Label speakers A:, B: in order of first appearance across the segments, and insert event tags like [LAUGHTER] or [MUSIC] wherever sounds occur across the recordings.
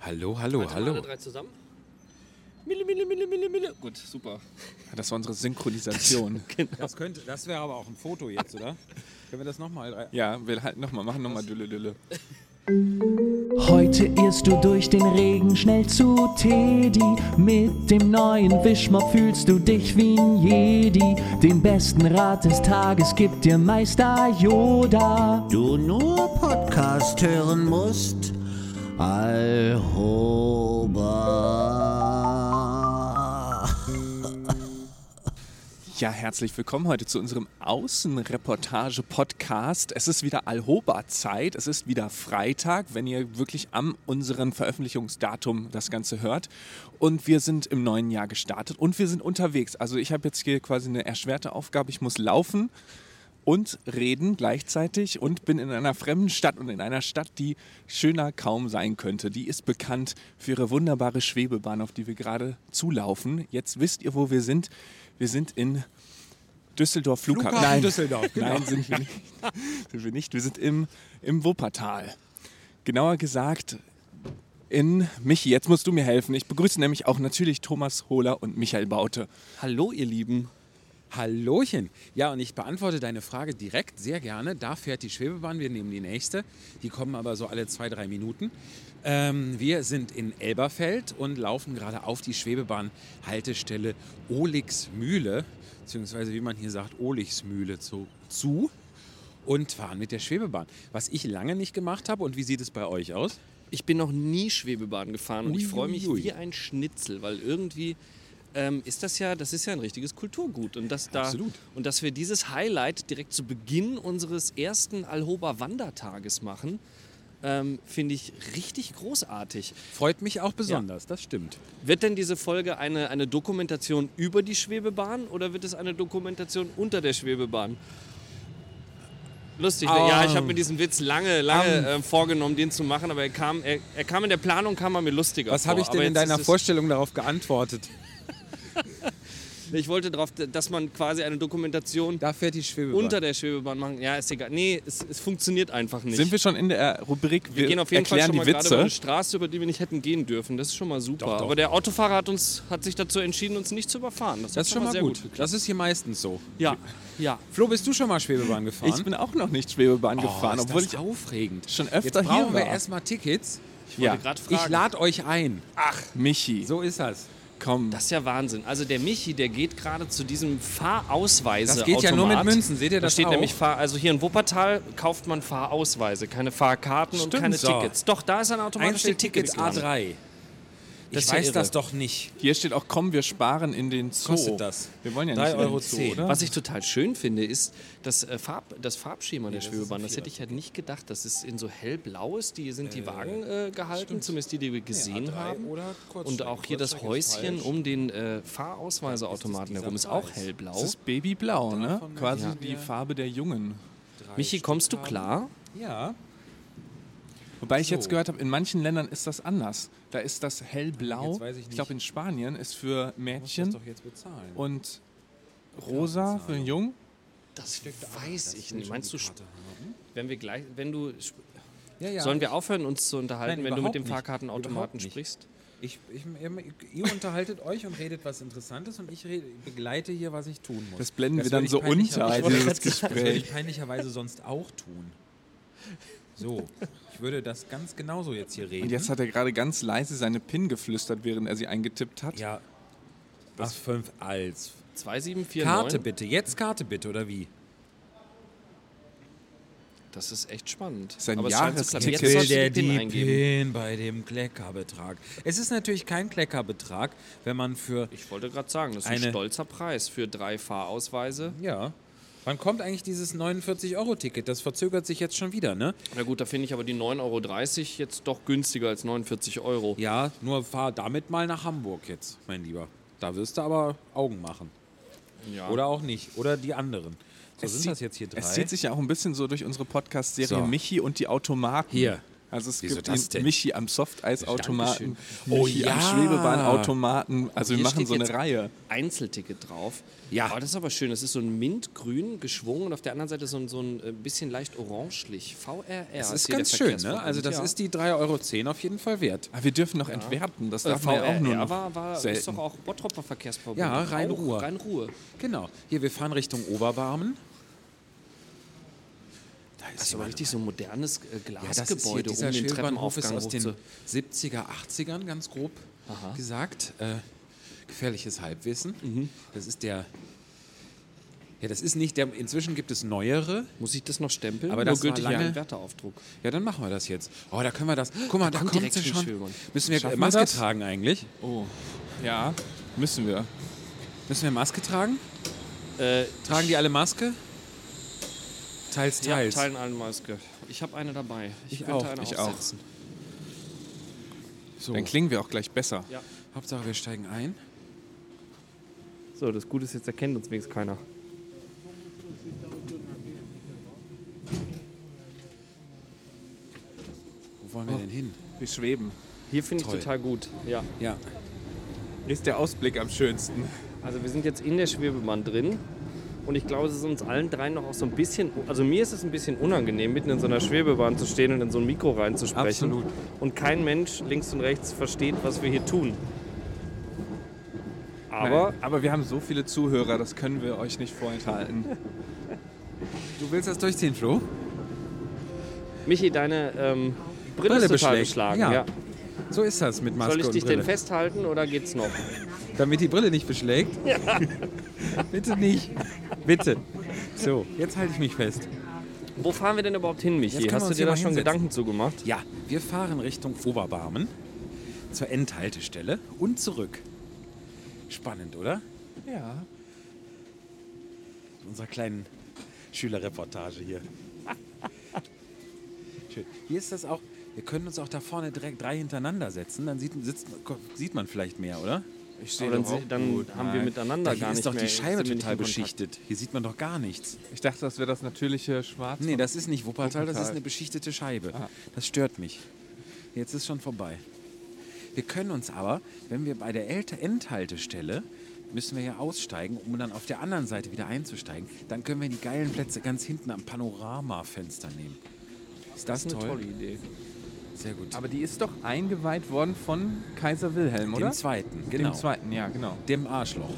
A: Hallo, hallo,
B: Warte mal,
A: hallo.
B: alle drei zusammen. Mille, mille, mille, mille, mille. Gut, super.
A: Das war unsere [LAUGHS] Synchronisation.
C: Das, könnte- das wäre aber auch ein Foto jetzt, oder? Können wir das nochmal?
A: ja, wir halten nochmal, machen nochmal Dülle Dülle.
D: Heute irrst du durch den Regen schnell zu Teddy. Mit dem neuen Wischmopp fühlst du dich wie ein Jedi. Den besten Rat des Tages gibt dir Meister Yoda.
E: du nur Podcast hören musst, Alhoba.
A: Ja, herzlich willkommen heute zu unserem Außenreportage-Podcast. Es ist wieder Alhoba-Zeit. Es ist wieder Freitag, wenn ihr wirklich am unseren Veröffentlichungsdatum das Ganze hört. Und wir sind im neuen Jahr gestartet und wir sind unterwegs. Also ich habe jetzt hier quasi eine erschwerte Aufgabe. Ich muss laufen und reden gleichzeitig und bin in einer fremden Stadt und in einer Stadt, die schöner kaum sein könnte. Die ist bekannt für ihre wunderbare Schwebebahn, auf die wir gerade zulaufen. Jetzt wisst ihr, wo wir sind. Wir sind in Düsseldorf Flughafen.
C: Flughafen
A: Nein,
C: Düsseldorf, genau.
A: Nein sind,
C: [LAUGHS]
A: wir nicht. sind wir nicht. Wir sind im, im Wuppertal. Genauer gesagt in Michi. Jetzt musst du mir helfen. Ich begrüße nämlich auch natürlich Thomas Hohler und Michael Baute.
C: Hallo, ihr Lieben. Hallochen. Ja, und ich beantworte deine Frage direkt sehr gerne. Da fährt die Schwebebahn, wir nehmen die nächste. Die kommen aber so alle zwei, drei Minuten. Ähm, wir sind in Elberfeld und laufen gerade auf die Schwebebahn-Haltestelle Olichsmühle, beziehungsweise wie man hier sagt, Olichsmühle zu. zu und fahren mit der Schwebebahn. Was ich lange nicht gemacht habe und wie sieht es bei euch aus?
B: Ich bin noch nie Schwebebahn gefahren und ich freue mich
C: Uiuiui.
B: wie ein Schnitzel, weil irgendwie ähm, ist das ja, das ist ja ein richtiges Kulturgut. Und, dass da,
C: Absolut.
B: und dass wir dieses Highlight direkt zu Beginn unseres ersten Alhoba-Wandertages machen, ähm, finde ich richtig großartig.
C: Freut mich auch besonders, das stimmt.
B: Wird denn diese Folge eine, eine Dokumentation über die Schwebebahn oder wird es eine Dokumentation unter der Schwebebahn? Lustig, ne? ja, ich
C: Ähm,
B: habe mir diesen Witz lange, lange äh, vorgenommen, den zu machen, aber er kam, er, er kam in der Planung, kam er mir lustiger
C: Was
B: vor.
C: habe ich denn
B: Aber
C: in
B: jetzt
C: deiner
B: ist es-
C: Vorstellung darauf geantwortet?
B: Ich wollte darauf, dass man quasi eine Dokumentation
C: Da fährt die Schwebebahn.
B: unter der Schwebebahn machen. Ja, ist egal. Nee, es, es funktioniert einfach nicht.
A: Sind wir schon in der Rubrik Wir,
B: wir gehen auf jeden Fall
A: erklären
B: schon mal
A: die
B: gerade über
A: Witze?
B: eine Straße, über die wir nicht hätten gehen dürfen. Das ist schon mal super.
C: doch.
B: Aber der Autofahrer hat, uns, hat sich dazu entschieden, uns nicht zu überfahren. Das,
C: Das
B: hat
C: ist schon mal
B: sehr
C: gut. Das ist hier meistens so.
B: Ja, ja.
C: Flo, bist du schon mal Schwebebahn gefahren?
A: Ich bin auch noch nicht Schwebebahn gefahren,
C: oh, ist
A: obwohl
C: das
A: ich
C: aufregend.
A: schon öfter
C: Jetzt brauchen
A: hier
C: wir
A: war.
C: erstmal Tickets.
B: Ich wollte
A: Ja.
B: gerade
C: Ich
B: fragen.
C: lade euch ein.
A: Michi,
C: So ist das.
A: komm.
B: das ist ja Wahnsinn. Also der Michi, der geht gerade zu diesem Fahrausweise.
C: Das geht ja nur mit Münzen, seht ihr
B: Da
C: das
B: steht
C: auch?
B: nämlich Fahr also hier in Wuppertal kauft man Fahrausweise, keine Fahrkarten und
C: Stimmt,
B: keine
C: so.
B: Tickets. Doch, da ist ein automatisch die
C: Einzeltickets
B: Ticketreklame.
C: A3. Ich
B: Das ist ja
C: weiß
B: irre.
C: das doch nicht.
A: hier steht auch, komm, wir sparen in den Zoo.
C: Kostet das?
A: Wir wollen ja nicht
C: Drei
A: in den
C: Euro
A: Zoo,
C: zehn.
A: oder?
B: Was ich total schön finde, ist das, äh, Farb, das Farbschema der Schwebebahn. Das hätte ich halt nicht gedacht, dass es in so hellblau ist. Die sind die Wagen äh, gehalten, zumindest die, die wir gesehen
C: A3
B: haben.
C: oder Kurzstreck.
B: Und auch hier das
C: Kurzstreck ist
B: Häuschen
C: falsch.
B: um den äh, Fahrausweiseautomaten
C: dieser
B: herum ist auch
C: Preis.
B: hellblau.
A: Das ist Babyblau, ne?
C: Davon
A: Quasi
C: müssen
A: die
C: wir-
A: Farbe der Jungen.
B: Michi, kommst du klar?
C: Ja.
A: Wobei ich
C: So.
A: jetzt gehört habe, in manchen Ländern ist das anders. Da ist das hellblau.
C: Jetzt weiß ich nicht.
A: glaube, in Spanien ist für
C: Ich muss das
A: Mädchen
C: doch jetzt bezahlen.
A: und rosa für den Jungen.
B: Das
C: ah,
B: weiß ich nicht. Meinst du,
C: Karte haben.
B: wenn wir gleich, wenn du,
C: Ja, ja.
B: sollen wir aufhören, uns zu unterhalten, wenn
C: Nein,
B: du mit
C: überhaupt
B: dem
C: nicht.
B: Fahrkartenautomaten
C: Überhaupt nicht.
B: sprichst?
C: Ich, ich, ihr unterhaltet euch und redet was Interessantes und ich rede, begleite hier, was ich tun muss.
A: Das blenden wir
C: würde
A: dann
C: ich
A: so
C: peinlicherweise-
A: unter,
C: Ich wollte
A: dieses
C: gerade sagen, Das [LAUGHS] würde ich
A: Gespräch.
C: peinlicherweise sonst auch tun. So, ich würde das ganz genauso jetzt hier reden.
A: Und jetzt hat er gerade ganz leise seine PIN geflüstert, während er sie eingetippt hat.
C: ja. A5 als.
B: 2749?
C: Karte bitte, jetzt Karte bitte, oder wie?
B: Das ist echt spannend.
A: Ist ein
B: Aber es scheint zu klappen.
A: Jahresticket.
B: Jetzt
A: Will
B: sollst du die PIN eingeben.
C: PIN bei dem Kleckerbetrag? Es ist natürlich kein Kleckerbetrag, wenn man für.
B: Ich wollte gerade sagen, das ist ein
C: Eine-
B: stolzer Preis für drei Fahrausweise.
C: Ja. Wann kommt eigentlich dieses 49-Euro-Ticket? Das verzögert sich jetzt schon wieder, ne?
B: Na gut, da finde ich aber die 9,30 Euro jetzt doch günstiger als 49 Euro.
C: Ja, nur fahr damit mal nach Hamburg jetzt, mein Lieber. Da wirst du aber Augen machen.
B: Ja.
C: Oder auch nicht. Oder die anderen. So
A: Es
C: sind
A: zieht-
C: das jetzt hier drei.
A: Es zieht sich ja auch ein bisschen so durch unsere Podcast-Serie
C: So.
A: Michi und die Automaten.
C: Hier.
A: Also es
C: Wieso
A: gibt
C: das
A: den
C: denn?
A: Michi am Softeisautomaten,
C: Dankeschön.
A: Michi
C: Oh
A: am
C: ja.
A: Schwebebahnautomaten. Also wir
B: Hier
A: machen
B: steht
A: so eine
B: jetzt
A: Reihe.
B: Einzelticket drauf.
C: Ja.
B: Aber das ist aber schön. Das ist so ein mintgrün geschwungen und auf der anderen Seite so ein, so ein äh, bisschen leicht orangelich. VRR.
C: Das ist
B: hier der
C: ganz schön, ne?
B: Verkehrsverbund.
C: Also das
B: Ja.
C: ist die 3,10 Euro auf jeden Fall wert.
A: Aber wir dürfen noch entwerten, das
B: Äh,
A: darf man ja auch nur
B: VRR
A: noch
B: war, war, ist
A: selten.
B: doch auch Bottropper Verkehrsverbund.
C: Ja,
B: Auch
C: Rhein-Ruhr.
B: Rhein-Ruhr.
C: Genau. Hier, wir fahren Richtung Oberbarmen. Da
B: Das ist aber
C: jemand.
B: richtig so ein modernes äh,
C: Ja, das ist hier
B: Glasgebäude
C: dieser
B: um den
C: Schwebebahnhof ist
B: Treppenaufgang
C: aus den
B: hoch
C: 70er, 80ern, ganz grob gesagt. Äh, gefährliches Halbwissen. Das ist der. Ja, das ist nicht der. Inzwischen gibt es neuere.
B: zu- Muss ich das noch stempeln?
C: Aber
B: Nur
C: das war
B: gültig
C: lange-
B: ein Werteaufdruck.
C: Ja, dann machen wir das jetzt. Oh, da können wir das. Guck mal, da,
B: kommt
C: kommt
B: direkt
C: sie
B: ein
C: schon.
B: Schwimmbad.
C: Müssen wir
A: Schaffen wir
C: Maske
A: das?
C: tragen eigentlich?
A: Oh, ja, müssen wir.
C: Müssen wir Maske tragen?
B: Äh,
C: Tragen die alle Maske? Teils,
B: ja,
C: teils.
B: teilen allen Maske. Ich habe eine dabei. Ich, könnte
C: auch,
B: eine
A: ich auch.
B: aufsetzen.
C: so.
A: Dann klingen wir auch gleich besser.
B: Ja.
C: Hauptsache, wir steigen ein.
B: So, das Gute ist, jetzt erkennt uns wenigstens keiner.
C: Wo wollen wir
B: Oh.
C: denn hin?
A: Wir schweben.
B: Hier finde ich
C: Toll.
B: total gut. Ja.
C: Ja.
A: Ist der Ausblick am schönsten.
B: Also wir sind jetzt in der Schwebebahn drin und ich glaube, es ist uns allen dreien noch auch so ein bisschen, also mir ist es ein bisschen unangenehm, mitten in so einer Schwebebahn zu stehen und in so ein Mikro reinzusprechen.
C: Absolut.
B: Und kein Mensch links und rechts versteht, was wir hier tun. Aber
A: Aber, aber wir haben so viele Zuhörer, das können wir euch nicht vorenthalten.
C: Du willst das durchziehen, Flo?
B: Michi, deine ähm, Brille,
C: Brille
B: ist total
C: beschlägt.
B: beschlagen.
C: Ja.
B: Ja.
C: So ist das mit Maske
B: Soll ich
C: und
B: dich
C: Brille.
B: denn festhalten oder geht's
C: [LAUGHS]
B: noch?
C: Damit die Brille nicht beschlägt? [LAUGHS] Bitte nicht. Bitte. So, jetzt halte ich mich fest.
B: Wo fahren wir denn überhaupt hin, Michi?
C: können wir
B: Hast du
C: uns
B: dir
C: hier
B: da
C: mal
B: schon
C: hinsetzen.
B: Gedanken zugemacht?
C: Ja, wir fahren Richtung Oberbarmen zur Endhaltestelle und zurück. Spannend, oder?
A: Ja.
C: In unserer kleinen Schülerreportage hier. Schön. Hier ist das auch. Wir können uns auch da vorne direkt drei hintereinander setzen, dann sieht, sitzt, sieht man vielleicht mehr, oder?
A: Ich
B: Aber
A: stehe
B: dann
A: doch
B: se-
A: auch
B: dann
A: gut.
B: haben wir
A: Nein.
B: miteinander
C: hier
B: gar
C: ist
B: nicht
C: doch
B: mehr,
C: die Scheibe
B: sind wir nicht
C: total
B: in Kontakt.
C: beschichtet. Hier sieht man doch gar nichts.
A: Ich dachte, das wäre das natürliche Schwarz.
C: Nee, das ist nicht Wuppertal, das ist
A: Wuppertal.
C: eine beschichtete Scheibe. Das stört mich. Jetzt ist schon vorbei. Wir können uns aber, wenn wir bei der Elt- Endhaltestelle, müssen wir ja aussteigen, um dann auf der anderen Seite wieder einzusteigen. Dann können wir die geilen Plätze ganz hinten am Panoramafenster nehmen. Ist das,
B: Das ist eine
C: toll?
B: tolle Idee.
C: Sehr gut.
A: Aber die ist doch eingeweiht worden von Kaiser Wilhelm,
C: Dem
A: oder?
C: zweiten, genau.
A: Dem zweiten, ja, genau.
C: Dem Arschloch.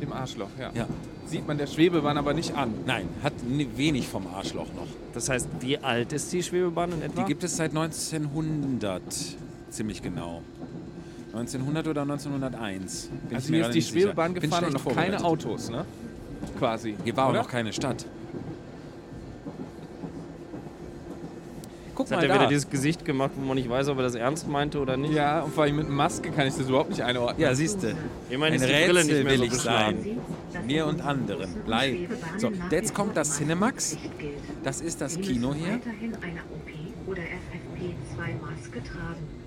A: Dem Arschloch, ja.
C: Ja.
A: Sieht man der Schwebebahn aber nicht an.
C: Nein, hat ne- wenig vom Arschloch noch.
B: Das heißt, wie alt ist die Schwebebahn in etwa?
C: Die gibt es seit 1900, ziemlich genau. 1900 oder 1901. Bin ich
A: Also
C: mir
A: hier
C: gerade
A: ist die
C: nicht sicher.
A: Schwebebahn
C: Bin
A: gefahren und
C: schlecht
A: noch keine
C: vorbereitet.
A: Autos, ne? Quasi.
C: Hier war auch
A: oder?
C: noch keine Stadt. Guck
B: Jetzt hat
C: mal
B: er wieder
C: da.
B: dieses Gesicht gemacht, wo man nicht weiß, ob er das ernst meinte oder nicht.
A: Ja, und vor allem mit Maske kann ich das überhaupt nicht einordnen.
C: Ja, siehst du.
B: Immerhin
C: Ein
B: ist die Brille
C: Rätsel
B: nicht mehr
C: will
B: so
C: ich sein.
B: beschlagen.
C: Mir und anderen. Live. So, jetzt kommt das Cinemax. Das ist das Kino hier.
F: Weiterhin eine OP oder FFP2-Maske tragen.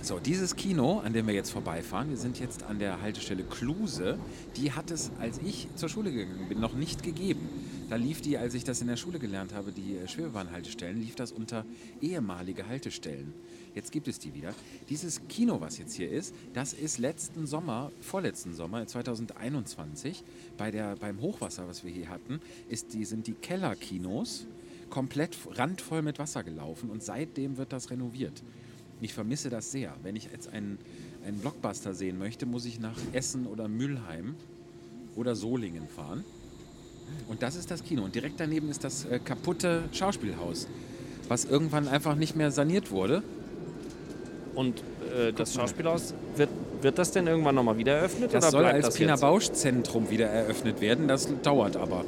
C: So, dieses Kino, an dem wir jetzt vorbeifahren, wir sind jetzt an der Haltestelle Kluse, die hat es, als ich zur Schule gegangen bin, noch nicht gegeben. Da lief die, als ich das in der Schule gelernt habe, die äh, Schwebebahnhaltestellen, lief das unter ehemalige Haltestellen. Jetzt gibt es die wieder. Dieses Kino, was jetzt hier ist, das ist letzten Sommer, vorletzten Sommer, 2021, bei der, beim Hochwasser, was wir hier hatten, ist die, sind die Kellerkinos komplett randvoll mit Wasser gelaufen und seitdem wird das renoviert. Ich vermisse das sehr. Wenn ich jetzt einen, einen Blockbuster sehen möchte, muss ich nach Essen oder Mülheim oder Solingen fahren. Und das ist das Kino. Und direkt daneben ist das äh, kaputte Schauspielhaus, was irgendwann einfach nicht mehr saniert wurde.
B: Und äh, das Schauspielhaus, wird, wird das denn irgendwann nochmal wieder eröffnet?
C: Das
B: oder
C: soll
B: bleibt
C: als
B: das
C: Pina
B: jetzt?
C: Bausch Zentrum wieder eröffnet werden. Das dauert aber.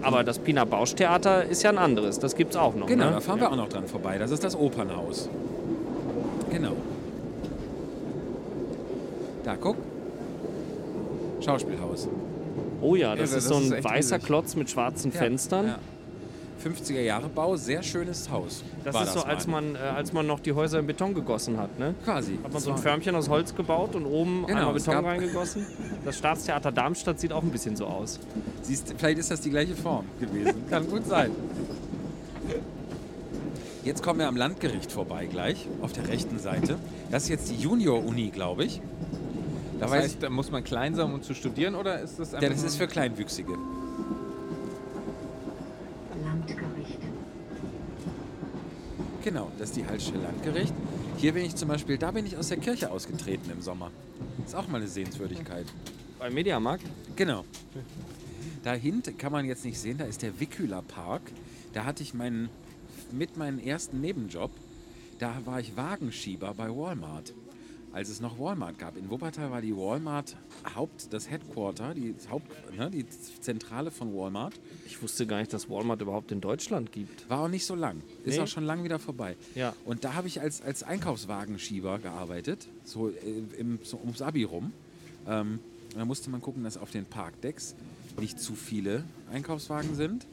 B: Aber das Pina Bausch Theater ist ja ein anderes. Das gibt's auch noch.
C: Genau,
B: ne?
C: da fahren
B: ja.
C: wir auch noch dran vorbei. Das ist das Opernhaus. Genau. Da, guck. Schauspielhaus.
B: Oh ja, das
A: Irre,
B: ist
A: das
B: so
A: ist
B: ein
A: echt
B: weißer
A: riesig.
B: Klotz mit schwarzen Fenstern.
C: Ja. 50er Jahre Bau, sehr schönes Haus.
B: Das
C: war
B: ist so,
C: mal.
B: als man, äh, als man noch die Häuser in Beton gegossen hat. Ne?
C: Quasi.
B: Hat man so ein
C: Das war-
B: Förmchen aus Holz gebaut und oben
C: Genau,
B: einmal
C: es
B: Beton
C: gab-
B: reingegossen. Das Staatstheater Darmstadt sieht auch ein bisschen so aus. [LAUGHS]
C: Siehst, vielleicht ist das die gleiche Form gewesen. Kann gut sein. Jetzt kommen wir am Landgericht vorbei gleich, auf der rechten Seite. Das ist jetzt die Junior-Uni, glaube ich. Da
A: Das
C: weiß
A: heißt, da muss man klein sein, um zu studieren, oder ist das
C: ich,
A: einfach
C: ja,
B: ähm,
C: das ist für Kleinwüchsige.
F: Landgericht.
C: Genau, das ist die Halsche Landgericht. Hier bin ich zum Beispiel, da bin ich aus der Kirche ausgetreten im Sommer. Ist auch mal eine Sehenswürdigkeit.
B: Beim Mediamarkt?
C: Genau. Dahinter kann man jetzt nicht sehen, da ist der Wickhüler Park. Da hatte ich meinen, mit meinem ersten Nebenjob, da war ich Wagenschieber bei Walmart. Als es noch Walmart gab. In Wuppertal war die Walmart Haupt, das Headquarter, die, Haupt, ne, die Zentrale von Walmart.
B: Ich wusste gar nicht, dass Walmart überhaupt in Deutschland gibt.
C: War auch nicht so lang. Ist
B: Nee.
C: auch schon lang wieder vorbei.
B: Ja.
C: Und da habe ich als, als Einkaufswagenschieber gearbeitet, so, äh, im, so ums Abi rum. Ähm, und da musste man gucken, dass auf den Parkdecks nicht zu viele Einkaufswagen sind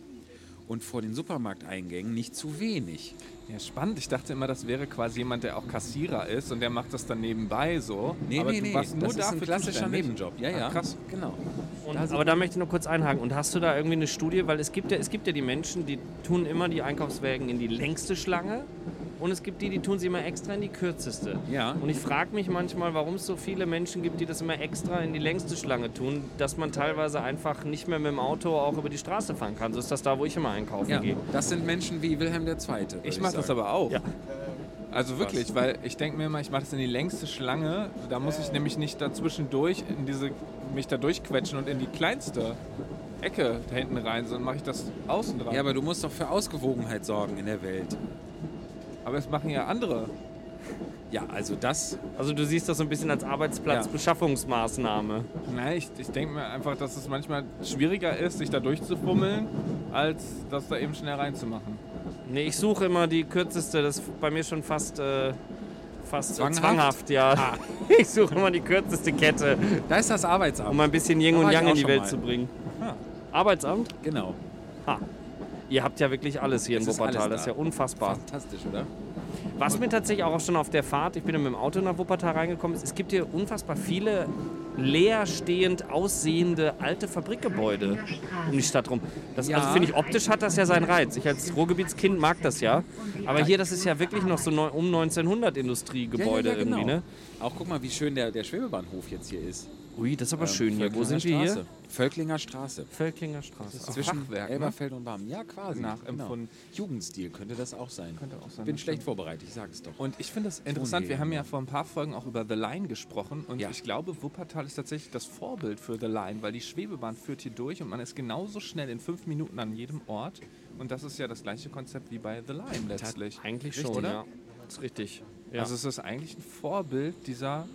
C: und vor den Supermarkteingängen nicht zu wenig.
A: Ja, spannend. Ich dachte immer, das wäre quasi jemand, der auch Kassierer ist und der macht das dann nebenbei so. Aber du warst nur
C: das ist ein
A: dafür
C: klassischer
A: zuständig.
C: Nebenjob. Ja,
A: Ah,
C: ja.
A: krass.
C: Genau.
B: Und,
C: Da sind-
B: aber da möchte ich noch kurz einhaken. Und hast du da irgendwie eine Studie? Weil es gibt ja, es gibt ja die Menschen, die tun immer die Einkaufswägen in die längste Schlange. Und es gibt die, die tun sie immer extra in die kürzeste.
C: Ja.
B: Und ich frage mich manchmal, warum es so viele Menschen gibt, die das immer extra in die längste Schlange tun, dass man teilweise einfach nicht mehr mit dem Auto auch über die Straße fahren kann. So ist das da, wo ich immer einkaufen
C: Ja,
B: gehe.
C: das sind Menschen wie Wilhelm II. würde
A: Ich mache das
C: sagen.
A: aber auch.
B: Ja.
A: Also wirklich, weil ich denke mir immer, ich mache das in die längste Schlange. Da muss ich nämlich nicht dazwischen durch in diese mich da durchquetschen und in die kleinste Ecke da hinten rein, sondern mache ich das außen dran.
C: Ja, aber du musst doch für Ausgewogenheit sorgen in der Welt.
A: aber es machen ja andere.
C: Ja, also das
B: Also du siehst das so ein bisschen als Arbeitsplatzbeschaffungsmaßnahme.
A: Nein, ich, ich denke mir einfach, dass es manchmal schwieriger ist, sich da durchzufummeln, als das da eben schnell reinzumachen.
B: Nee, ich suche immer die kürzeste. Das ist bei mir schon fast, äh, fast
C: Zwanghaft? Ah.
B: zwanghaft, ja. [LAUGHS] Ich suche immer die kürzeste Kette,
C: Da ist das Arbeitsamt.
B: um ein bisschen Yin
C: Da war
B: und
C: ich
B: Yang
C: auch
B: in die
C: schon
B: Welt
C: mal. Ah.
B: zu bringen. Arbeitsamt?
C: Genau.
B: Ha. Ihr habt ja wirklich alles hier
C: Es
B: in
C: ist alles
B: Wuppertal.
C: da.
B: Das ist ja unfassbar.
C: Fantastisch, oder?
B: Was mir tatsächlich auch schon auf der Fahrt, ich bin ja mit dem Auto nach Wuppertal reingekommen, ist, es gibt hier unfassbar viele leerstehend aussehende alte Fabrikgebäude um die Stadt rum. Das,
C: Ja.
B: Also finde ich, optisch hat das ja seinen Reiz. Ich als Ruhrgebietskind mag das ja. Aber hier, das ist ja wirklich noch so neu, um 1900 Industriegebäude
C: genau.
B: irgendwie, ne?
C: Auch guck mal, wie schön der, der Schwebebahnhof jetzt hier ist. Ähm,
B: Ui, das ist aber schön hier. Wo sind wir
C: Völklinger
B: hier?
C: Straße.
B: Völklinger
C: Völklinger Straße.
B: Straße.
C: Zwischen
A: Fachwerk, ne?
C: Elberfeld und Barmen. Ja, quasi.
A: Nachempfunden.
C: Genau. Jugendstil könnte das auch sein.
A: Könnte auch sein,
C: Bin
A: das
C: schlecht vorbereitet, ich sag's doch.
A: Und ich finde es
B: Oh
A: interessant, wir
C: gehen,
A: haben ja vor ein paar Folgen auch über The Line gesprochen und
C: Ja.
A: ich glaube, Wuppertal ist tatsächlich das Vorbild für The Line, weil die Schwebebahn führt hier durch und man ist genauso schnell in fünf Minuten an jedem Ort und das ist ja das gleiche Konzept wie bei The Line letztlich.
B: Eigentlich
A: Richtig,
B: schon,
A: oder?
B: ja. Das ist richtig. Ja.
A: Also es ist eigentlich ein Vorbild dieser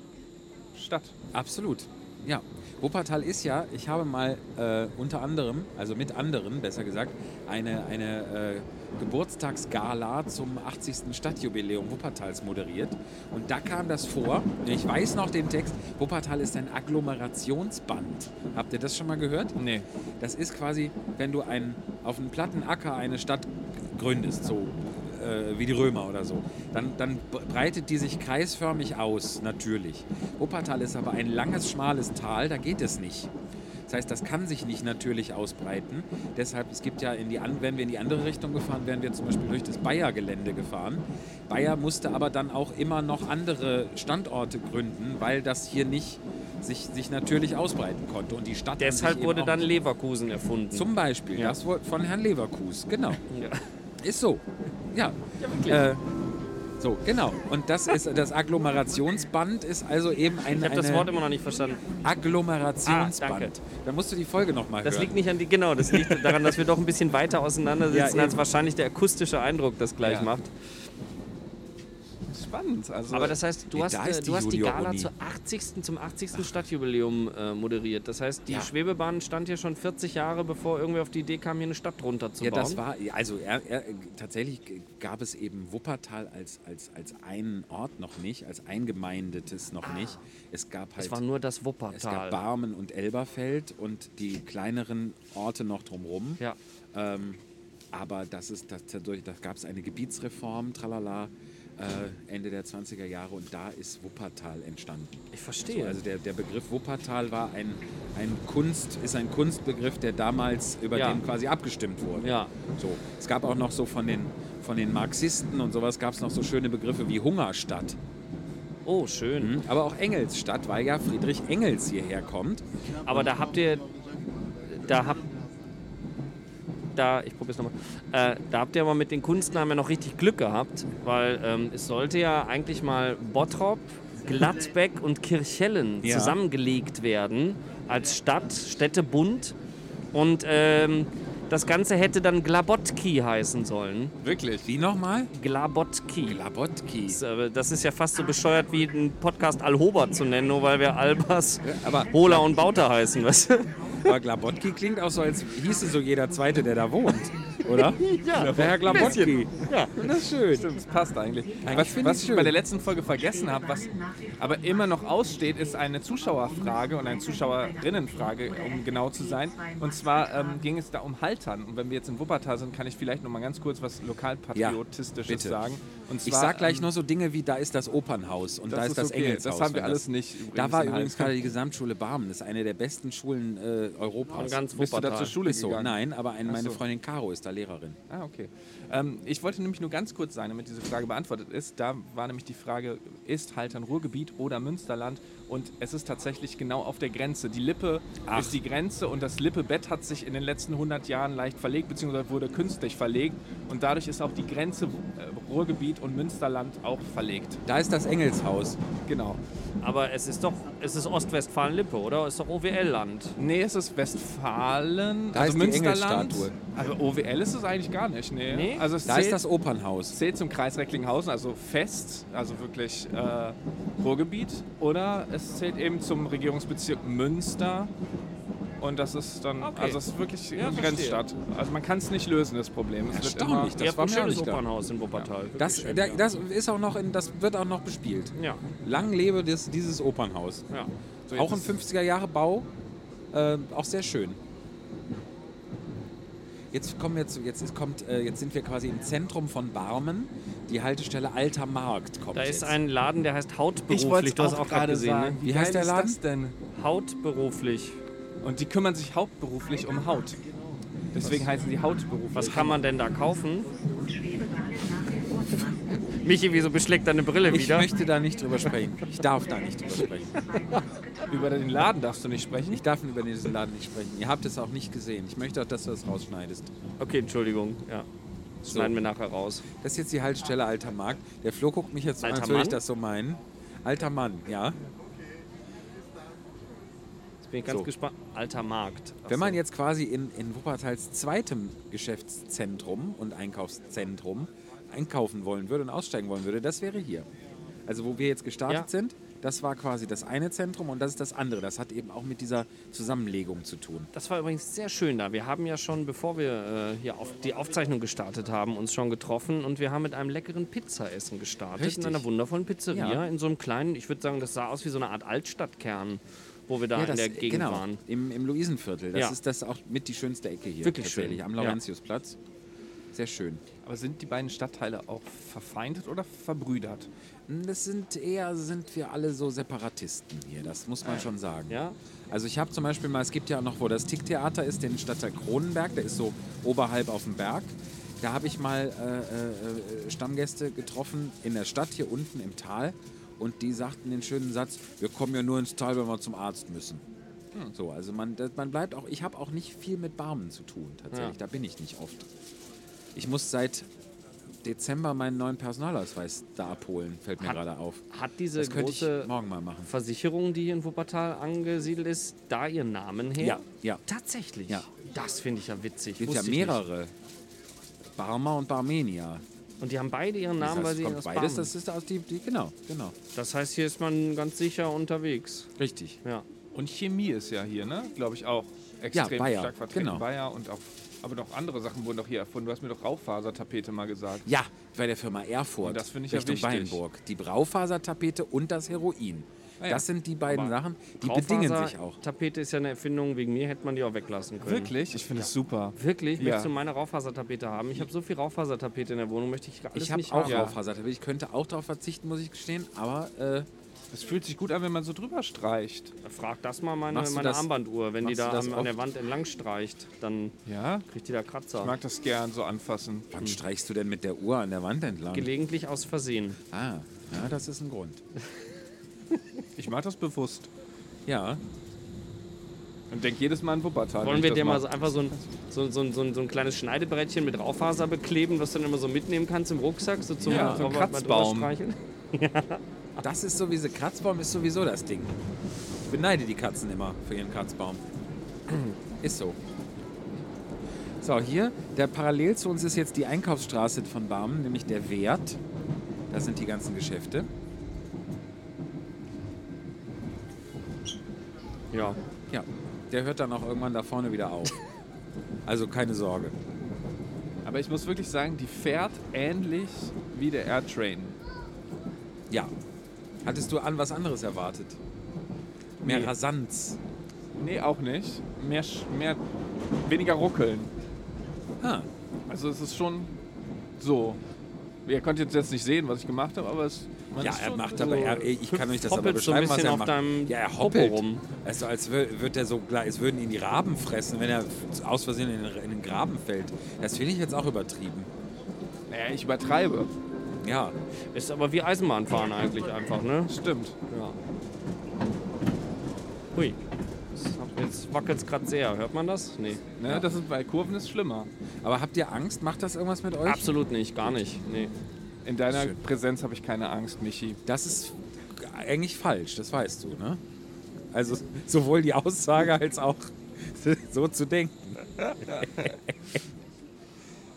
A: Stadt.
C: Absolut. Ja. Wuppertal ist ja, ich habe mal äh, unter anderem, also mit anderen besser gesagt, eine, eine äh, Geburtstagsgala zum 80. Stadtjubiläum Wuppertals moderiert. Und da kam das vor, ich weiß noch den Text, Wuppertal ist ein Agglomerationsband. Habt ihr das schon mal gehört?
A: Nee.
C: Das ist quasi, wenn du einen, auf einem platten Acker eine Stadt gründest, so äh, wie die Römer oder so, dann, dann breitet die sich kreisförmig aus, natürlich. Wuppertal ist aber ein langes, schmales Tal, da geht es nicht. Das heißt, das kann sich nicht natürlich ausbreiten. Deshalb, es gibt ja, in die, an- wenn wir in die andere Richtung gefahren wären, wir zum Beispiel durch das Bayer-Gelände gefahren. Bayer musste aber dann auch immer noch andere Standorte gründen, weil das hier nicht sich, sich natürlich ausbreiten konnte. Und die Stadt an sich
B: Deshalb
C: eben
B: wurde
C: auch
B: dann
C: nicht.
B: Leverkusen erfunden.
C: Zum Beispiel,
B: Ja.
C: das wurde von Herrn Leverkus, genau.
B: ja.
C: Ist so. Ja. Äh, so, genau. Und das ist das Agglomerationsband ist also eben ein,
B: Ich habe
C: eine
B: das Wort immer noch nicht verstanden. Ah,
C: Agglomerationsband.
B: danke.
C: da musst du die Folge nochmal hören.
B: Das liegt nicht an die, genau, das liegt daran, dass wir doch ein bisschen weiter auseinander [LAUGHS]
C: Ja,
B: sitzen, als
C: eben.
B: wahrscheinlich der akustische Eindruck das gleich
C: Ja.
B: macht.
A: Spannend. Also
B: Aber das heißt, du
C: Nee,
B: hast,
C: da
B: äh,
C: ist die
B: du hast die Gala
C: Junior-Uni.
B: zur 80. zum 80. Stadtjubiläum äh, moderiert. Das heißt, die
C: Ja.
B: Schwebebahn stand hier schon 40 Jahre, bevor irgendwer auf die Idee kam, hier eine Stadt runterzubauen.
C: ja, das war, also er, er, tatsächlich g- gab es eben Wuppertal als, als, als einen Ort noch nicht, als eingemeindetes noch nicht. Es gab halt
B: Ah. es war nur das
C: es gab
B: Wuppertal.
C: Barmen und Elberfeld und die kleineren Orte noch drumherum.
B: Ja.
C: Ähm, aber das ist das, dadurch, da gab es eine Gebietsreform, tralala, äh, Ende der 20er Jahre und da ist Wuppertal entstanden.
B: Ich verstehe.
C: Also der, der Begriff Wuppertal war ein, ein Kunst, ist ein Kunstbegriff, der damals über
B: Ja.
C: den quasi abgestimmt wurde.
B: Ja.
C: So, es gab auch noch so von den von den Marxisten und sowas gab es noch so schöne Begriffe wie Hungerstadt.
B: Oh, schön.
C: Mhm. Aber auch Engelsstadt, weil ja Friedrich Engels hierher kommt.
B: Aber da habt ihr. Da habt. Da, ich probier's nochmal. Äh, da habt ihr aber mit den Kunstnamen ja noch richtig Glück gehabt, weil ähm, es sollte ja eigentlich mal Bottrop, Gladbeck und Kirchhellen
A: Ja.
B: zusammengelegt werden als Stadt, Städtebund. Und ähm, das Ganze hätte dann Glabotki heißen sollen.
C: Wirklich? Wie nochmal?
B: Glabotki.
C: Glabotki.
B: Das, äh, Das ist ja fast so bescheuert wie einen Podcast Alhoba zu nennen, nur weil wir Albers,
C: aber-
B: Hola und Bauter heißen, weißt du?
C: Aber Glabotki klingt auch so, als hieße so jeder Zweite, der da wohnt.
A: [LAUGHS]
C: Oder? ja, der Herr Glabotki.
B: Ja.
C: Das ist schön.
A: Stimmt, das passt eigentlich.
C: find
A: was
C: ich's
A: was ich
C: schön.
A: bei der letzten Folge vergessen habe, was aber immer noch aussteht, ist eine Zuschauerfrage und eine Zuschauerinnenfrage, um genau zu sein. Und zwar ähm, ging es da um Haltern. Und wenn wir jetzt in Wuppertal sind, kann ich vielleicht noch mal ganz kurz was
C: Ja,
A: lokalpatriotistisches
C: bitte.
A: sagen. Und
C: Ich
A: zwar,
C: sag gleich
A: ähm,
C: noch so Dinge wie, da ist das Opernhaus und
A: das
C: da
A: ist
C: ist das
A: okay.
C: Engelshaus.
A: Das haben wir
C: und
A: alles nicht übrigens
C: Da war
A: in
C: übrigens
A: Hallen.
C: gerade die Gesamtschule Barmen. Das ist eine der besten Schulen äh, Europas.
B: ganz
A: Bist du da zur Schule
C: ist so.
A: gegangen?
C: Nein, aber ein, meine
A: so.
C: Freundin Caro ist da Lehrerin.
A: Ah, okay. Ähm, ich wollte nämlich nur ganz kurz sein, damit diese Frage beantwortet ist. Da war nämlich die Frage, ist Haltern Ruhrgebiet oder Münsterland? Und es ist tatsächlich genau auf der Grenze. Die Lippe ist die Grenze und das Lippebett hat sich in den letzten 100 Jahren leicht verlegt, beziehungsweise wurde künstlich verlegt. Und dadurch ist auch die Grenze äh, Ruhrgebiet und Münsterland auch verlegt.
C: Da ist das Engelshaus.
A: Genau.
B: Aber es ist doch, es ist Ostwestfalen-Lippe, oder? Es ist doch OWL-Land.
A: Nee, es ist Westfalen,
C: Da
A: also
C: ist die
A: Münsterland.
C: Engelsstatue.
A: Also OWL ist es eigentlich gar nicht. Nee.
B: Nee?
A: Also es
C: Da ist
A: zählt-
C: das Opernhaus.
A: zählt zum Kreis Recklinghausen, also fest, also wirklich äh, Ruhrgebiet, oder es zählt eben zum Regierungsbezirk Münster. Und das ist dann,
B: Okay.
A: also es ist wirklich
B: Ja,
A: eine
B: verstehe.
A: Grenzstadt. Also man kann es nicht lösen, das Problem. Es wird
C: Erstaunlich,
A: immer-
B: Ihr
C: das
B: habt ein
C: war mir auch
B: schönes
C: nicht da.
B: Opernhaus in Wuppertal.
C: Das, da, das ist auch noch, in, das wird auch noch bespielt.
B: ja,
C: Lang lebe des, dieses Opernhaus.
B: ja.
A: So,
C: auch ein
A: jetzt
C: 50er-Jahre-Bau, äh, auch sehr schön. Jetzt, kommen wir zu, jetzt, ist, kommt, äh, jetzt sind wir quasi im Zentrum von Barmen. Die Haltestelle Alter Markt kommt
B: Da ist
C: jetzt.
B: ein Laden, der heißt
A: Ich wollte
B: Hautberuflich.
A: es
B: Du hast
A: auch
B: auch
A: gerade
B: gerade gesehen,
A: sagen.
B: ne?
A: Wie
C: Wie
A: heißt
C: heißt
A: geil
C: der
A: ist
C: Laden?
A: das denn?
B: Hautberuflich.
A: Und die kümmern sich hauptberuflich um Haut. Deswegen heißen die hautberuflich.
B: Was kann man denn da kaufen?
F: und Schwebebahnen nach wie vor Masken.
B: Michi, wieso beschlägt deine Brille
C: ich
B: wieder?
C: möchte da nicht drüber sprechen. Ich darf da nicht drüber sprechen. [LAUGHS]
A: Über den Laden darfst du nicht sprechen.
C: Ich darf über diesen Laden nicht sprechen. Ihr habt es auch nicht gesehen. Ich möchte auch, dass du das rausschneidest.
B: Okay, Entschuldigung. Ja. Das schneiden wir nachher raus.
C: Das ist jetzt die Haltestelle Alter Markt. Der Flo guckt mich jetzt so an,
B: Alter
C: als würde ich
B: Mann?
C: das so meinen. Alter Mann, ja.
B: Jetzt bin ich ganz
C: So.
B: gespannt. Alter Markt. Ach
C: Wenn man
B: so.
C: jetzt quasi in, in Wuppertals zweitem Geschäftszentrum und Einkaufszentrum einkaufen wollen würde und aussteigen wollen würde, das wäre hier. Also wo wir jetzt gestartet
B: Ja.
C: sind, das war quasi das eine Zentrum und das ist das andere. Das hat eben auch mit dieser Zusammenlegung zu tun.
B: Das war übrigens sehr schön da. Wir haben ja schon, bevor wir äh, hier auf die Aufzeichnung gestartet haben, uns schon getroffen und wir haben mit einem leckeren Pizzaessen gestartet
C: Richtig.
B: in einer wundervollen Pizzeria
C: Ja.
B: in so einem kleinen, ich würde sagen, das sah aus wie so eine Art Altstadtkern, wo wir da in
C: das,
B: der Gegend
C: genau,
B: waren.
C: Im, im Luisenviertel. Das
B: Ja.
C: ist das auch mit die schönste Ecke hier.
B: Wirklich
C: tatsächlich,
B: schön,
C: Am
B: ja.
C: Laurentiusplatz. Sehr schön.
A: Aber sind die beiden Stadtteile auch verfeindet oder verbrüdert?
C: Hm, Das sind eher, also sind wir alle so Separatisten hier, das muss man schon sagen.
B: Ja.
C: Also ich habe zum Beispiel mal, es gibt ja auch noch, wo das Ticktheater ist, den Stadtteil Kronenberg, der ist so oberhalb auf dem Berg. Da habe ich mal äh, äh, äh, Stammgäste getroffen in der Stadt, hier unten im Tal. Und die sagten den schönen Satz, wir kommen ja nur ins Tal, wenn wir zum Arzt müssen.
B: Hm.
C: So, also man, das- man bleibt auch, ich habe auch nicht viel mit Barmen zu tun tatsächlich,
B: Ja.
C: da bin ich nicht oft. Ich muss seit Dezember meinen neuen Personalausweis da abholen, fällt mir
B: Hat-
C: gerade auf.
B: Hat diese
C: Das könnte
B: große
C: ich morgen mal machen.
B: Versicherung, die hier in Wuppertal angesiedelt ist, da ihren Namen her?
C: Ja, ja.
B: Tatsächlich?
C: Ja.
B: Das finde ich ja witzig.
C: Es gibt ja
B: Wusste ich nicht.
C: mehrere. Barmer und Barmenia.
B: Und die haben beide ihren Namen,
C: das
B: weil
C: heißt,
B: sie
C: kommt
B: aus
C: beides,
B: Barmen-
C: das ist aus die, die, genau, genau.
B: das heißt, hier ist man ganz sicher unterwegs.
C: Richtig.
B: Ja.
A: Und Chemie ist ja hier, ne? Glaube ich auch. Extrem
C: Bayer,
A: stark vertreten.
C: genau.
A: Bayer und auch, aber noch andere Sachen wurden doch hier erfunden. Du hast mir doch Raufasertapete mal gesagt.
C: Ja, bei der Firma Erfurt.
A: Und das finde ich ja
C: Richtung
A: wichtig.
C: Weinburg. Die Braufasertapete und das Heroin.
B: Ah
A: ja.
C: Das sind die beiden Sachen, die bedingen sich auch.
B: Tapete ist ja eine Erfindung, wegen mir hätte man die auch weglassen können.
A: Wirklich? Ich finde es super. Ja.
B: Wirklich?
A: Hm.
B: Möchtest du meine Raufasertapete haben? Ich habe so viel Raufasertapete in der Wohnung, möchte ich alles
C: Ich habe
B: nicht
C: auch
B: haben.
A: Ja.
C: Raufasertapete. Ich könnte auch darauf verzichten, muss ich gestehen, aber äh,
A: Es fühlt sich gut an, wenn man so drüber streicht.
B: Frag das mal meine,
A: Machst du
B: meine
A: das-
B: Armbanduhr. Wenn die
A: machst du
B: da
A: das
B: an, an der
A: oft?
B: Wand entlang streicht, dann
A: Ja,
B: kriegt die da
A: ich
B: Kratzer.
A: mag das gern so anfassen.
B: Hm.
C: Wann streichst du denn mit der Uhr an der Wand entlang?
B: Gelegentlich aus Versehen.
C: ah, ja, das ist ein Grund.
A: Ich mag das bewusst.
C: Ja,
A: Und denk jedes Mal an Wuppertal.
B: Wollen
A: wenn
B: wir
A: ich
B: dir
A: das
B: mal
A: mach.
B: so einfach so ein, so, so, so, so ein kleines Schneidebrettchen mit Raufaser bekleben, was du dann immer so mitnehmen kannst im Rucksack? So zum
A: Ja, so ein
B: mal- mal drüber
A: Kratzbaum.
B: streicheln?
C: das ist sowieso, Kratzbaum ist sowieso das Ding. Ich beneide die Katzen immer für ihren Kratzbaum. [CLEARS THROAT] Ist so. So, hier, der parallel zu uns ist jetzt die Einkaufsstraße von Barmen, nämlich der Wert. Da sind die ganzen Geschäfte.
B: Ja.
C: Ja, der hört dann auch irgendwann da vorne wieder auf. Also keine Sorge.
A: Aber ich muss wirklich sagen, die fährt ähnlich wie der Airtrain.
C: Ja. Hattest du an was anderes erwartet? Mehr
B: Nee.
C: Rasanz.
A: Nee, auch nicht. Mehr, Sch- mehr, weniger ruckeln.
C: Ah,
A: Also es ist schon so. Ihr könnt jetzt, jetzt nicht sehen, was ich gemacht habe, aber es. man
C: ja,
A: ist
C: er
A: schon
C: macht
A: so-
C: aber, er, ich kann euch das aber
B: Hoppelt so ein
C: beschreiben, was
B: bisschen
C: er
B: auf
C: macht.
B: deinem
C: ja, er
B: Popo
C: hoppelt.
B: rum.
C: Also als wür- wird er so klar, als würden ihn die Raben fressen, wenn er aus Versehen in, den- in den Graben fällt. Das finde ich jetzt auch übertrieben.
A: Naja, ich übertreibe.
C: Ja,
B: Ist aber wie
A: [LAUGHS]
B: Eisenbahnfahren eigentlich einfach, ne?
A: Stimmt.
B: Ja. Hui. Das hab- Jetzt wackelt's gerade sehr. Hört man das? Nee.
A: Ne, Das ist bei Kurven ist schlimmer.
C: aber habt ihr Angst? Macht das irgendwas mit euch?
B: Absolut nicht, gar nicht. Nee.
A: In deiner
C: Schön.
A: Präsenz habe ich keine Angst, Michi.
C: Das ist eigentlich falsch, das weißt du, ne? Also sowohl die Aussage als auch [LAUGHS] so zu denken.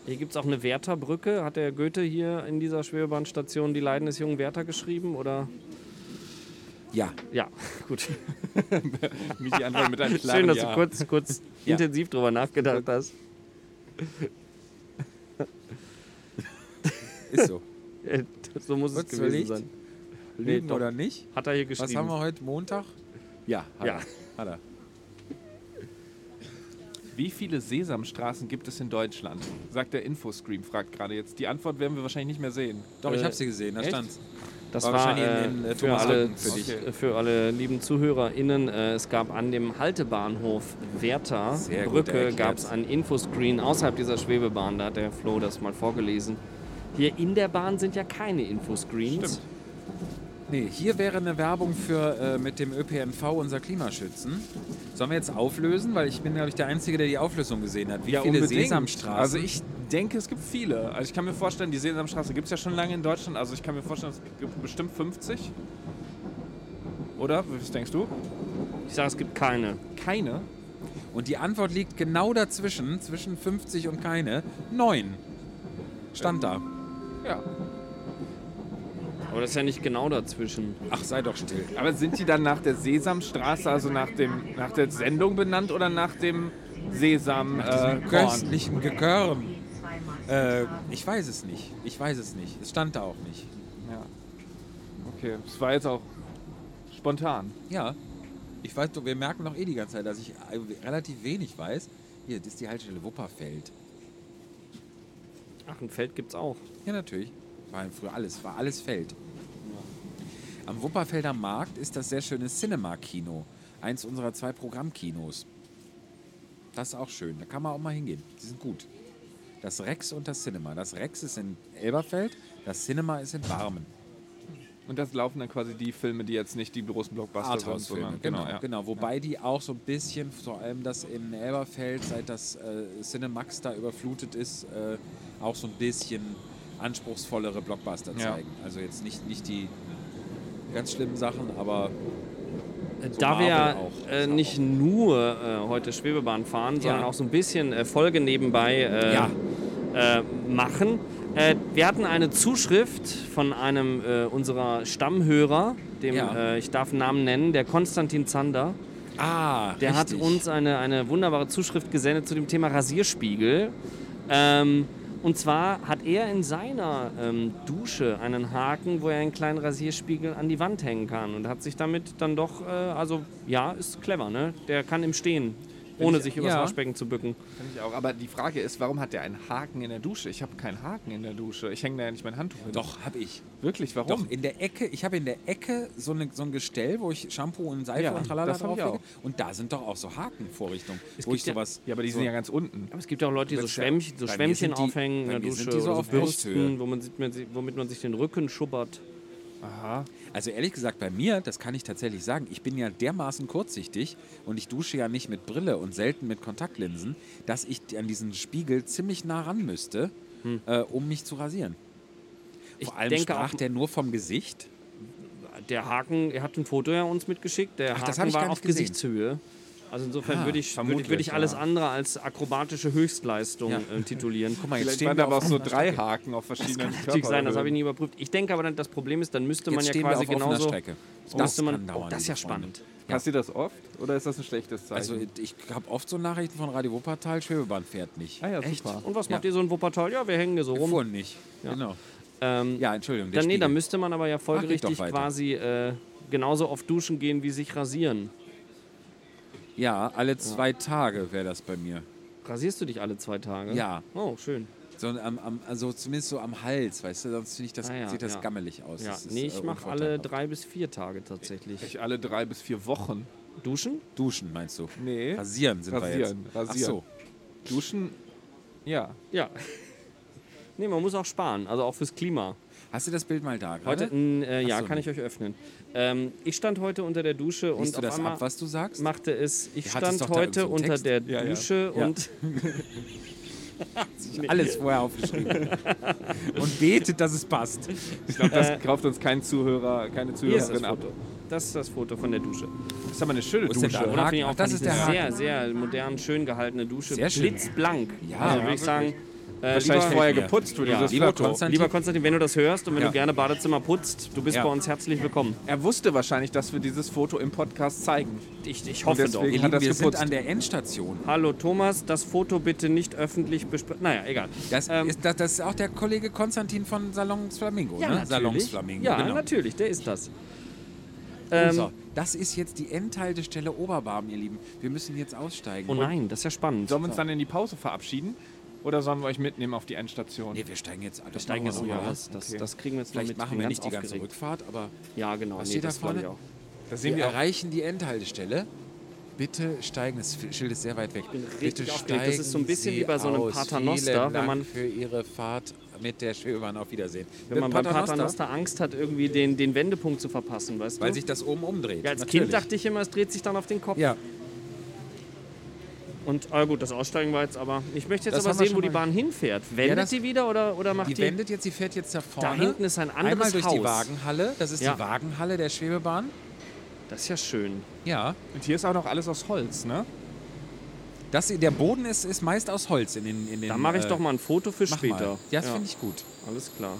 B: Hier gibt es auch eine Wertherbrücke. Hat der Goethe hier in dieser Schwebebahnstation die Leiden des jungen Werther geschrieben? Oder?
C: Ja,
B: Ja, [LAUGHS] gut.
A: Michi antwortet
C: [LAUGHS]
A: mit einem klaren
B: Schön, dass
A: ja.
B: du kurz, kurz
C: Ja.
B: intensiv drüber nachgedacht hast. [LAUGHS]
C: ist so.
B: Äh, So muss es
C: Kurz
B: gewesen
C: überlegt.
B: sein.
C: Lügen
B: doch.
C: oder nicht?
B: Hat er hier
C: Was
B: geschrieben.
C: haben wir heute? Montag? Ja, hat,
B: Ja.
C: Er. hat er.
A: Wie viele Sesamstraßen gibt es in Deutschland? Sagt der Infoscream, fragt gerade jetzt. Die Antwort werden wir wahrscheinlich nicht mehr sehen.
C: Doch,
B: Äh,
C: ich habe sie gesehen, da
A: echt?
C: stand's.
B: Das
C: War
B: war,
C: wahrscheinlich
B: äh,
C: in- in, äh,
B: für,
C: Thomas
B: alle,
C: Hacken für
A: dich.
B: okay. für alle lieben ZuhörerInnen. Äh, es gab an dem Haltebahnhof Werther
C: Sehr gut
B: Brücke
C: erklärt.
B: gab es einen Infoscreen außerhalb dieser Schwebebahn. Da hat der Flo das mal vorgelesen. Hier in der Bahn sind ja keine Infoscreens.
A: Stimmt.
C: Nee, hier wäre eine Werbung für äh, mit dem ÖPNV unser Klimaschützen. Sollen wir jetzt auflösen? Weil ich bin, glaube ich, der Einzige, der die Auflösung gesehen hat. Wie viele Sesamstraßen?
A: Also ich denke, es gibt viele. Also ich kann mir vorstellen, die Sesamstraße gibt es ja schon lange in Deutschland. Also ich kann mir vorstellen, es gibt bestimmt 50. Oder? Was denkst du?
B: Ich sage, es gibt keine.
A: Keine.
C: und die Antwort liegt genau dazwischen, zwischen 50 und keine. Neun. Stand da.
A: Ja.
B: Aber das ist ja nicht genau dazwischen.
C: Ach, sei doch still.
A: Aber sind die dann nach der Sesamstraße, also nach, dem, nach der Sendung benannt oder nach dem Sesam? Äh, Korn?
C: Köstlichen Gekörm.
F: P2
C: Äh,
F: Masken tragen.
C: ich weiß es nicht. Ich weiß es nicht. Es stand da auch nicht.
A: Ja. Okay, das war jetzt auch spontan.
C: Ja. Ich weiß, doch, wir merken doch eh die ganze Zeit, dass ich äh, relativ wenig weiß. Hier, das ist die Haltestelle Wupperfeld.
B: Ach, ein Feld gibt's auch.
C: Ja, natürlich. War ja früher alles, war alles Feld. Am Wupperfelder Markt ist das sehr schöne Cinema-Kino. Eins unserer zwei Programmkinos. Das ist auch schön. Da kann man auch mal hingehen. Die sind gut. Das Rex und das Cinema. Das Rex ist in Elberfeld, das Cinema ist in Barmen.
A: Und das laufen dann quasi die Filme, die jetzt nicht die großen Blockbuster sind.
C: Arthouse-Filme,
A: sondern-
C: genau.
A: ja.
C: genau. Wobei die auch so ein bisschen, vor allem das in Elberfeld, seit das äh, Cinemax da überflutet ist, äh, auch so ein bisschen anspruchsvollere Blockbuster
A: Ja.
C: zeigen. Also jetzt nicht, nicht die ganz schlimmen Sachen, aber
B: Äh,
C: So
B: Da wir
C: Marvel
B: ja
C: auch.
B: äh,
C: Ist auch-
B: nicht nur äh, heute Schwebebahn fahren, sondern
C: Ja.
B: auch so ein bisschen äh, Folge nebenbei äh,
C: Ja.
B: äh, machen. Äh, wir hatten eine Zuschrift von einem äh, unserer Stammhörer, dem
C: Ja.
B: äh, ich darf einen Namen nennen, der Konstantin Zander.
C: ah,
B: Der hat uns eine, eine wunderbare Zuschrift gesendet zu dem Thema Rasierspiegel. Ähm, und zwar hat er in seiner ähm, Dusche einen Haken, wo er einen kleinen Rasierspiegel an die Wand hängen kann und hat sich damit dann doch, äh, also ja, ist clever, ne? Der kann im Stehen ohne sich übers
C: ja.
B: Waschbecken zu bücken.
A: Kann ich auch. Aber die Frage ist, warum hat der einen Haken in der Dusche? Ich habe keinen Haken in der Dusche. Ich hänge da ja nicht mein Handtuch hin.
C: Doch, habe ich.
A: Wirklich, warum?
C: Doch, in der Ecke, ich habe in der Ecke so, ne, so ein Gestell, wo ich Shampoo und Seife
A: Ja,
C: und Tralala
A: das hab ich
C: drauflege. Und da sind doch auch so Hakenvorrichtungen, wo ich
B: gibt ja-
C: sowas...
A: Ja, aber die
C: so,
A: sind ja ganz unten.
B: Aber es gibt ja auch Leute, die so
C: Das ist ja-
B: Schwämmchen, so
C: bei mir
B: Schwämmchen
C: sind die-
B: aufhängen in
C: bei
B: der
C: mir
B: Dusche,
C: sind die so
B: oder
C: auf Brusthöhe.
B: wo man sieht, man sieht, womit man sich den Rücken schubbert.
A: Aha.
C: Also ehrlich gesagt, bei mir, das kann ich tatsächlich sagen, ich bin ja dermaßen kurzsichtig und ich dusche ja nicht mit Brille und selten mit Kontaktlinsen, dass ich an diesen Spiegel ziemlich nah ran müsste, äh, um mich zu rasieren.
B: Hm. Ich
C: Vor allem
B: denke
C: sprach
B: auch-
C: der nur vom Gesicht.
B: Der Haken, er hat ein Foto ja uns mitgeschickt, der
C: Ach, das hab
B: Haken
C: ich
B: war
C: gar
B: auf
C: nicht gesehen.
B: Gesichtshöhe. Also insofern würde
C: Ah,
B: ich, würde, ich-
A: vermutlich,
B: würde ich alles
A: ja.
B: andere als akrobatische Höchstleistung
C: Ja.
B: äh,
C: [LAUGHS]
B: titulieren.
C: Guck mal, jetzt
A: Vielleicht
C: stehen
A: waren
C: wir
A: da aber auch
C: auf,
A: so drei Haken auf verschiedenen Körpern.
B: Natürlich sein, das habe ich nie überprüft. Ich denke aber, dann, das Problem ist, dann müsste
C: jetzt
B: man ja
C: stehen
B: quasi
C: wir auf offener
B: genauso.
C: Strecke.
B: müsste man,
C: kann dauern,
B: oh, das ist
C: liebe
B: ja
C: Freunde.
B: spannend.
A: Passiert das oft oder ist das ein schlechtes Zeichen?
C: Also ich habe oft so Nachrichten von Radio Wuppertal, Schwebebahn fährt nicht.
A: ah ja,
B: Echt?
A: super.
B: Und was macht
C: Ja.
B: ihr so in Wuppertal? Ja, wir hängen hier so rum.
C: Gefunden nicht.
B: Ja.
C: Genau.
B: Ähm,
C: Ja, Entschuldigung. der
B: dann, nee,
C: Spiegel.
B: dann müsste man aber ja folgerichtig
C: doch weiter.
B: quasi äh, genauso oft duschen gehen, wie sich rasieren.
C: ja, alle zwei Tage wäre das bei mir.
B: Rasierst du dich alle zwei Tage?
C: Ja.
B: Oh, schön.
C: So am, am, also zumindest so am Hals, weißt du, sonst finde ich das,
B: Ah ja,
C: sieht das
B: ja.
C: gammelig aus.
B: Ja.
C: Das ist,
B: Nee,
C: äh,
B: ich mache alle
C: unvorteilhaft.
B: drei bis vier Tage tatsächlich.
A: Ich alle drei bis vier Wochen.
B: Duschen?
C: Duschen meinst du?
A: Nee.
C: Rasieren sind
A: Rasieren,
C: wir jetzt.
A: rasieren.
C: Ach so.
A: Duschen? Ja.
B: Ja. nee, man muss auch sparen, also auch fürs Klima.
C: Hast du das Bild mal da
B: Heute,
C: gerade?
B: n, äh, ja,
C: Ach so,
B: kann
C: nee.
B: ich euch öffnen. Ähm, ich stand heute unter der Dusche
C: Siehst
B: und
C: du
B: auf
C: das
B: einmal
C: ab, was du sagst?
B: machte es. Ich
C: Ihr hattet
B: stand
C: doch da
B: heute
C: irgendeinen
B: unter
C: Text.
B: der
A: Ja, ja.
B: Dusche
C: Ja.
B: und
C: Alles vorher aufgeschrieben.
B: [LAUGHS]
C: Und betet, dass es passt.
A: Ich glaube, das kauft uns kein Zuhörer, keine
B: Äh. hier ist das
A: Zuhörerin ab.
B: Foto. Das ist das Foto von der Dusche.
A: Das ist aber eine schöne
C: ist denn da?
A: Dusche.
B: Und da finde ich
C: Haken.
B: auch
C: Ach, das
B: fand
C: ist
B: ich
C: der
B: eine sehr, sehr modern, schön gehaltene Dusche.
C: Sehr schön.
B: Blitzblank.
C: Ja.
B: also würde
A: Ja,
B: ich sagen. Äh,
A: Wahrscheinlich
B: lieber,
A: vorher
C: mir.
A: geputzt für
B: Ja.
A: dieses
C: Lieber
A: Foto.
C: Konstantin.
B: lieber Konstantin, wenn du das hörst und wenn
C: Ja.
B: du gerne Badezimmer putzt, du bist
C: Ja.
B: bei uns herzlich willkommen.
A: Er wusste wahrscheinlich, dass wir dieses Foto im Podcast zeigen.
B: Ich, ich hoffe doch.
A: deswegen-
C: Ihr
A: Hat
C: Lieben,
A: das
C: wir sind
A: geputzt?
C: an der Endstation.
B: Hallo Thomas, das Foto bitte nicht öffentlich besprechen. Naja, egal.
C: Das,
B: Ähm,
C: ist, das, das ist auch der Kollege Konstantin von Salons Flamingo,
B: ja,
C: ne?
B: natürlich.
C: Salons Flamingo,
B: Ja,
C: genau.
B: natürlich, der ist das. Ähm,
C: So, das ist jetzt die Endhaltestelle Oberbarben, ihr Lieben. Wir müssen jetzt aussteigen.
B: Oh nein, das ist ja spannend.
A: Sollen wir uns dann in die Pause verabschieden? Oder sollen wir euch mitnehmen auf die Endstation?
C: Nee, wir steigen jetzt alle.
B: Steigen jetzt
C: mal
B: rüber.
C: aus.
B: Oh Das, das,
A: Okay.
B: das kriegen wir jetzt
C: Vielleicht
B: noch mit.
C: machen
B: Bin
C: wir
B: ganz
C: nicht die ganze
B: aufgeregt.
C: Rückfahrt, aber
B: Ja, genau.
C: Was
B: nee,
C: steht da
B: das glaub ich
C: vorne?
B: auch.
A: Da sehen
C: wir
A: wir auch.
C: erreichen die Endhaltestelle. Bitte steigen, das Schild ist sehr weit weg. Bitte
B: richtig aufgeregt. Das ist so ein bisschen
C: Sie
B: wie bei so einem
C: aus.
B: Paternoster,
C: Vielen
B: wenn
C: Dank
B: man-
C: für Ihre Fahrt mit der Schwebebahn auf Wiedersehen.
B: Wenn man
C: Mit
B: beim Paternoster Angst hat, irgendwie den, den Wendepunkt zu verpassen, weißt
C: weil
B: du?
C: sich das oben umdreht.
B: ja, als
C: Natürlich.
B: Kind dachte ich immer, es dreht sich dann auf den Kopf.
C: Ja,
B: Und ah, gut, das Aussteigen war jetzt aber. Ich möchte jetzt
C: Das
B: aber
C: haben wir
B: sehen, wo die
C: schon mal-
B: Bahn hinfährt. Wendet
C: das-
B: die wieder oder, oder macht
C: die
B: die.
C: wendet jetzt, sie fährt jetzt da vorne.
B: hinten ist ein anderes
C: Einmal durch die
B: Haus.
C: Wagenhalle. Das ist
B: Ja.
C: die Wagenhalle der Schwebebahn.
B: Das ist ja schön.
C: Ja.
A: Und hier ist auch noch alles aus Holz, ne?
C: Das, der Boden ist, ist meist aus Holz in den. In den
B: Da mache ich
C: äh,
B: doch mal ein Foto für
C: mach
B: später.
C: Mal. Ja, das finde ich gut.
B: Alles klar.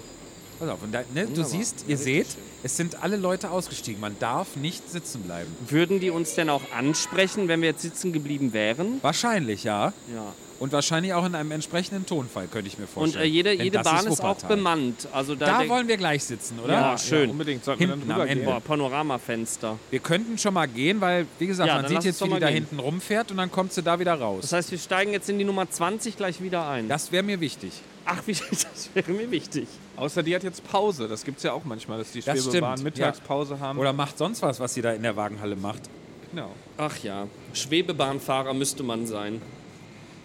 C: Pass auf, und da, ne, du
B: Wunderbar.
C: siehst,
B: Ja,
C: ihr
B: richtig
C: seht,
B: schön.
C: es sind alle Leute ausgestiegen. Man darf nicht sitzen bleiben.
B: Würden die uns denn auch ansprechen, wenn wir jetzt sitzen geblieben wären?
C: Wahrscheinlich, ja.
B: Ja.
C: Und wahrscheinlich auch in einem entsprechenden Tonfall, könnte ich mir
B: Und
C: vorstellen.
B: äh, jede,
C: Denn
B: jede
C: das
B: Bahn ist, auch
C: Wuppertal.
B: bemannt. Also da,
C: Da
B: denk-
C: wollen wir gleich sitzen, oder?
B: Ja, schön.
A: Unbedingt sollten
C: Hinten
A: wir
C: am
A: dann drüber
C: Ende.
A: gehen.
B: Boah, Panoramafenster.
C: Wir könnten schon mal gehen, weil, wie gesagt,
B: Ja,
C: man
B: dann
C: sieht
B: lass uns
C: jetzt,
B: doch
C: wie die
B: mal
C: da
B: gehen.
C: hinten rumfährt und dann kommt sie da wieder raus.
B: Das heißt, wir steigen jetzt in die Nummer 20 gleich wieder ein.
C: Das wäre mir wichtig.
B: Ach, wie, [LAUGHS] das wäre mir wichtig.
A: Außer die hat jetzt Pause. Das gibt es ja auch manchmal, dass die
C: Das
A: Schwebebahn
C: stimmt,
A: Mittagspause haben.
C: Oder macht sonst was, was sie da in der Wagenhalle macht.
A: genau.
B: Ach ja, Schwebebahnfahrer müsste man sein.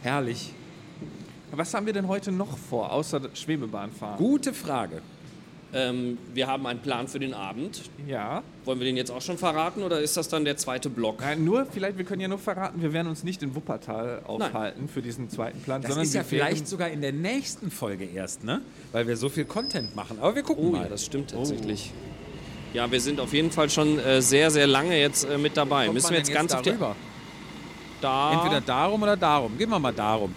C: Herrlich.
A: Was haben wir denn heute noch vor, außer Schwebebahn fahren?
C: Gute Frage.
B: Ähm, wir haben einen Plan für den Abend.
A: Ja.
B: Wollen wir den jetzt auch schon verraten oder ist das dann der zweite Block?
A: Nein, nur, vielleicht, wir können ja nur verraten, wir werden uns nicht in Wuppertal aufhalten für diesen zweiten Plan,
C: Das
A: sondern
C: ist ja
A: wir werden-
C: vielleicht sogar in der nächsten Folge erst, ne? Weil wir so viel Content machen. Aber wir gucken
B: Oh
C: mal.
B: ja, das stimmt tatsächlich. Ja, wir sind auf jeden Fall schon äh, sehr, sehr lange jetzt äh, mit dabei.
C: Kommt
B: Müssen
C: man
B: wir
C: denn
B: jetzt ganz auf die...
C: darüber?
B: Da.
C: Entweder darum oder darum. Gehen wir mal darum.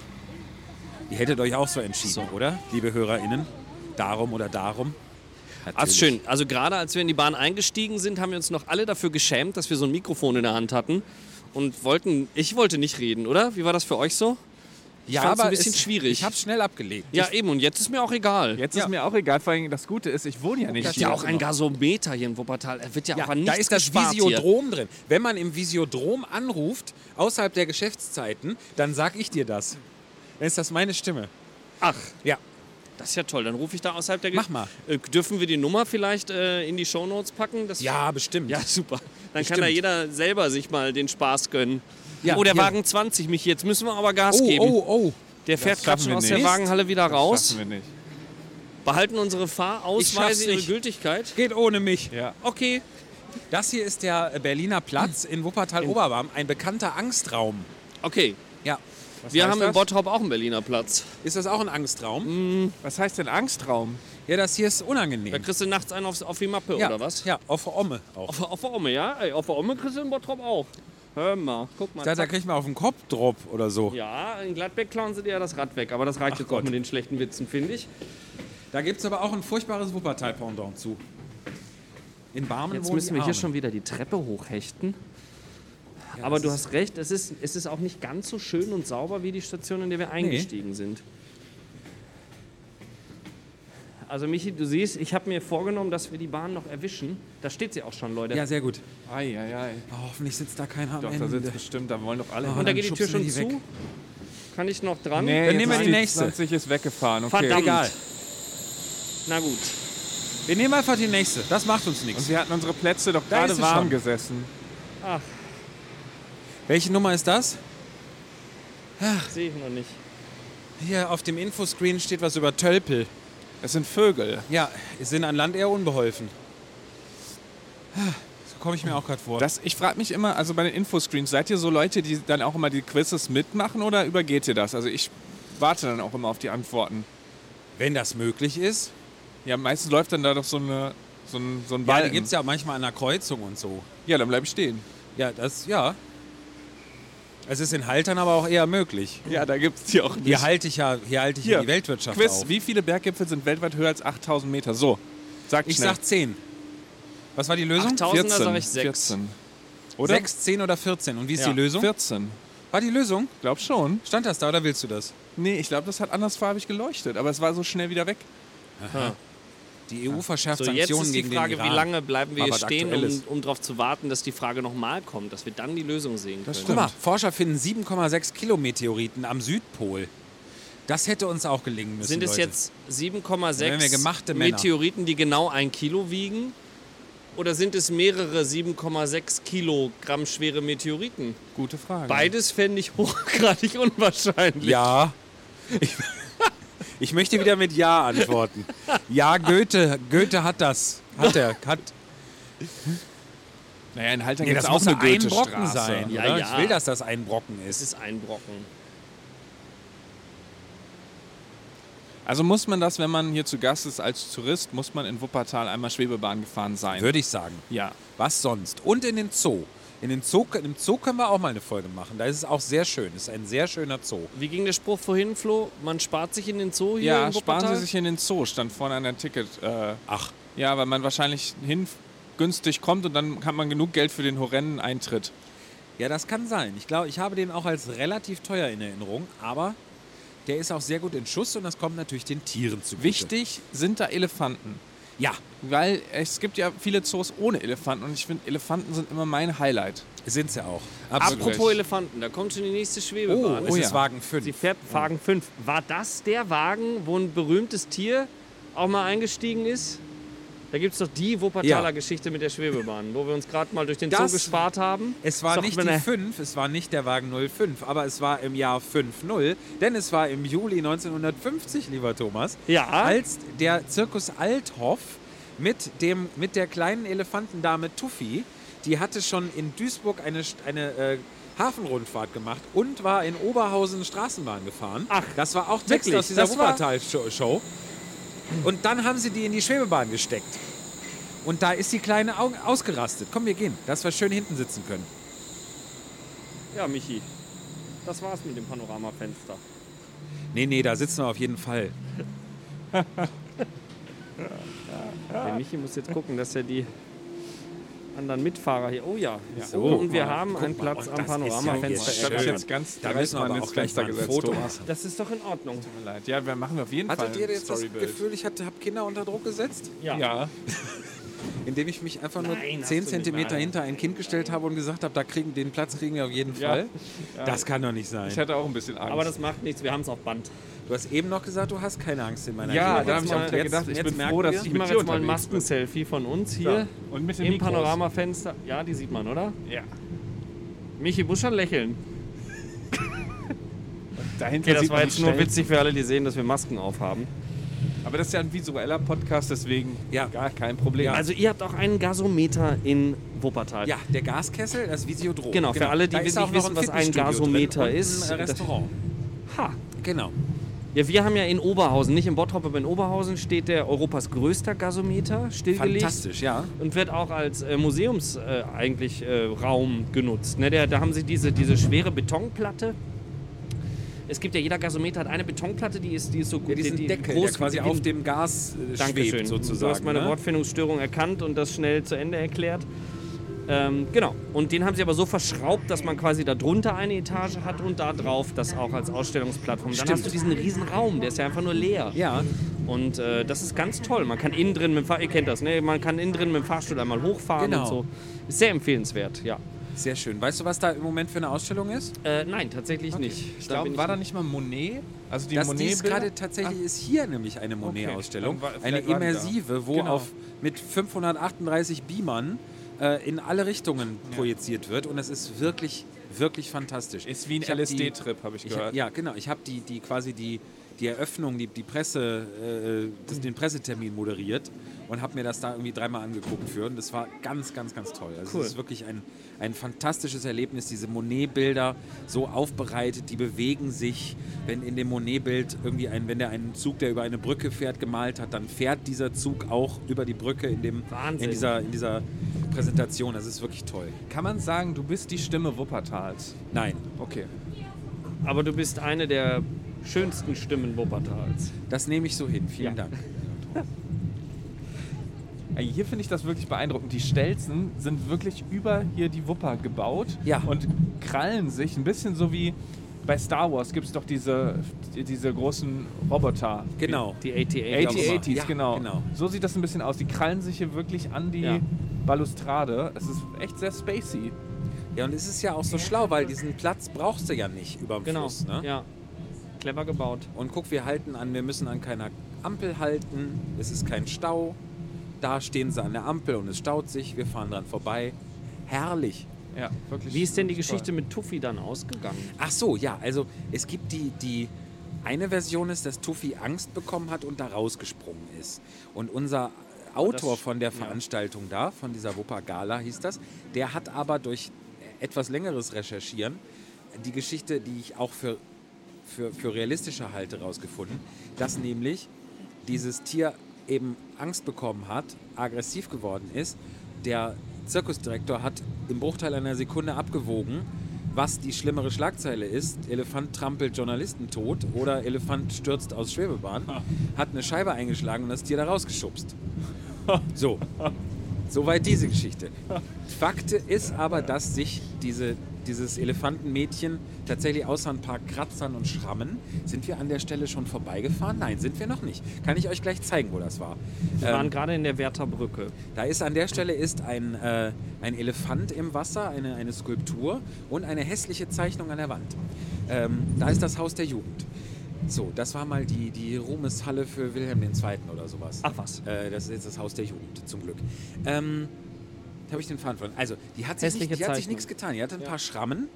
C: Ihr hättet euch auch so entschieden, oder? Liebe HörerInnen. Darum oder darum.
B: Ach,
C: Natürlich.
B: schön. Also gerade als wir in die Bahn eingestiegen sind, haben wir uns noch alle dafür geschämt, dass wir so ein Mikrofon in der Hand hatten und wollten, ich wollte nicht reden, oder? Wie war das für euch so? Ich fand's ein bisschen
C: es-
B: schwierig.
C: Ich habe schnell abgelegt.
B: ja, eben, und jetzt ist mir auch egal.
A: Jetzt
C: Ja.
A: ist mir auch egal, vor allem das Gute ist, ich wohne ja nicht
B: ist
A: hier.
B: ja auch ein Gasometer hier in Wuppertal. Er wird ja,
C: Ja,
B: aber nicht
C: da ist das
B: gespart hier.
C: Visiodrom drin. Wenn man im Visiodrom anruft, außerhalb der Geschäftszeiten, dann sag ich dir das. Dann ist das meine Stimme.
B: Ach,
C: Ja.
B: das ist ja toll. Dann rufe ich da außerhalb der Ge-
C: Mach mal.
B: Äh, dürfen wir die Nummer vielleicht äh, in die Shownotes packen? Das
C: Ja, bestimmt.
B: Ja, super. Dann kann
C: Bestimmt.
B: da jeder selber sich mal den Spaß gönnen.
C: Ja,
B: oh, der
C: hier.
B: Wagen 20 mich jetzt. Müssen wir aber Gas
C: oh,
B: geben.
C: oh, oh.
B: Der fährt
A: schaffen
B: gerade schon
A: wir
B: aus der
A: nicht.
B: Wagenhalle wieder
A: Das
B: raus.
A: schaffen wir nicht.
B: Behalten unsere
C: Ich schaff's
B: Fahrausweise ihre
C: nicht.
B: Gültigkeit.
C: Geht ohne mich.
A: Ja.
B: Okay.
C: Das hier ist der äh, Berliner Platz in Wuppertal-Oberwarm, ein bekannter Angstraum.
B: Okay.
C: Ja.
B: wir
A: heißt
B: haben in
A: das?
B: Bottrop auch einen Berliner Platz.
C: Ist das auch ein Angstraum?
B: Hm.
A: Was heißt denn Angstraum?
C: Ja, das hier ist
B: Da
C: unangenehm.
B: kriegst du nachts einen auf, auf die Mappe,
C: Hm. ja.
B: oder was?
C: Ja, auf der Omme auch.
B: Auf, auf der Omme, ja? Ey, auf der Omme kriegst du in Bottrop auch. Hör mal, guck mal.
C: da, da
B: zack.
C: kriegt man auf den Kopf Drop oder so.
B: Ja, in Gladbeck klauen sie dir ja das Rad weg, aber das reicht jetzt auch mit den schlechten Witzen, finde ich.
C: Da gibt es aber auch ein furchtbares Wuppertal-Pendant zu. In Barmen
B: Jetzt
C: wohnen
B: müssen
C: die
B: wir hier
C: Armen.
B: schon wieder die Treppe hochhechten.
C: Ja,
B: aber
C: das
B: du
C: ist-
B: hast recht, es ist, es ist auch nicht ganz so schön und sauber wie die Station, in der wir eingestiegen sind. Also Michi, du siehst, ich habe mir vorgenommen, dass wir die Bahn noch erwischen. Da steht sie auch schon, Leute.
C: Ja, sehr gut.
A: Ei, ei, ei.
C: Oh, hoffentlich sitzt da keiner am
A: Doch, da
C: Ende.
A: sitzt bestimmt, da wollen doch alle.
C: Ah,
B: und da
C: dann
B: geht die Tür
C: schubsen
B: schon
C: wir
B: zu.
C: die weg.
B: Kann ich noch dran?
A: Nee,
C: Dann
A: jetzt
C: nehmen wir die
A: ist
C: nächste.
A: 20 ist weggefahren. Okay.
B: Verdammt.
C: Egal.
B: Na gut.
C: Wir nehmen einfach die nächste. Das macht uns
A: Und
C: nichts.
A: wir hatten unsere Plätze doch
C: Da
A: gerade
C: ist sie
A: warm
C: schon.
A: gesessen.
B: Ach,
C: Welche Nummer ist das?
B: sehe ich noch nicht.
C: Hier auf dem Infoscreen steht was über Tölpel.
A: Es sind Vögel.
C: Ja, sind an Land eher unbeholfen. Ah, So komme ich mir auch gerade vor.
A: Das, ich frage mich immer, also bei den Infoscreens, seid ihr so Leute, die dann auch immer die Quizzes mitmachen oder übergeht ihr das? Also ich warte dann auch immer auf die Antworten.
C: Wenn das möglich ist.
A: Ja, meistens läuft dann da doch so, eine, so ein, so ein
C: Ja,
A: Ball.
C: die gibt es ja manchmal an der Kreuzung und so.
A: ja, dann bleibe ich stehen.
C: Ja, das, ja. Es ist in Haltern aber auch eher möglich.
A: Ja, da gibt es die auch nicht.
C: Hier halte ich ja, hier halte ich ja die Weltwirtschaft
A: Quiz,
C: auf.
A: wie viele Berggipfel sind weltweit höher als 8000 Meter? So, sagt
C: Ich
A: schnell.
C: sag 10. Was war die Lösung?
B: 8000. 1000er sag ich sechs.
A: 14.
C: Oder?
A: Oder?
C: 6, 10 oder 14. Und wie ist
B: Ja.
C: die Lösung?
A: 14.
C: War die Lösung?
A: Glaub schon.
C: Stand das da oder willst du das?
A: Nee, ich glaube, das hat andersfarbig geleuchtet, aber es war so schnell wieder weg.
C: Die EU verschärft
B: So, jetzt
C: Sanktionen
B: ist die
C: gegen
B: Frage,
C: den Iran.
B: wie lange bleiben wir
C: Mal
B: hier
C: was
B: stehen,
C: Aktuelles.
B: um, um darauf zu warten, dass die Frage nochmal kommt, dass wir dann die Lösung sehen können.
C: Guck mal, Forscher finden 7,6 Kilometeoriten am Südpol. Das hätte uns auch gelingen müssen.
B: Sind es
C: Leute.
B: jetzt
C: Wenn wir
B: 7,6
C: gemachte Männer.
B: Meteoriten, die genau ein Kilo wiegen? Oder sind es mehrere 7,6 Kilogramm schwere Meteoriten?
A: Gute Frage.
B: Beides fände ich [LAUGHS] hochgradig unwahrscheinlich.
C: Ja. [LAUGHS] Ich, ich möchte wieder mit Ja antworten. Ja, Goethe, Goethe hat das. Hat er. Hat,
A: Naja, in Haltern
C: nee,
A: gibt
C: das
A: es
C: muss
A: auch eine
C: ein
A: goethe
C: Brocken sein.
B: Ja,
C: oder?
B: ja.
C: Ich will, dass das ein Brocken
B: Das
C: ist.
B: ist ein Brocken.
A: Also muss man das, wenn man hier zu Gast ist als Tourist, muss man in Wuppertal einmal Schwebebahn gefahren sein.
C: Würde ich sagen.
A: Ja.
C: Was sonst? Und in den Zoo. In den Zoo, im Zoo können wir auch mal eine Folge machen. Da ist es auch sehr schön. Es ist ein sehr schöner Zoo.
B: Wie ging der Spruch vorhin, Flo? Man spart sich in den Zoo hier
A: Ja,
B: in
A: sparen
B: Wuppertal?
A: Sie sich in den Zoo, stand vorne an der Ticket. Äh,
C: Ach,
A: ja, weil man wahrscheinlich hin günstig kommt und dann hat man genug Geld für den horrenden Eintritt.
C: ja, das kann sein. Ich glaube, ich habe den auch als relativ teuer in Erinnerung, aber der ist auch sehr gut in Schuss und das kommt natürlich den Tieren zugute.
A: Wichtig sind da Elefanten.
C: Ja,
A: Weil es gibt ja viele Zoos ohne Elefanten und ich finde, Elefanten sind immer mein Highlight.
C: sind sie auch.
B: Apropos Elefanten, da kommt schon die nächste
C: Oh,
B: Schwebebahn.
C: es
A: Oh
C: ist
A: ja.
C: Wagen 5.
B: Sie fährt Wagen 5. War das der Wagen, wo ein berühmtes Tier auch mal eingestiegen ist? Da gibt es doch die Wuppertaler
C: Ja.
B: Geschichte mit der Schwebebahn, wo wir uns gerade mal durch den
C: Das-
B: Zoo gespart haben. ne-
C: Es war
B: Ist doch
C: nicht
B: eine-
C: die 5, es war nicht der Wagen 05, aber es war im Jahr 5-0, denn es war im Juli 1950, lieber Thomas,
B: Ja.
C: als der Zirkus Althoff mit, dem, mit der kleinen Elefantendame Tuffy, die hatte schon in Duisburg eine, St- eine äh, Hafenrundfahrt gemacht und war in Oberhausen Straßenbahn gefahren.
B: Ach,
C: das war auch Text
B: wirklich?
C: aus dieser
B: Das war-
C: Wuppertal-Show. Und dann haben sie die in die Schwebebahn gesteckt. Und da ist die Kleine au- ausgerastet. Komm, wir gehen, dass wir schön hinten sitzen können.
B: Ja, Michi. Das war's mit dem Panoramafenster.
C: Nee, nee, da sitzen wir auf jeden Fall.
B: Der Michi muss jetzt gucken, dass er die anderen Mitfahrer hier. Oh ja,
C: So,
B: und wir
C: guck mal,
B: haben einen
C: guck mal,
B: Platz
C: und
B: am
C: das ist ja
B: Panoramafenster.
A: Das
C: jetzt
A: ist
B: ergattert.
A: jetzt ganz
C: Da müssen wir
A: mal
C: aber
A: ins
C: auch gleich
A: Fenster
C: mal ein
A: gesetzt,
C: Foto
A: Thomas.
C: machen.
B: das ist doch in Ordnung.
A: Tut mir leid. Ja, wir machen auf jeden
C: Hattet
A: Fall
C: ihr
A: ein
C: jetzt das
A: Storybild.
C: Gefühl, ich habe Kinder unter Druck gesetzt?
A: Ja.
C: Indem ich mich einfach nur
B: Nein, hast du
C: 10
B: nicht.
C: Zentimeter
B: Nein.
C: hinter ein Kind gestellt habe und gesagt habe, da kriegen, den Platz kriegen wir auf jeden
A: Ja.
C: Fall. Das kann doch nicht sein.
A: Ich hatte auch ein bisschen Angst.
B: Aber das macht nichts, wir haben es auf Band.
C: Du hast eben noch gesagt, du hast keine Angst in meiner
A: ja,
C: Nähe.
A: da habe
B: jetzt
A: ich auch
B: mal-
A: wieder gedacht, ich
C: jetzt
A: bin
C: merken
A: froh, dass
C: wir-
A: ich
B: Ich
A: mit
B: mache
A: dir
B: jetzt mal ein
A: unterwegs bin.
B: Masken-Selfie von uns hier
A: Ja. Und mit den
B: im
A: Mikros.
B: Panoramafenster. Ja, die sieht man, oder?
A: Ja.
B: Michi Buscher lächeln.
A: Dahinter
B: Okay, das
A: sieht
B: war
A: man
B: jetzt
A: die
B: nur
A: Stellen.
B: witzig für alle, die sehen, dass wir Masken aufhaben.
A: Aber das ist ja ein visueller Podcast, deswegen
C: Ja.
A: gar kein Problem.
B: Also ihr habt auch einen Gasometer in Wuppertal.
C: Ja, der Gaskessel, das Visiodrom.
B: Genau, für alle, die
C: Da ist
B: wirklich
C: auch noch
B: wissen, was ein
C: Fitnessstudio
B: Gasometer
C: drin und
B: ist,
C: Ein
B: das-
C: Restaurant.
B: Ha.
C: Genau.
B: Ja, wir haben ja in Oberhausen, nicht in Bottrop, aber in Oberhausen steht der Europas größter Gasometer stillgelegt.
C: Fantastisch, ja.
B: und wird auch als äh, Museums äh, eigentlich äh, Raum genutzt. Ne, der, da haben sie diese, diese schwere Betonplatte. Es gibt ja jeder Gasometer hat eine Betonplatte, die ist, die ist so gut.
C: ja diesen
B: die, die
C: Deckel, der quasi auf dem Gas äh,
B: Dankeschön.
C: schwebt sozusagen.
B: Du hast meine
C: ne?
B: Wortfindungsstörung erkannt und das schnell zu Ende erklärt. Ähm, genau. Und den haben sie aber so verschraubt, dass man quasi da drunter eine Etage hat und da drauf das auch als Ausstellungsplattform. Dann hast du diesen riesen Raum, der ist ja einfach nur leer.
C: Ja,
B: Und äh, das ist ganz toll. Man kann innen drin mit dem Fahrstuhl, ihr kennt das, ne? Man kann innen drin mit dem Fahrstuhl einmal hochfahren
C: Genau.
B: und so. Ist sehr empfehlenswert, ja.
C: sehr schön. Weißt du, was da im Moment für eine Ausstellung ist?
B: Äh, nein, tatsächlich nicht.
A: ich
B: Da bin
A: glaube,
B: ich-
A: war da nicht mal Monet? Also die
C: das die
A: Monet
C: ist gerade tatsächlich ist hier nämlich eine Monet-Ausstellung.
A: Dann war- vielleicht
C: Eine
A: war die da.
C: immersive, wo
A: Genau.
C: auf mit 538 Beamern äh, in alle Richtungen projiziert wird. Und es ist wirklich, wirklich fantastisch.
A: ist wie ein
C: Ich hab die-
A: LSD-Trip, habe ich
C: Ich hab,
A: gehört.
C: ja, genau. Ich habe die, die quasi die, die Eröffnung, die, die Presse, äh, das, den Pressetermin moderiert und habe mir das da irgendwie dreimal angeguckt für. Und das war ganz, ganz, ganz toll. Also es ist wirklich ein, ein fantastisches Erlebnis, diese Monet-Bilder so aufbereitet, die bewegen sich. Wenn in dem Monet-Bild irgendwie ein, wenn der einen Zug, der über eine Brücke fährt, gemalt hat, dann fährt dieser Zug auch über die Brücke in, dem, in,
B: Wahnsinn.
C: dieser, in dieser Präsentation. Das ist wirklich toll.
A: Kann man sagen, du bist die Stimme Wuppertals?
C: Nein,
A: Okay.
B: Aber du bist eine der schönsten Stimmen Wuppertals.
C: das nehme ich so hin. Vielen
B: Ja.
A: [LAUGHS]
C: Dank.
A: Ey, Hier finde ich das wirklich beeindruckend. Die Stelzen sind wirklich über hier die Wupper gebaut
C: Ja.
A: und krallen sich ein bisschen so wie bei Star Wars gibt es doch diese, diese großen Roboter.
C: Genau.
B: Die ATA. glaub ich mal.
A: 8080s,
C: Ja,
A: genau.
C: genau.
A: So sieht das ein bisschen aus. Die krallen sich hier wirklich an die
B: Ja.
A: Balustrade. Es ist echt sehr spacey.
C: Ja, und es ist ja auch so schlau, weil diesen Platz brauchst du ja nicht über dem
B: Genau.
C: Fluss. Ne?
B: Ja. Clever gebaut.
C: Und guck, wir halten an, wir müssen an keiner Ampel halten, es ist kein Stau. Da stehen sie an der Ampel und es staut sich, wir fahren dran vorbei. Herrlich.
A: Ja, wirklich.
B: Wie ist denn die
A: wirklich
B: Geschichte
A: toll.
B: mit Tuffy dann ausgegangen?
C: Ach so, ja, also es gibt die, die eine Version ist, dass Tuffy Angst bekommen hat und da rausgesprungen ist. Und unser Autor
B: das-
C: von der Veranstaltung da, von dieser Wupper Gala hieß das, der hat aber durch etwas längeres Recherchieren die Geschichte, die ich auch für, für, für realistischer halte, rausgefunden, dass nämlich dieses Tier eben Angst bekommen hat, aggressiv geworden ist. Der Zirkusdirektor hat im Bruchteil einer Sekunde abgewogen, was die schlimmere Schlagzeile ist. Elefant trampelt Journalisten tot oder Elefant stürzt aus Schwebebahn. Hat eine Scheibe eingeschlagen und das Tier da rausgeschubst. So, soweit diese Geschichte. Fakt ist aber, dass sich diese, dieses Elefantenmädchen tatsächlich außer ein paar Kratzern und Schrammen, sind wir an der Stelle schon vorbeigefahren? Nein, sind wir noch nicht. Kann ich euch gleich zeigen, wo das war. Ähm,
B: Wir waren gerade in der Wertherbrücke.
C: Da ist an der Stelle ist ein, äh, ein Elefant im Wasser, eine, eine Skulptur und eine hässliche Zeichnung an der Wand. Ähm, da ist das Haus der Jugend. So, das war mal die, die Ruhmeshalle für Wilhelm II. oder sowas.
B: Ach was.
C: Äh, das ist jetzt das Haus der Jugend, zum Glück. Ähm, da habe ich den Faden von. Also, die hat sich,
B: Hässliche
C: nicht, die hat sich
B: Zeichnung.
C: nichts getan. Die hatte ein paar Schrammen.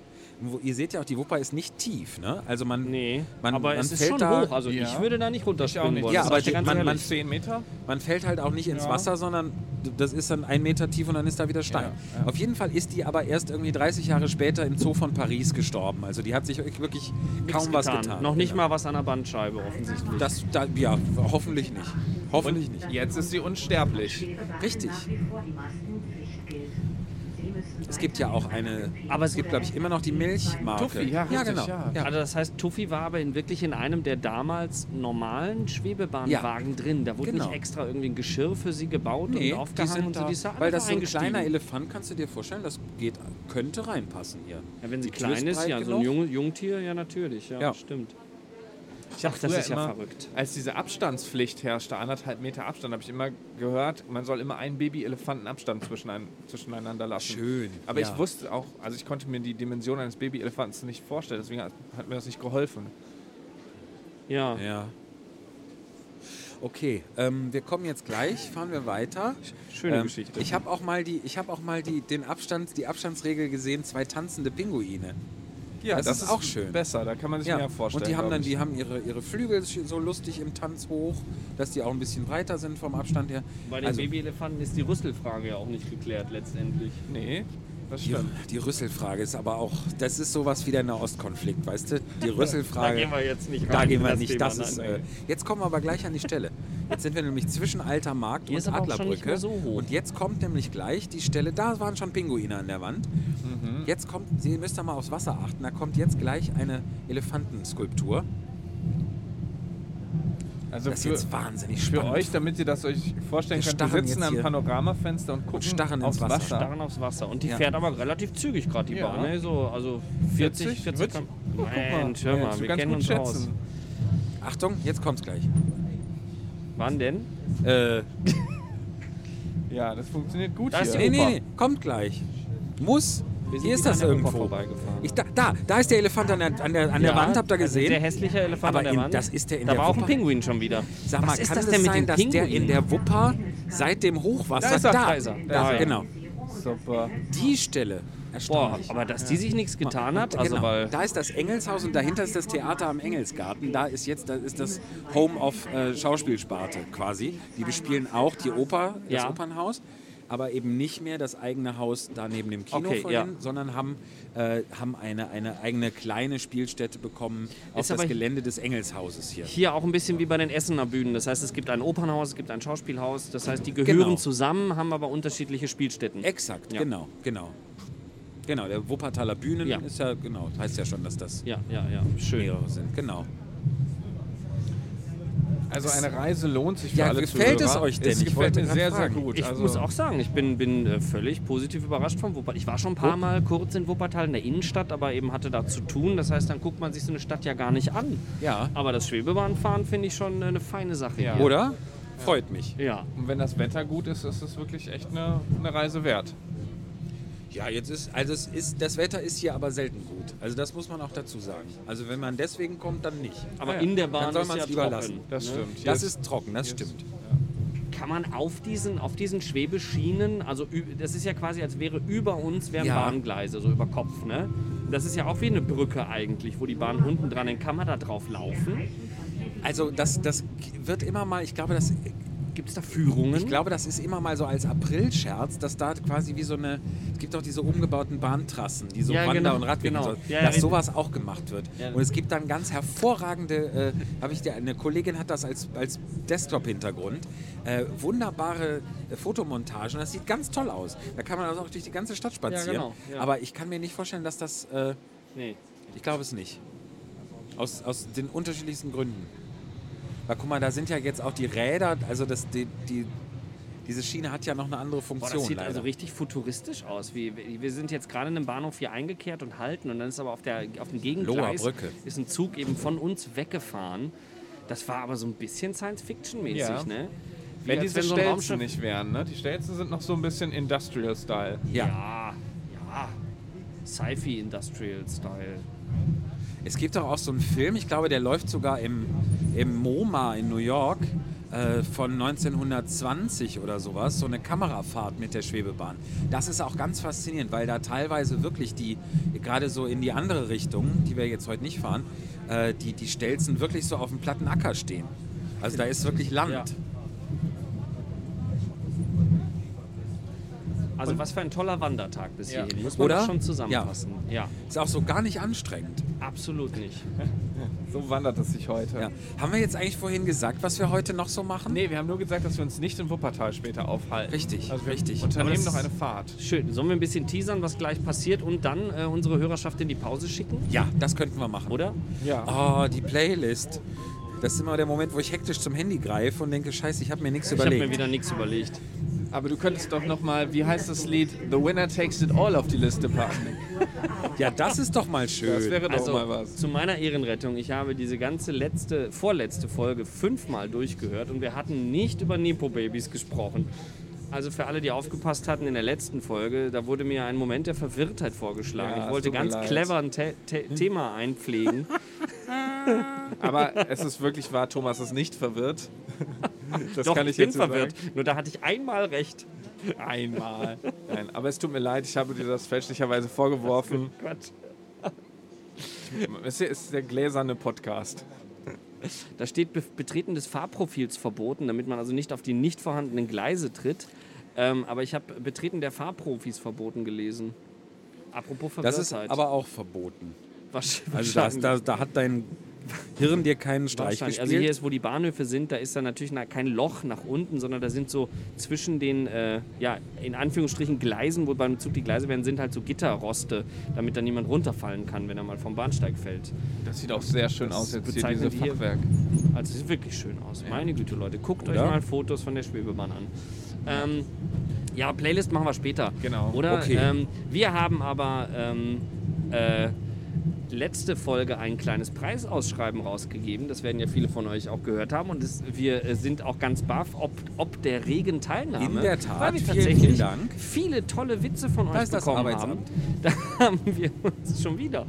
C: Wo, ihr seht ja auch, die Wupper ist nicht tief. Ne? Also man,
B: Nee,
C: man,
B: aber
C: man
B: es ist
C: fällt
B: schon
C: da,
B: hoch. Also
A: Ja.
B: ich würde da nicht runterspringen
A: nicht.
B: wollen.
C: Ja,
B: das
C: aber
B: sag ich dir
C: die-
B: ganz
C: man- man-
B: ehrlich.
A: 10 Meter?
C: Man fällt halt auch nicht ins
A: Ja.
C: Wasser, sondern d- das ist dann ein Meter tief und dann ist da wieder Stein. Auf jeden Fall ist die aber erst irgendwie 30 Jahre später im Zoo von Paris gestorben. Also die hat sich wirklich kaum was getan.
B: Noch nicht
C: Genau.
B: mal was an der Bandscheibe offensichtlich.
C: Das, da, ja, hoffentlich nicht. Hoffentlich nicht.
A: Jetzt ist sie unsterblich.
F: Schwere Waffen
C: Richtig.
F: Nach wie vor die Maskenpflicht gilt. Sie müssen
C: Es gibt ja auch eine,
B: Aber
C: es gibt, glaube ich, immer noch die Milchmarke.
A: Tuffy, ja, richtig,
C: genau.
A: ja.
C: Ja.
B: Also das heißt, Tuffy war aber in wirklich in einem der damals normalen Schwebebahnwagen drin. Da wurde
C: Genau.
B: nicht extra irgendwie ein Geschirr für sie gebaut
C: Nee,
B: und
C: die
B: aufgehangen
C: sind
B: und so.
C: da,
B: Die ist da
C: weil
B: einfach
C: das so ein
B: eingestiegen.
C: kleiner Elefant, kannst du dir vorstellen, das geht, könnte reinpassen hier.
B: Ja, wenn sie
C: Die Tür
B: klein ist,
C: breit
B: ja, so ein
C: genug.
B: Junge, Jungtier, ja natürlich, ja,
C: Ja.
B: stimmt.
A: Ich hab
B: Ach, das
A: früher
B: ist ja
A: immer,
B: verrückt.
A: Als diese Abstandspflicht herrschte, anderthalb Meter Abstand, habe ich immer gehört, man soll immer einen Babyelefanten Abstand zwischen ein, zwischeneinander lassen.
C: Schön,
A: Aber
C: ja.
A: ich wusste auch, also ich konnte mir die Dimension eines Babyelefantens nicht vorstellen, deswegen hat, hat mir das nicht geholfen.
B: Ja.
C: Ja. Okay, ähm, wir kommen jetzt gleich, fahren wir weiter. Ähm,
A: Schöne Geschichte.
C: Ich habe auch mal die, ich habe auch mal die, den Abstand, die Abstandsregel gesehen, zwei tanzende Pinguine.
A: Ja,
C: das ist auch schön.
A: Besser, da kann man sich mehr vorstellen.
C: Und die haben
A: glaub
C: dann,
A: ich.
C: die haben ihre, ihre Flügel so lustig im Tanz hoch, dass die auch ein bisschen breiter sind vom Abstand her.
B: Bei den
C: Also,
B: Babyelefanten ist die Rüsselfrage ja auch nicht geklärt letztendlich.
A: Nee, das
C: die,
A: stimmt.
C: die Rüsselfrage ist aber auch, das ist sowas wie der Nahostkonflikt, weißt du? Die Rüsselfrage.
B: Da gehen wir jetzt nicht rein.
C: Da gehen
B: in
C: wir nicht.
B: Thema,
C: das ist,
B: nein.
C: äh, jetzt kommen wir aber gleich an die Stelle. Jetzt sind wir nämlich zwischen Alter Markt
B: Hier
C: und
B: ist aber auch schon nicht
C: Adlerbrücke.
B: mehr so hoch.
C: Und jetzt kommt nämlich gleich die Stelle, da waren schon Pinguine an der Wand.
B: Mhm.
C: Jetzt kommt, Sie müsst da mal aufs Wasser achten, da kommt jetzt gleich eine Elefantenskulptur.
A: Also
C: Das ist
A: für,
C: jetzt wahnsinnig
A: für
C: spannend.
A: euch, damit ihr das euch vorstellen
C: Wir
A: könnt, wir
C: starren
A: sitzen
C: jetzt
A: am
C: hier
A: Panoramafenster und gucken
C: starren
A: aufs
C: ins
A: Wasser.
C: Wasser.
B: Starren aufs Wasser. Und die
C: Ja.
B: fährt aber relativ zügig gerade, die
A: Ja.
B: Bahn. Ne? So, also 40,
A: 40,
B: 40.
A: witzig.
B: Oh, Mensch, hör
A: Ja,
B: mal,
A: kannst du
B: wir
A: ganz
B: kennen
A: gut
B: uns aus.
A: schätzen.
C: Achtung, jetzt kommt's gleich.
B: Wann denn?
C: Äh,
A: Ja, das funktioniert gut
B: Das ist
A: hier.
C: nee, nee,
B: Opa.
C: nee, kommt gleich. Muss.
B: Wir sind
C: Hier
B: wie
C: ist das
B: an der Oper
C: irgendwo.
B: vorbeigefahren.
C: Ich, da, da, da ist der Elefant an der, an der, an der Wand, habt ihr
B: Also sehr
C: gesehen?
B: hässlicher Elefant
C: Aber
B: an der
C: in-
B: Wand.
C: das ist der in
B: da
C: der
B: war auch ein
C: Wupper.
B: Pinguin schon wieder.
C: Sag mal,
B: Was ist
C: kann
B: das
C: es
B: denn mit
C: sein,
B: den
C: dass der
B: Pinguinen?
C: in der Wupper seit dem Hochwasser
A: Da ist er, da
B: ist er.
C: Da,
B: Da, ja.
C: genau.
A: Super.
C: Die Stelle.
B: Boah,
C: Erstaunlich.
B: aber dass die sich nichts getan hat, also
C: genau.
B: weil
C: da ist das Engelshaus und dahinter ist das Theater am Engelsgarten. Da ist jetzt da ist das Home of äh, Schauspielsparte quasi. Die bespielen auch die Oper, das
B: Ja.
C: Opernhaus, aber eben nicht mehr das eigene Haus da neben dem Kino
B: Okay,
C: vorhin,
B: ja.
C: sondern haben, äh, haben eine, eine eigene kleine Spielstätte bekommen auf
B: Ist
C: das
B: aber-
C: Gelände des Engelshauses hier.
B: hier auch ein bisschen wie bei den Essener Bühnen. Das heißt, es gibt ein Opernhaus, es gibt ein Schauspielhaus. Das heißt, die gehören
C: Genau.
B: zusammen, haben aber unterschiedliche Spielstätten.
C: Exakt,
B: Ja.
C: genau, genau. Genau, der Wuppertaler Bühnen
B: Ja.
C: ist ja, genau, heißt ja schon, dass das
B: ja, ja, ja. Schön.
C: mehrere sind. Genau.
A: Also eine Reise lohnt sich für
C: Ja,
A: alle
C: gefällt es
A: Zuhörer.
C: euch denn?
A: Es
C: Ich
A: gefällt
C: wollte
A: mir
C: grad
A: sehr, sehr
C: fragen.
A: gut.
B: Ich
A: also,
B: muss auch sagen, ich bin, bin äh, völlig positiv überrascht vom Wuppertal. Ich war schon ein paar Mal kurz in Wuppertal in der Innenstadt, aber eben hatte da zu tun. Das heißt, dann guckt man sich so eine Stadt ja gar nicht an.
C: Ja.
B: Aber das Schwebebahnfahren finde ich schon äh, eine feine Sache.
A: Ja.
B: Hier.
C: Oder? Freut mich.
B: Ja.
A: Und wenn das Wetter gut ist, ist es wirklich echt eine, eine Reise wert.
C: Ja, jetzt ist, also es ist, das Wetter ist hier aber selten gut. Also das muss man auch dazu sagen. Also wenn man deswegen kommt, dann nicht.
B: Aber
A: Ah ja.
B: in der Bahn
C: Dann soll
B: ist
C: man's
B: ja
C: lieber
B: trocken.
C: lassen.
A: Das
B: ne?
A: stimmt. Hier
C: Das ist trocken, das
A: hier ist-
C: stimmt.
B: Kann man auf diesen, auf diesen Schwebeschienen, also ü- das ist ja quasi, als wäre über uns wären
C: Ja.
B: Bahngleise, so über Kopf, ne? Das ist ja auch wie eine Brücke eigentlich, wo die Bahn unten dran, dann kann man da drauf laufen.
C: Also das, das wird immer mal, ich glaube, das, äh,
B: Gibt es da Führungen?
C: ich glaube, das ist immer mal so als April-Scherz, dass da quasi wie so eine, es gibt auch diese umgebauten Bahntrassen, die so
B: Ja,
C: Wander-
B: genau,
C: und Radwege,
B: genau.
C: und so,
B: Ja, ja,
C: dass
B: richtig.
C: sowas auch gemacht wird.
B: Ja.
C: Und es gibt dann ganz hervorragende, äh, habe ich dir, eine Kollegin hat das als, als Desktop-Hintergrund, äh, wunderbare äh, Fotomontagen, das sieht ganz toll aus. Da kann man also auch durch die ganze Stadt spazieren.
B: genau, ja.
C: Aber ich kann mir nicht vorstellen, dass das, äh,
B: nee.
C: ich glaube es nicht. Aus, aus den unterschiedlichsten Gründen. Weil guck mal, da sind ja jetzt auch die Räder, also das, die, die, diese Schiene hat ja noch eine andere
B: Boah,
C: Funktion.
B: das sieht
C: leider.
B: also richtig futuristisch aus. Wie, wir sind jetzt gerade in einem Bahnhof hier eingekehrt und halten und dann ist aber auf, der, auf dem
C: Loher
B: Gegengleis
C: Brücke.
B: ist ein Zug eben von uns weggefahren. Das war aber so ein bisschen Science-Fiction-mäßig,
A: Ja.
B: ne? Wie
A: Wenn
B: als
A: diese
B: so ein
A: Stelzen
B: Raumschiff-
A: nicht wären, ne? Die Stelzen sind noch so ein bisschen Industrial-Style.
C: ja.
B: Ja, ja. Sci-Fi-Industrial-Style.
C: Es gibt doch auch so einen Film, ich glaube, der läuft sogar im, im MoMA in New York äh, von 1920 oder sowas, so eine Kamerafahrt mit der Schwebebahn. Das ist auch ganz faszinierend, weil da teilweise wirklich die, gerade so in die andere Richtung, die wir jetzt heute nicht fahren, äh, die, die Stelzen wirklich so auf dem platten Acker stehen. Also da ist wirklich Land.
B: Ja. Also was für ein toller Wandertag bis
C: Ja.
B: hierhin. Muss man
C: Oder?
B: das schon zusammenfassen. Ja.
C: Ist auch so gar nicht anstrengend.
B: absolut nicht.
A: So wandert es sich heute.
C: Ja. Haben wir jetzt eigentlich vorhin gesagt, was wir heute noch so machen?
A: Nee, wir haben nur gesagt, dass wir uns nicht in Wuppertal später aufhalten.
C: Richtig,
A: also wir
C: richtig.
B: Aber
A: Unternehmen
B: das-
A: noch eine Fahrt.
B: Schön. Sollen wir ein bisschen teasern, was gleich passiert und dann äh, unsere Hörerschaft in die Pause schicken?
C: Ja, das könnten wir machen.
B: Oder?
A: Ja.
C: Oh, die Playlist. Das ist immer der Moment, wo ich hektisch zum Handy greife und denke, scheiße, ich habe mir nichts
B: Ich habe mir
C: überlegt.
B: wieder nichts überlegt.
A: Aber du könntest doch nochmal, wie heißt das Lied? The Winner Takes It All auf die Liste packen.
C: Ja, das ist doch mal schön.
A: Das wäre doch
B: Also
A: mal was.
B: zu meiner Ehrenrettung, ich habe diese ganze letzte, vorletzte Folge fünfmal durchgehört und wir hatten nicht über Nepo-Babys gesprochen. Also für alle, die aufgepasst hatten in der letzten Folge, da wurde mir ein Moment der Verwirrtheit vorgeschlagen.
A: Ja,
B: ich
A: es
B: wollte
A: tut mir
B: ganz
A: leid.
B: clever ein Te Te Thema
A: [LAUGHS]
B: einpflegen.
A: Aber es ist wirklich wahr, Thomas ist nicht verwirrt. [LAUGHS] Das
B: Doch,
A: kann
B: ich,
A: ich,
B: bin
A: jetzt
B: verwirrt.
A: Sagen.
B: Nur da hatte ich einmal recht.
A: Einmal. Nein, aber es tut mir leid, ich habe dir das fälschlicherweise vorgeworfen.
B: Quatsch.
A: Es ist der gläserne Podcast.
B: Da steht Be Betreten des Fahrprofils verboten, damit man also nicht auf die nicht vorhandenen Gleise tritt. Ähm, aber ich habe Betreten der Fahrprofis verboten gelesen. Apropos Verwirrtheit.
C: Das ist aber auch verboten.
B: Wasch-
C: Also da,
B: wahrscheinlich-
C: da, da hat dein Hirn dir keinen Streich
B: wahrscheinlich.
C: gespielt.
B: Also hier ist, wo die Bahnhöfe sind, da ist dann natürlich na- kein Loch nach unten, sondern da sind so zwischen den, äh, ja, in Anführungsstrichen Gleisen, wo beim Zug die Gleise werden, sind halt so Gitterroste, damit da niemand runterfallen kann, wenn er mal vom Bahnsteig fällt.
A: Das sieht auch sehr schön aus jetzt hier,
B: bezeichnet
A: diese
B: hier-
A: Fachwerk.
B: Also sieht wirklich schön aus. Meine Güte, Leute, guckt
C: Oder?
B: euch mal Fotos von der Schwebebahn an. Ähm, ja, Playlist machen wir später.
A: Genau.
B: Oder?
C: Okay.
B: Ähm, wir haben aber ähm, äh, letzte Folge ein kleines Preisausschreiben rausgegeben. Das werden ja viele von euch auch gehört haben. Und es, wir äh, sind auch ganz baff, ob, ob der regen Teilnahme.
C: In der Tat.
B: Weil wir
C: Vielen,
B: tatsächlich
C: vielen Dank.
B: viele tolle Witze von euch
C: Da ist das
B: bekommen haben. [LAUGHS]
C: Arbeitsamt.
B: Da haben wir uns schon wieder.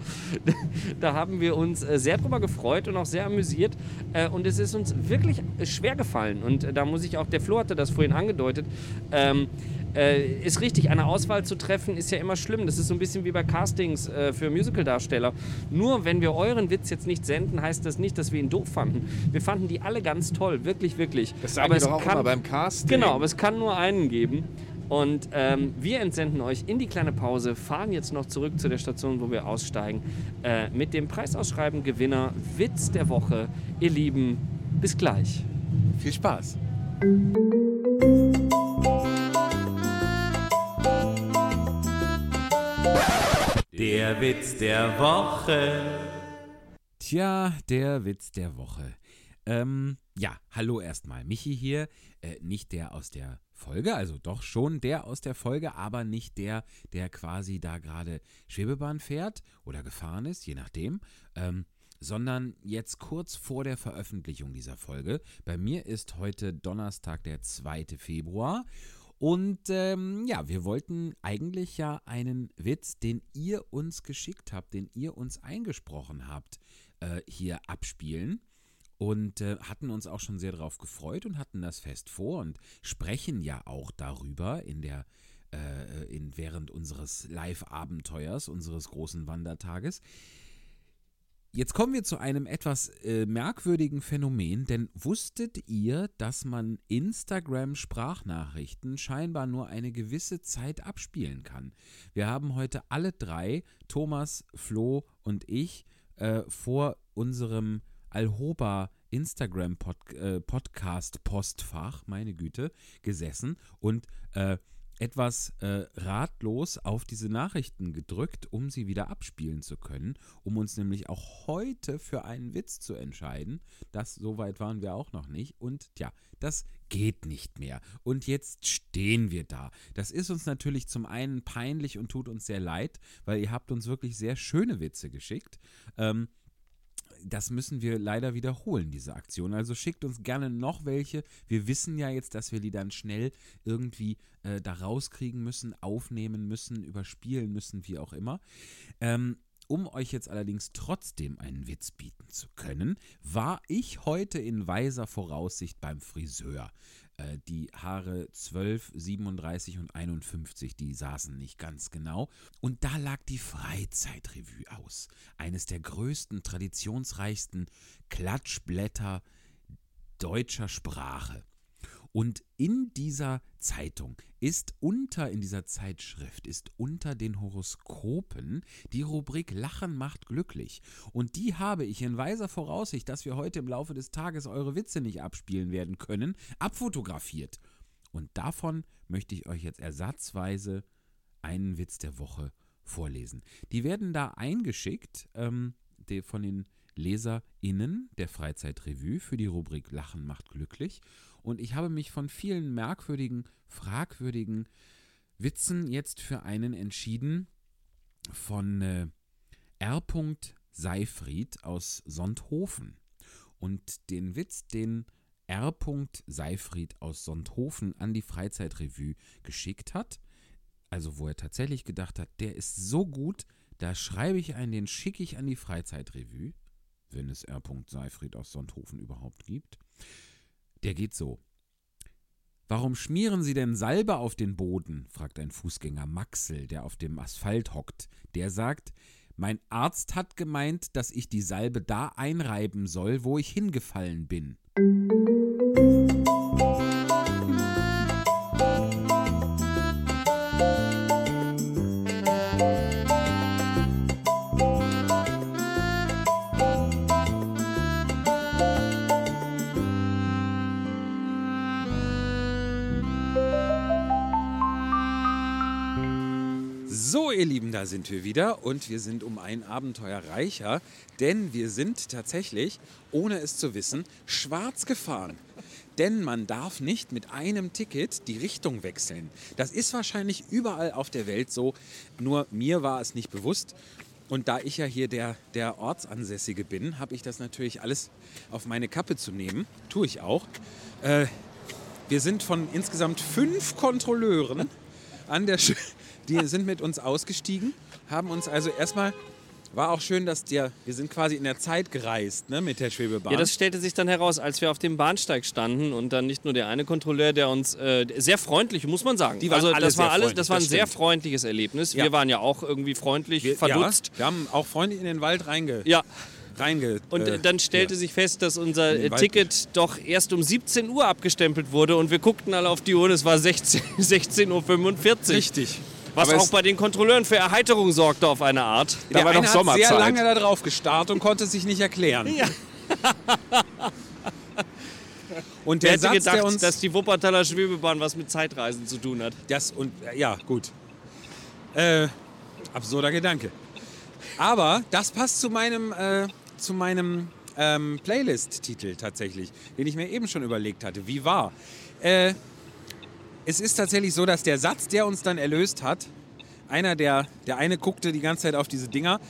B: Da haben wir uns äh, sehr drüber gefreut und auch sehr amüsiert. Äh, Und es ist uns wirklich äh, schwer gefallen. Und äh, da muss ich auch, der Flo hatte das vorhin angedeutet. Ähm, äh, ist richtig, eine Auswahl zu treffen ist ja immer schlimm. Das ist so ein bisschen wie bei Castings äh, für Musicaldarsteller. Nur wenn wir euren Witz jetzt nicht senden, heißt das nicht, dass wir ihn doof fanden. Wir fanden die alle ganz toll, wirklich, wirklich.
A: Das sagen
B: Aber
A: wir
B: es
A: doch auch
B: kann-
A: immer beim Casting.
B: Genau, aber es kann nur einen geben. Und ähm, wir entsenden euch in die kleine Pause, fahren jetzt noch zurück zu der Station, wo wir aussteigen, äh, mit dem Preisausschreiben Gewinner Witz der Woche. Ihr Lieben, bis gleich.
C: Viel Spaß.
G: Der Witz der Woche.
C: Tja, der Witz der Woche. Ähm, ja, hallo erstmal. Michi hier. Äh, nicht der aus der Folge, also doch schon der aus der Folge, aber nicht der, der quasi da gerade Schwebebahn fährt oder gefahren ist, je nachdem. Ähm, sondern jetzt kurz vor der Veröffentlichung dieser Folge. Bei mir ist heute Donnerstag, der 2. Februar. Und ähm, ja, wir wollten eigentlich ja einen Witz, den ihr uns geschickt habt, den ihr uns eingesprochen habt, äh, hier abspielen. Und äh, hatten uns auch schon sehr darauf gefreut und hatten das fest vor und sprechen ja auch darüber in der, äh, in, während unseres Live-Abenteuers, unseres großen Wandertages. Jetzt kommen wir zu einem etwas äh, merkwürdigen Phänomen, denn wusstet ihr, dass man Instagram-Sprachnachrichten scheinbar nur eine gewisse Zeit abspielen kann? Wir haben heute alle drei, Thomas, Flo und ich, äh, vor unserem Alhoba Instagram-Podcast-Postfach, meine Güte, gesessen und äh, etwas äh, ratlos auf diese Nachrichten gedrückt, um sie wieder abspielen zu können, um uns nämlich auch heute für einen Witz zu entscheiden. Das soweit waren wir auch noch nicht und tja, das geht nicht mehr. Und jetzt stehen wir da. Das ist uns natürlich zum einen peinlich und tut uns sehr leid, weil ihr habt uns wirklich sehr schöne Witze geschickt. Ähm, das müssen wir leider wiederholen, diese Aktion. Also schickt uns gerne noch welche. Wir wissen ja jetzt, dass wir die dann schnell irgendwie äh, da rauskriegen müssen, aufnehmen müssen, überspielen müssen, wie auch immer. Ähm, um euch jetzt allerdings trotzdem einen Witz bieten zu können, war ich heute in weiser Voraussicht beim Friseur. Äh, die Haare 12, 37 und 51, die saßen nicht ganz genau. Und da lag die Freizeitrevue aus. Eines der größten, traditionsreichsten Klatschblätter deutscher Sprache.
H: Und in dieser Zeitung ist unter, in dieser Zeitschrift ist unter den Horoskopen die Rubrik Lachen macht glücklich. Und die habe ich in weiser Voraussicht, dass wir heute im Laufe des Tages eure Witze nicht abspielen werden können, abfotografiert. Und davon möchte ich euch jetzt ersatzweise einen Witz der Woche vorlesen. Die werden da eingeschickt ähm, die, von den LeserInnen der Freizeitrevue für die Rubrik Lachen macht glücklich. Und ich habe mich von vielen merkwürdigen, fragwürdigen Witzen jetzt für einen entschieden von äh, R. Seifried aus Sonthofen. Und den Witz, den R. Seifried aus Sonthofen an die Freizeitrevue geschickt hat, also wo er tatsächlich gedacht hat, der ist so gut, da schreibe ich einen, den schicke ich an die Freizeitrevue, wenn es R. Seifried aus Sonthofen überhaupt gibt. Der geht so. Warum schmieren Sie denn Salbe auf den Boden? fragt ein Fußgänger Maxel, der auf dem Asphalt hockt. Der sagt, mein Arzt hat gemeint, dass ich die Salbe da einreiben soll, wo ich hingefallen bin.
C: So, ihr Lieben, da sind wir wieder und wir sind um ein Abenteuer reicher, denn wir sind tatsächlich, ohne es zu wissen, schwarz gefahren. Denn man darf nicht mit einem Ticket die Richtung wechseln. Das ist wahrscheinlich überall auf der Welt so, nur mir war es nicht bewusst. Und da ich ja hier der, der Ortsansässige bin, habe ich das natürlich alles auf meine Kappe zu nehmen. Tue ich auch. Äh, wir sind von insgesamt fünf Kontrolleuren an der Sch die sind mit uns ausgestiegen, haben uns also erstmal war auch schön, dass der wir sind quasi in der Zeit gereist, ne, mit der Schwebebahn.
B: Ja, das stellte sich dann heraus, als wir auf dem Bahnsteig standen und dann nicht nur der eine Kontrolleur, der uns äh, sehr freundlich, muss man sagen.
C: Die waren
B: also
C: alle
B: das war
C: sehr
B: alles, das war ein
C: freundlich, das
B: sehr
C: stimmt.
B: freundliches Erlebnis.
C: Ja.
B: Wir waren ja auch irgendwie freundlich,
C: wir,
B: verdutzt.
C: Ja, wir haben auch Freunde in den Wald reinge,
B: Ja.
C: reinge
B: Und
C: äh,
B: äh, dann stellte
C: ja.
B: sich fest, dass unser
C: In den
B: äh,
C: Wald.
B: Ticket doch erst um 17 Uhr abgestempelt wurde und wir guckten alle auf die Uhr und es war [LAUGHS] 16 16.45 Uhr.
C: richtig.
B: Was
A: Aber
B: auch
A: es-
B: bei den Kontrolleuren für Erheiterung sorgte auf eine Art.
A: Da
C: der
A: war
C: eine
A: noch
C: hat
A: Sommerzeit.
C: sehr lange da drauf gestarrt und konnte es sich nicht erklären.
B: [LAUGHS] Ja.
C: Und
B: Wer
C: der
B: hätte
C: Satz,
B: gedacht,
C: der uns
B: dass die Wuppertaler Schwebebahn was mit Zeitreisen zu tun hat?
C: Das und ja, gut. Äh, absurder Gedanke. Aber das passt zu meinem, äh, zu meinem ähm, Playlist-Titel tatsächlich, den ich mir eben schon überlegt hatte. Wie war? Äh, es ist tatsächlich so, dass der Satz, der uns dann erlöst hat, einer der, der eine guckte die ganze Zeit auf diese Dinger,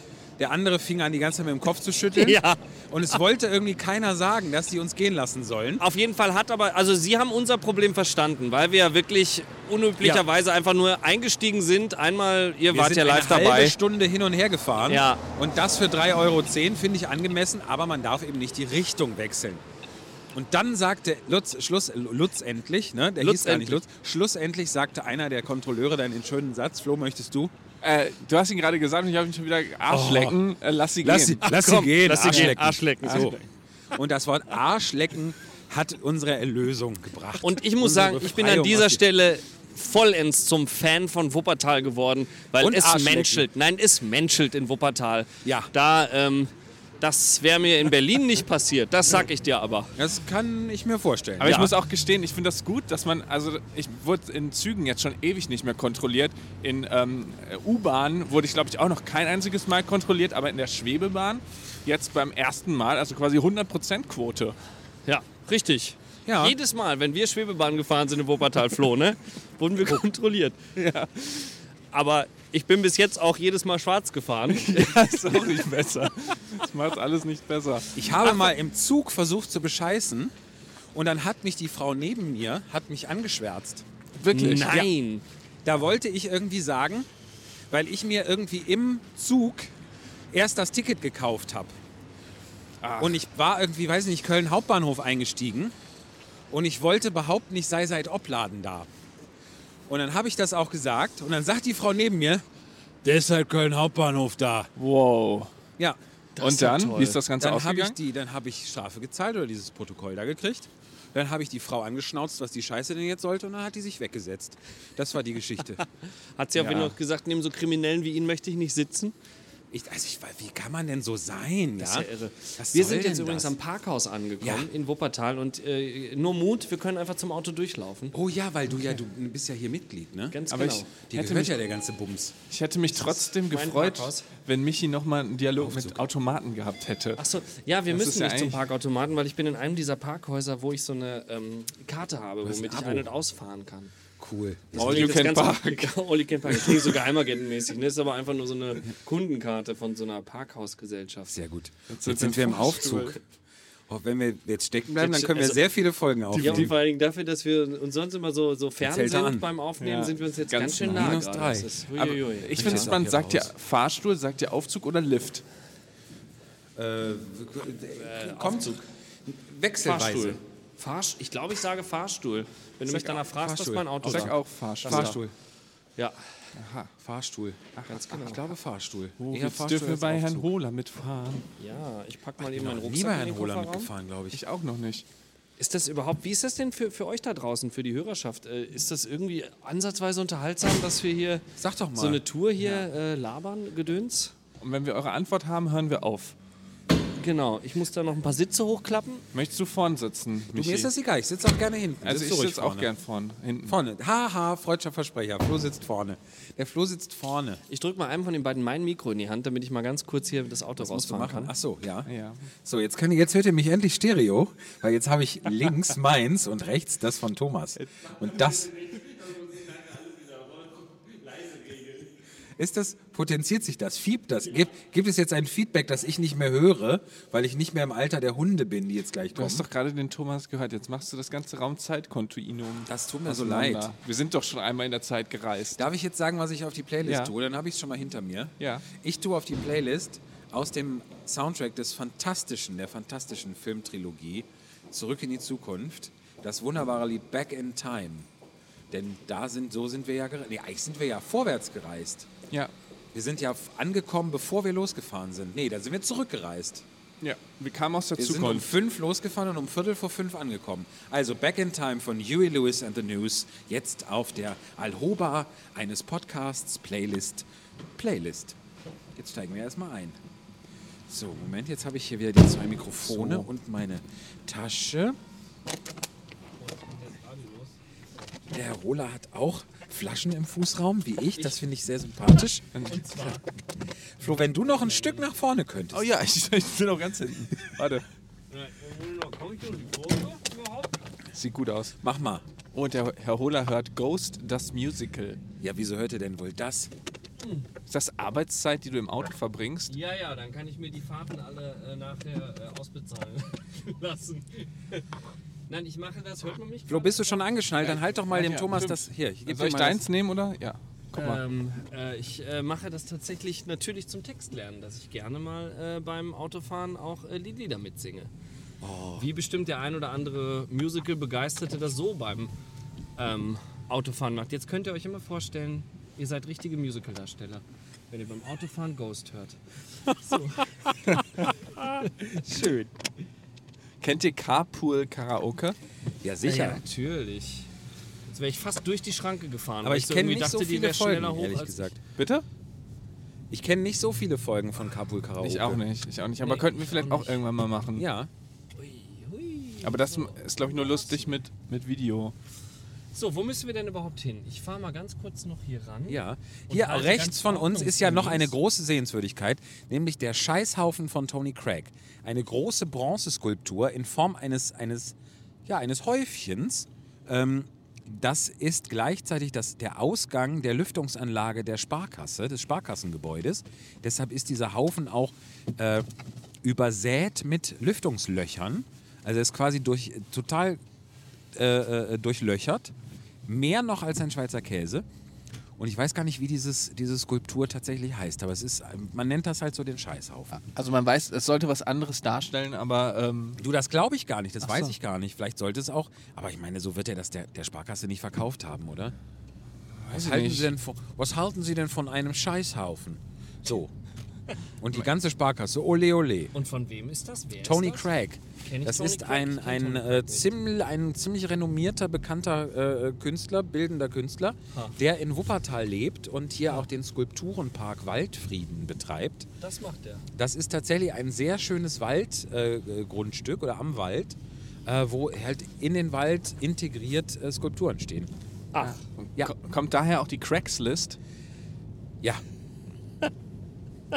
C: der andere fing an, die ganze Zeit mit dem Kopf zu schütteln.
B: Ja.
C: Und es wollte irgendwie keiner sagen, dass die uns gehen lassen sollen.
B: Auf jeden Fall hat aber, also Sie haben unser Problem verstanden, weil wir ja wirklich unüblicherweise einfach nur eingestiegen sind. Einmal, ihr
C: Wir
B: wart
C: sind
B: ja live
C: eine halbe
B: dabei.
C: Stunde hin und her gefahren.
B: Ja.
C: Und das für 3,10 Euro finde ich angemessen, aber man darf eben nicht die Richtung wechseln. Und dann sagte Lutz, Schluss, Lutz endlich, ne? der hieß gar nicht Lutz,
B: Lutzendlich.
C: schlussendlich sagte einer der Kontrolleure dann den schönen Satz, Flo, möchtest du?
A: Äh, du hast ihn gerade gesagt und ich habe ihn schon wieder Arschlecken. Äh, lass sie
C: Lass sie,
A: gehen.
C: lass
B: komm,
C: sie gehen,
B: lass sie gehen, Arschlecken,
C: Arschlecken.
B: so.
C: Arschlecken. Und das Wort Arschlecken hat unsere Erlösung gebracht.
B: Und ich muss
C: Unsere
B: sagen, ich bin an
C: Befreiung
B: dieser
C: aus dem-
B: Stelle vollends zum Fan von Wuppertal geworden, weil
C: Und
B: es
C: Arschlecken.
B: menschelt. Nein, es menschelt in Wuppertal.
C: Ja.
B: Da, ähm, das wäre mir in Berlin nicht passiert. Das sag ich dir aber.
C: Das kann ich mir vorstellen.
A: Aber ich
B: Ja.
A: muss auch gestehen, ich finde das gut, dass man, also ich wurde in Zügen jetzt schon ewig nicht mehr kontrolliert. In ähm, U-Bahn wurde ich, glaube ich, auch noch kein einziges Mal kontrolliert, aber in der Schwebebahn jetzt beim ersten Mal, also quasi 100% Quote.
B: Ja, richtig.
C: Ja.
B: Jedes Mal, wenn wir Schwebebahn gefahren sind in Wuppertal Floh, ne, wurden wir kontrolliert. Aber ich bin bis jetzt auch jedes Mal schwarz gefahren.
A: Das ist auch nicht besser. Das macht alles nicht besser.
C: Ich habe mal im Zug versucht zu bescheißen und dann hat mich die Frau neben mir hat mich angeschwärzt.
A: Wirklich.
B: Nein.
C: Da wollte ich irgendwie sagen, weil ich mir irgendwie im Zug erst das Ticket gekauft habe. Und ich war irgendwie, weiß nicht, Köln Hauptbahnhof eingestiegen und ich wollte behaupten, ich sei seit Obladen da. Und dann habe ich das auch gesagt und dann sagt die Frau neben mir, der ist seit Köln Hauptbahnhof da.
A: Wow.
C: Ja,
A: Und dann, wie ist das Ganze
C: dann habe ich,
A: ausgegangen?
C: die- dann hab ich Strafe gezahlt oder dieses Protokoll da gekriegt. Dann habe ich die Frau angeschnauzt, was die Scheiße denn jetzt sollte, und dann hat die sich weggesetzt. Das war die
B: [LAUGHS]
C: Geschichte.
B: Hat sie auf
C: Ja.
B: jeden Fall gesagt, neben so Kriminellen wie ihn möchte ich nicht sitzen.
C: Ich, also ich, war- wie kann man denn so sein?
B: Das
C: ja?
B: ist ja irre.
C: Was
B: wir
C: soll
B: sind jetzt
C: denn
B: übrigens
C: das?
B: am Parkhaus angekommen
C: Ja.
B: in Wuppertal und äh, nur Mut, wir können einfach zum Auto durchlaufen.
C: Oh ja, weil du ja, du bist ja hier Mitglied, ne?
B: Ganz
A: Aber
B: genau.
A: ich-
C: Dir
A: Hätte
C: gehört
A: mich-
C: ja der ganze Bums.
A: Ich hätte mich trotzdem
B: mein
A: gefreut,
B: Parkhaus.
A: wenn Michi nochmal einen Dialog mit Automaten gehabt hätte.
B: Achso, ja, wir
A: Das ist
B: müssen
A: ja
B: nicht zum
A: eigentlich-
B: Parkautomaten, weil ich bin in einem dieser Parkhäuser, wo ich so eine ähm, Karte habe,
C: hast
B: womit
C: ein
B: ich
C: Abo.
B: ein- und ausfahren kann.
C: Cool.
A: All you
B: Das
A: can
B: Ganze- [LAUGHS] All you can park. Das klingt so geheimagentenmäßig. Ne? Das ist aber einfach nur so eine Kundenkarte von so einer Parkhausgesellschaft.
C: Sehr gut. Jetzt
A: sind
C: sind,
A: wir
C: wir im
A: im
C: Aufzug. Oh, wenn wir jetzt stecken bleiben, dann
B: Jetzt-
C: können wir
B: also-
C: sehr viele Folgen
B: Ja, und
C: aufnehmen.
B: vor allen Dingen dafür, dass wir uns sonst immer so, so fern
C: Zählt er an.
B: sind beim Aufnehmen,
A: Ja.
B: sind wir uns jetzt
A: Ganz
B: ganz, schön nah.
C: minus
B: gerade.
C: drei.
B: Das ist,
A: Aber
B: huiuiui.
A: ich finde es
C: Ja.
A: spannend, sagt ihr Fahrstuhl, sagt ihr Aufzug oder Lift?
C: Äh,
B: Äh,
C: Kommt. Wechselweise.
B: Fahrstuhl. Fahrst- ich glaube, ich sage Fahrstuhl. Wenn du mich danach fragst,
C: Fahrstuhl.
B: was mein Auto
A: Ich sag
B: sagt.
A: auch Fahrstuhl.
C: Fahrstuhl.
B: Ja.
C: Aha, Fahrstuhl.
B: Ganz genau.
C: Ich glaube Fahrstuhl.
A: Oh,
C: Eher
A: jetzt
C: Fahrstuhl
A: dürfen wir
C: als
A: bei
C: Aufzug.
A: Herrn Hohler mitfahren.
B: ja, ich packe mal eben meinen
C: Nie bei
B: Rucksack in
C: genau. Herrn
B: den
C: Hohler
B: Kofferraum.
C: mitgefahren, glaube ich.
A: Ich auch noch nicht.
B: Ist das überhaupt, wie ist das denn für, für euch da draußen, für die Hörerschaft? Äh, Ist das irgendwie ansatzweise unterhaltsam, dass wir hier
C: Sag doch mal.
B: so eine Tour hier äh, labern, Gedöns?
A: Und wenn wir eure Antwort haben, hören wir auf.
B: Genau, ich muss da noch ein paar Sitze hochklappen.
A: Möchtest du vorn sitzen,
C: Du,
A: Michi?
C: mir ist das egal, ich sitze auch gerne hinten.
A: also
C: Sitz
A: ich
C: du ruhig
A: sitze auch
C: vorne.
A: gern vorn, hinten.
C: Vorne. Haha, freudscher Versprecher. Flo sitzt vorne. Der Flo sitzt vorne.
B: Ich drücke mal einem von den beiden mein Mikro in die Hand, damit ich mal ganz kurz hier das Auto
C: musst du
B: rausfahren kann.
C: Ach so, ja.
A: Ja.
C: So, jetzt, kann, jetzt hört ihr mich endlich Stereo, weil jetzt habe ich [LAUGHS] links meins und rechts das von Thomas. Und das. Ist das, potenziert sich das, fiebt das? Gibt, gibt es jetzt ein Feedback, das ich nicht mehr höre, weil ich nicht mehr im Alter der Hunde bin, die jetzt gleich
A: Du
C: kommen?
A: hast doch gerade den Thomas gehört. Jetzt machst du das ganze Raumzeitkontinuum.
C: Das tut mir so
A: auseinander.
C: leid.
A: Wir sind doch schon einmal in der Zeit gereist.
C: Darf ich jetzt sagen, was ich auf die Playlist
A: Ja.
C: tue? Dann habe ich es schon mal hinter mir.
A: Ja.
C: Ich tue auf die Playlist aus dem Soundtrack des fantastischen, der fantastischen Filmtrilogie Zurück in die Zukunft das wunderbare Lied Back in Time. Denn da sind, so sind wir ja gereist. Nee, eigentlich sind wir ja vorwärts gereist.
A: Ja.
C: Wir sind ja f- angekommen, bevor wir losgefahren sind. Nee, da sind wir zurückgereist.
A: Ja. Wir kamen aus der
C: Wir sind um
A: Zukunft.
C: fünf losgefahren und um Viertel vor fünf angekommen. Also Back in Time von Huey Lewis and the News, jetzt auf der Alhoba eines Podcasts Playlist. Playlist. Jetzt steigen wir erstmal ein. So, Moment, jetzt habe ich hier wieder die zwei Mikrofone und meine Tasche. Der Herr Rola hat auch Flaschen im Fußraum, wie ich. Das finde ich sehr sympathisch. [LAUGHS] Flo, wenn du noch ein Stück nach vorne könntest.
A: Oh ja, [LAUGHS] ich, ich bin auch ganz hinten. Warte. Sieht gut aus.
C: Mach mal.
A: Und der Herr Hohler hört Ghost, das Musical.
C: Ja, wieso hört ihr denn wohl das?
A: Ist das Arbeitszeit, die du im Auto verbringst?
B: Ja, ja, dann kann ich mir die Fahrten alle äh, nachher äh, ausbezahlen [LAUGHS] lassen. [LAUGHS] Nein, ich mache das, hört man mich?
C: Flo, bist du schon angeschnallt? Dann halt doch mal dem
A: ja,
C: Thomas
A: stimmt.
C: das. Hier, ich gebe
A: Soll
C: dir
A: ich
C: mal
A: deins nehmen, oder? Ja. Guck mal.
B: Ähm, äh, ich äh, mache das tatsächlich natürlich zum Textlernen, dass ich gerne mal äh, beim Autofahren auch äh, die Lieder mitsinge. Wie bestimmt der ein oder andere Musical-Begeisterte das so beim ähm, Autofahren macht. Jetzt könnt ihr euch immer vorstellen, ihr seid richtige Musical-Darsteller, wenn ihr beim Autofahren Ghost hört.
A: Schön. Kennt ihr Carpool Karaoke?
C: Das. Ja, sicher.
B: Ja, natürlich. Jetzt wäre ich fast durch die Schranke gefahren.
C: Aber
B: weil
C: ich
B: so
C: kenne
B: irgendwie
C: nicht so
B: dachte, die
C: viele
B: wär schneller
C: Folgen,
B: hoch
C: ehrlich
B: als-
C: gesagt.
A: Bitte?
C: Ich kenne nicht so viele Folgen von Carpool Karaoke.
A: Ich auch nicht, ich auch nicht. Aber könnten wir vielleicht auch irgendwann mal machen.
C: Ja.
A: Aber das ist, glaube ich, nur lustig mit, mit Video.
B: So, wo müssen wir denn überhaupt hin? Ich fahre mal ganz kurz noch hier ran.
C: Ja.
B: Und
C: Hier
B: halte
C: rechts
B: ganz
C: von uns ist ja noch eine
B: ordnungsgemäß.
C: große Sehenswürdigkeit, nämlich der Scheißhaufen von Tony Craig. Eine große Bronzeskulptur in Form eines, eines, ja, eines Häufchens. Ähm, das ist gleichzeitig das, der Ausgang der Lüftungsanlage der Sparkasse, des Sparkassengebäudes. Deshalb ist dieser Haufen auch äh, übersät mit Lüftungslöchern. Also er ist quasi durch, total äh, äh, durchlöchert. Mehr noch als ein Schweizer Käse. Und ich weiß gar nicht, wie dieses, diese Skulptur tatsächlich heißt, aber es ist, man nennt das halt so den Scheißhaufen.
A: Also man weiß, es sollte was anderes darstellen, aber ähm,
C: Du, das glaube ich gar nicht, das weiß ich gar nicht. Vielleicht sollte es auch, aber ich meine, so wird er das der, der Sparkasse nicht verkauft haben, oder? Was
A: ich
C: halten,
A: nicht.
C: Sie denn von, was halten Sie denn von einem Scheißhaufen? So. Und die ganze Sparkasse, ole ole.
B: Und von wem ist das? Wer
C: Tony
B: ist das?
C: Craig.
B: Kenn ich
C: Das
B: Tony
C: ist
B: Craig?
C: ein,
B: Ich kenn
C: ein,
B: Tony
C: äh,
B: Craig nicht.
C: ziemlich, ein ziemlich renommierter, bekannter äh, Künstler, bildender Künstler, der in Wuppertal lebt und hier auch den Skulpturenpark Waldfrieden betreibt.
B: Das macht er.
C: Das ist tatsächlich ein sehr schönes Waldgrundstück äh, Grundstück oder am Wald, äh, wo halt in den Wald integriert äh, Skulpturen stehen. Ja.
A: Ko- Kommt daher auch die Craigslist?
C: Ja,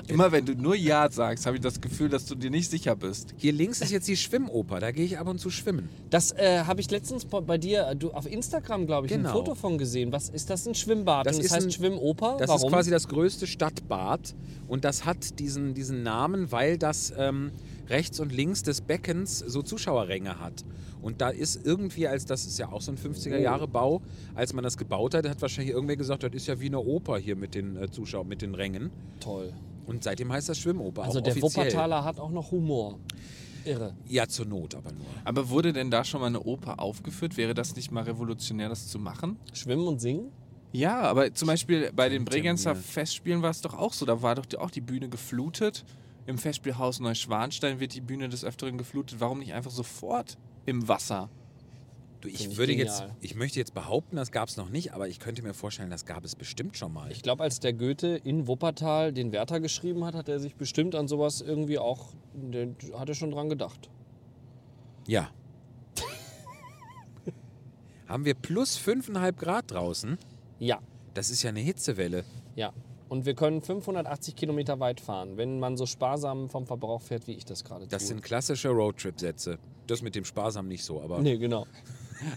A: Immer wenn du nur Ja sagst, habe ich das Gefühl, dass du dir nicht sicher bist.
C: hier links ist jetzt die Schwimmoper, da gehe ich ab und zu schwimmen.
B: Das äh, habe ich letztens bei- bei dir äh, du, auf Instagram, glaube ich,
C: Genau.
B: ein Foto von gesehen. Was ist das? Ein Schwimmbad.
C: Das
B: Und es
C: ist
B: heißt
C: ein-
B: Schwimmoper.
C: Das
B: Oh, Warum?
C: ist quasi das größte Stadtbad und das hat diesen, diesen Namen, weil das ähm, rechts und links des Beckens so Zuschauerränge hat. Und da ist irgendwie, als das ist ja auch so ein
B: Oh.
C: 50er-Jahre-Bau, als man das gebaut hat, hat wahrscheinlich irgendwer gesagt, das ist ja wie eine Oper hier mit den äh, Zuschauern, mit den Rängen.
B: toll.
C: Und seitdem heißt das Schwimmoper.
B: Also
C: auch
B: der
C: offiziell.
B: Wuppertaler hat auch noch Humor. Irre.
C: Ja, zur Not aber nur.
A: Aber wurde denn da schon mal eine Oper aufgeführt? Wäre das nicht mal revolutionär, das zu machen?
B: Schwimmen und singen?
A: Ja, aber zum Beispiel bei den
C: Könnte
A: Bregenzer
C: mir-
A: Festspielen war es doch auch so. Da war doch die- auch die Bühne geflutet. Im Festspielhaus Neuschwanstein wird die Bühne des Öfteren geflutet. Warum nicht einfach sofort im Wasser?
C: Du, ich,
B: Finde ich
C: würde jetzt,
B: genial.
C: ich möchte jetzt behaupten, das gab es noch nicht, aber ich könnte mir vorstellen, das gab es bestimmt schon mal.
B: Ich glaube, als der Goethe in Wuppertal den Werther geschrieben hat, hat er sich bestimmt an sowas irgendwie auch, der, hat er schon dran gedacht.
C: Ja. [LAUGHS] Haben wir plus 5,5 Grad draußen?
B: Ja,
C: Das ist ja eine Hitzewelle.
B: ja. Und wir können 580 Kilometer weit fahren, wenn man so sparsam vom Verbrauch fährt, wie ich das gerade
C: Das
B: tue.
C: sind klassische Roadtrip-Sätze. Das mit dem Sparsam nicht so, aber.
B: Nee, genau.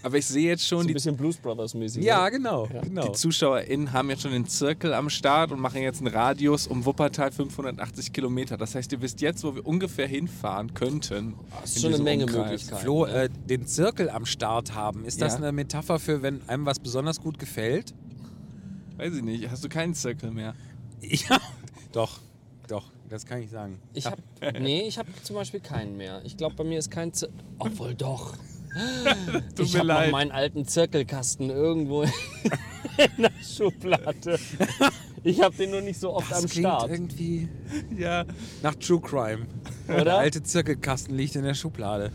A: Aber ich sehe jetzt schon,
B: So ein
A: die,
B: bisschen Blues ne? Brothers mäßig.
C: Ja, genau.
A: die
C: genau.
A: ZuschauerInnen haben jetzt schon den Zirkel am Start und machen jetzt einen Radius um Wuppertal 580 Kilometer. Das heißt, ihr wisst jetzt, wo wir ungefähr hinfahren könnten.
B: Das
A: in
B: ist schon eine
A: diesem
B: Menge
A: Umkreis.
B: Möglichkeiten.
C: Flo, äh, den Zirkel am Start haben, ist das
A: Ja.
C: eine Metapher für, wenn einem was besonders gut gefällt?
A: Weiß ich nicht, hast du keinen Zirkel mehr?
C: Ja. Doch, doch, das kann ich sagen.
B: Ich hab,
C: [LAUGHS]
B: nee, ich habe zum Beispiel keinen mehr. Ich glaube, bei mir ist kein Zirkel. Obwohl doch. ich
A: mir
B: habe noch
A: leid.
B: meinen alten Zirkelkasten irgendwo [LAUGHS] in der Schublade. Ich habe den nur nicht so oft
C: Das
B: am
C: klingt
B: Start.
C: irgendwie ja. nach True Crime.
B: Oder?
C: Der alte Zirkelkasten liegt in der Schublade.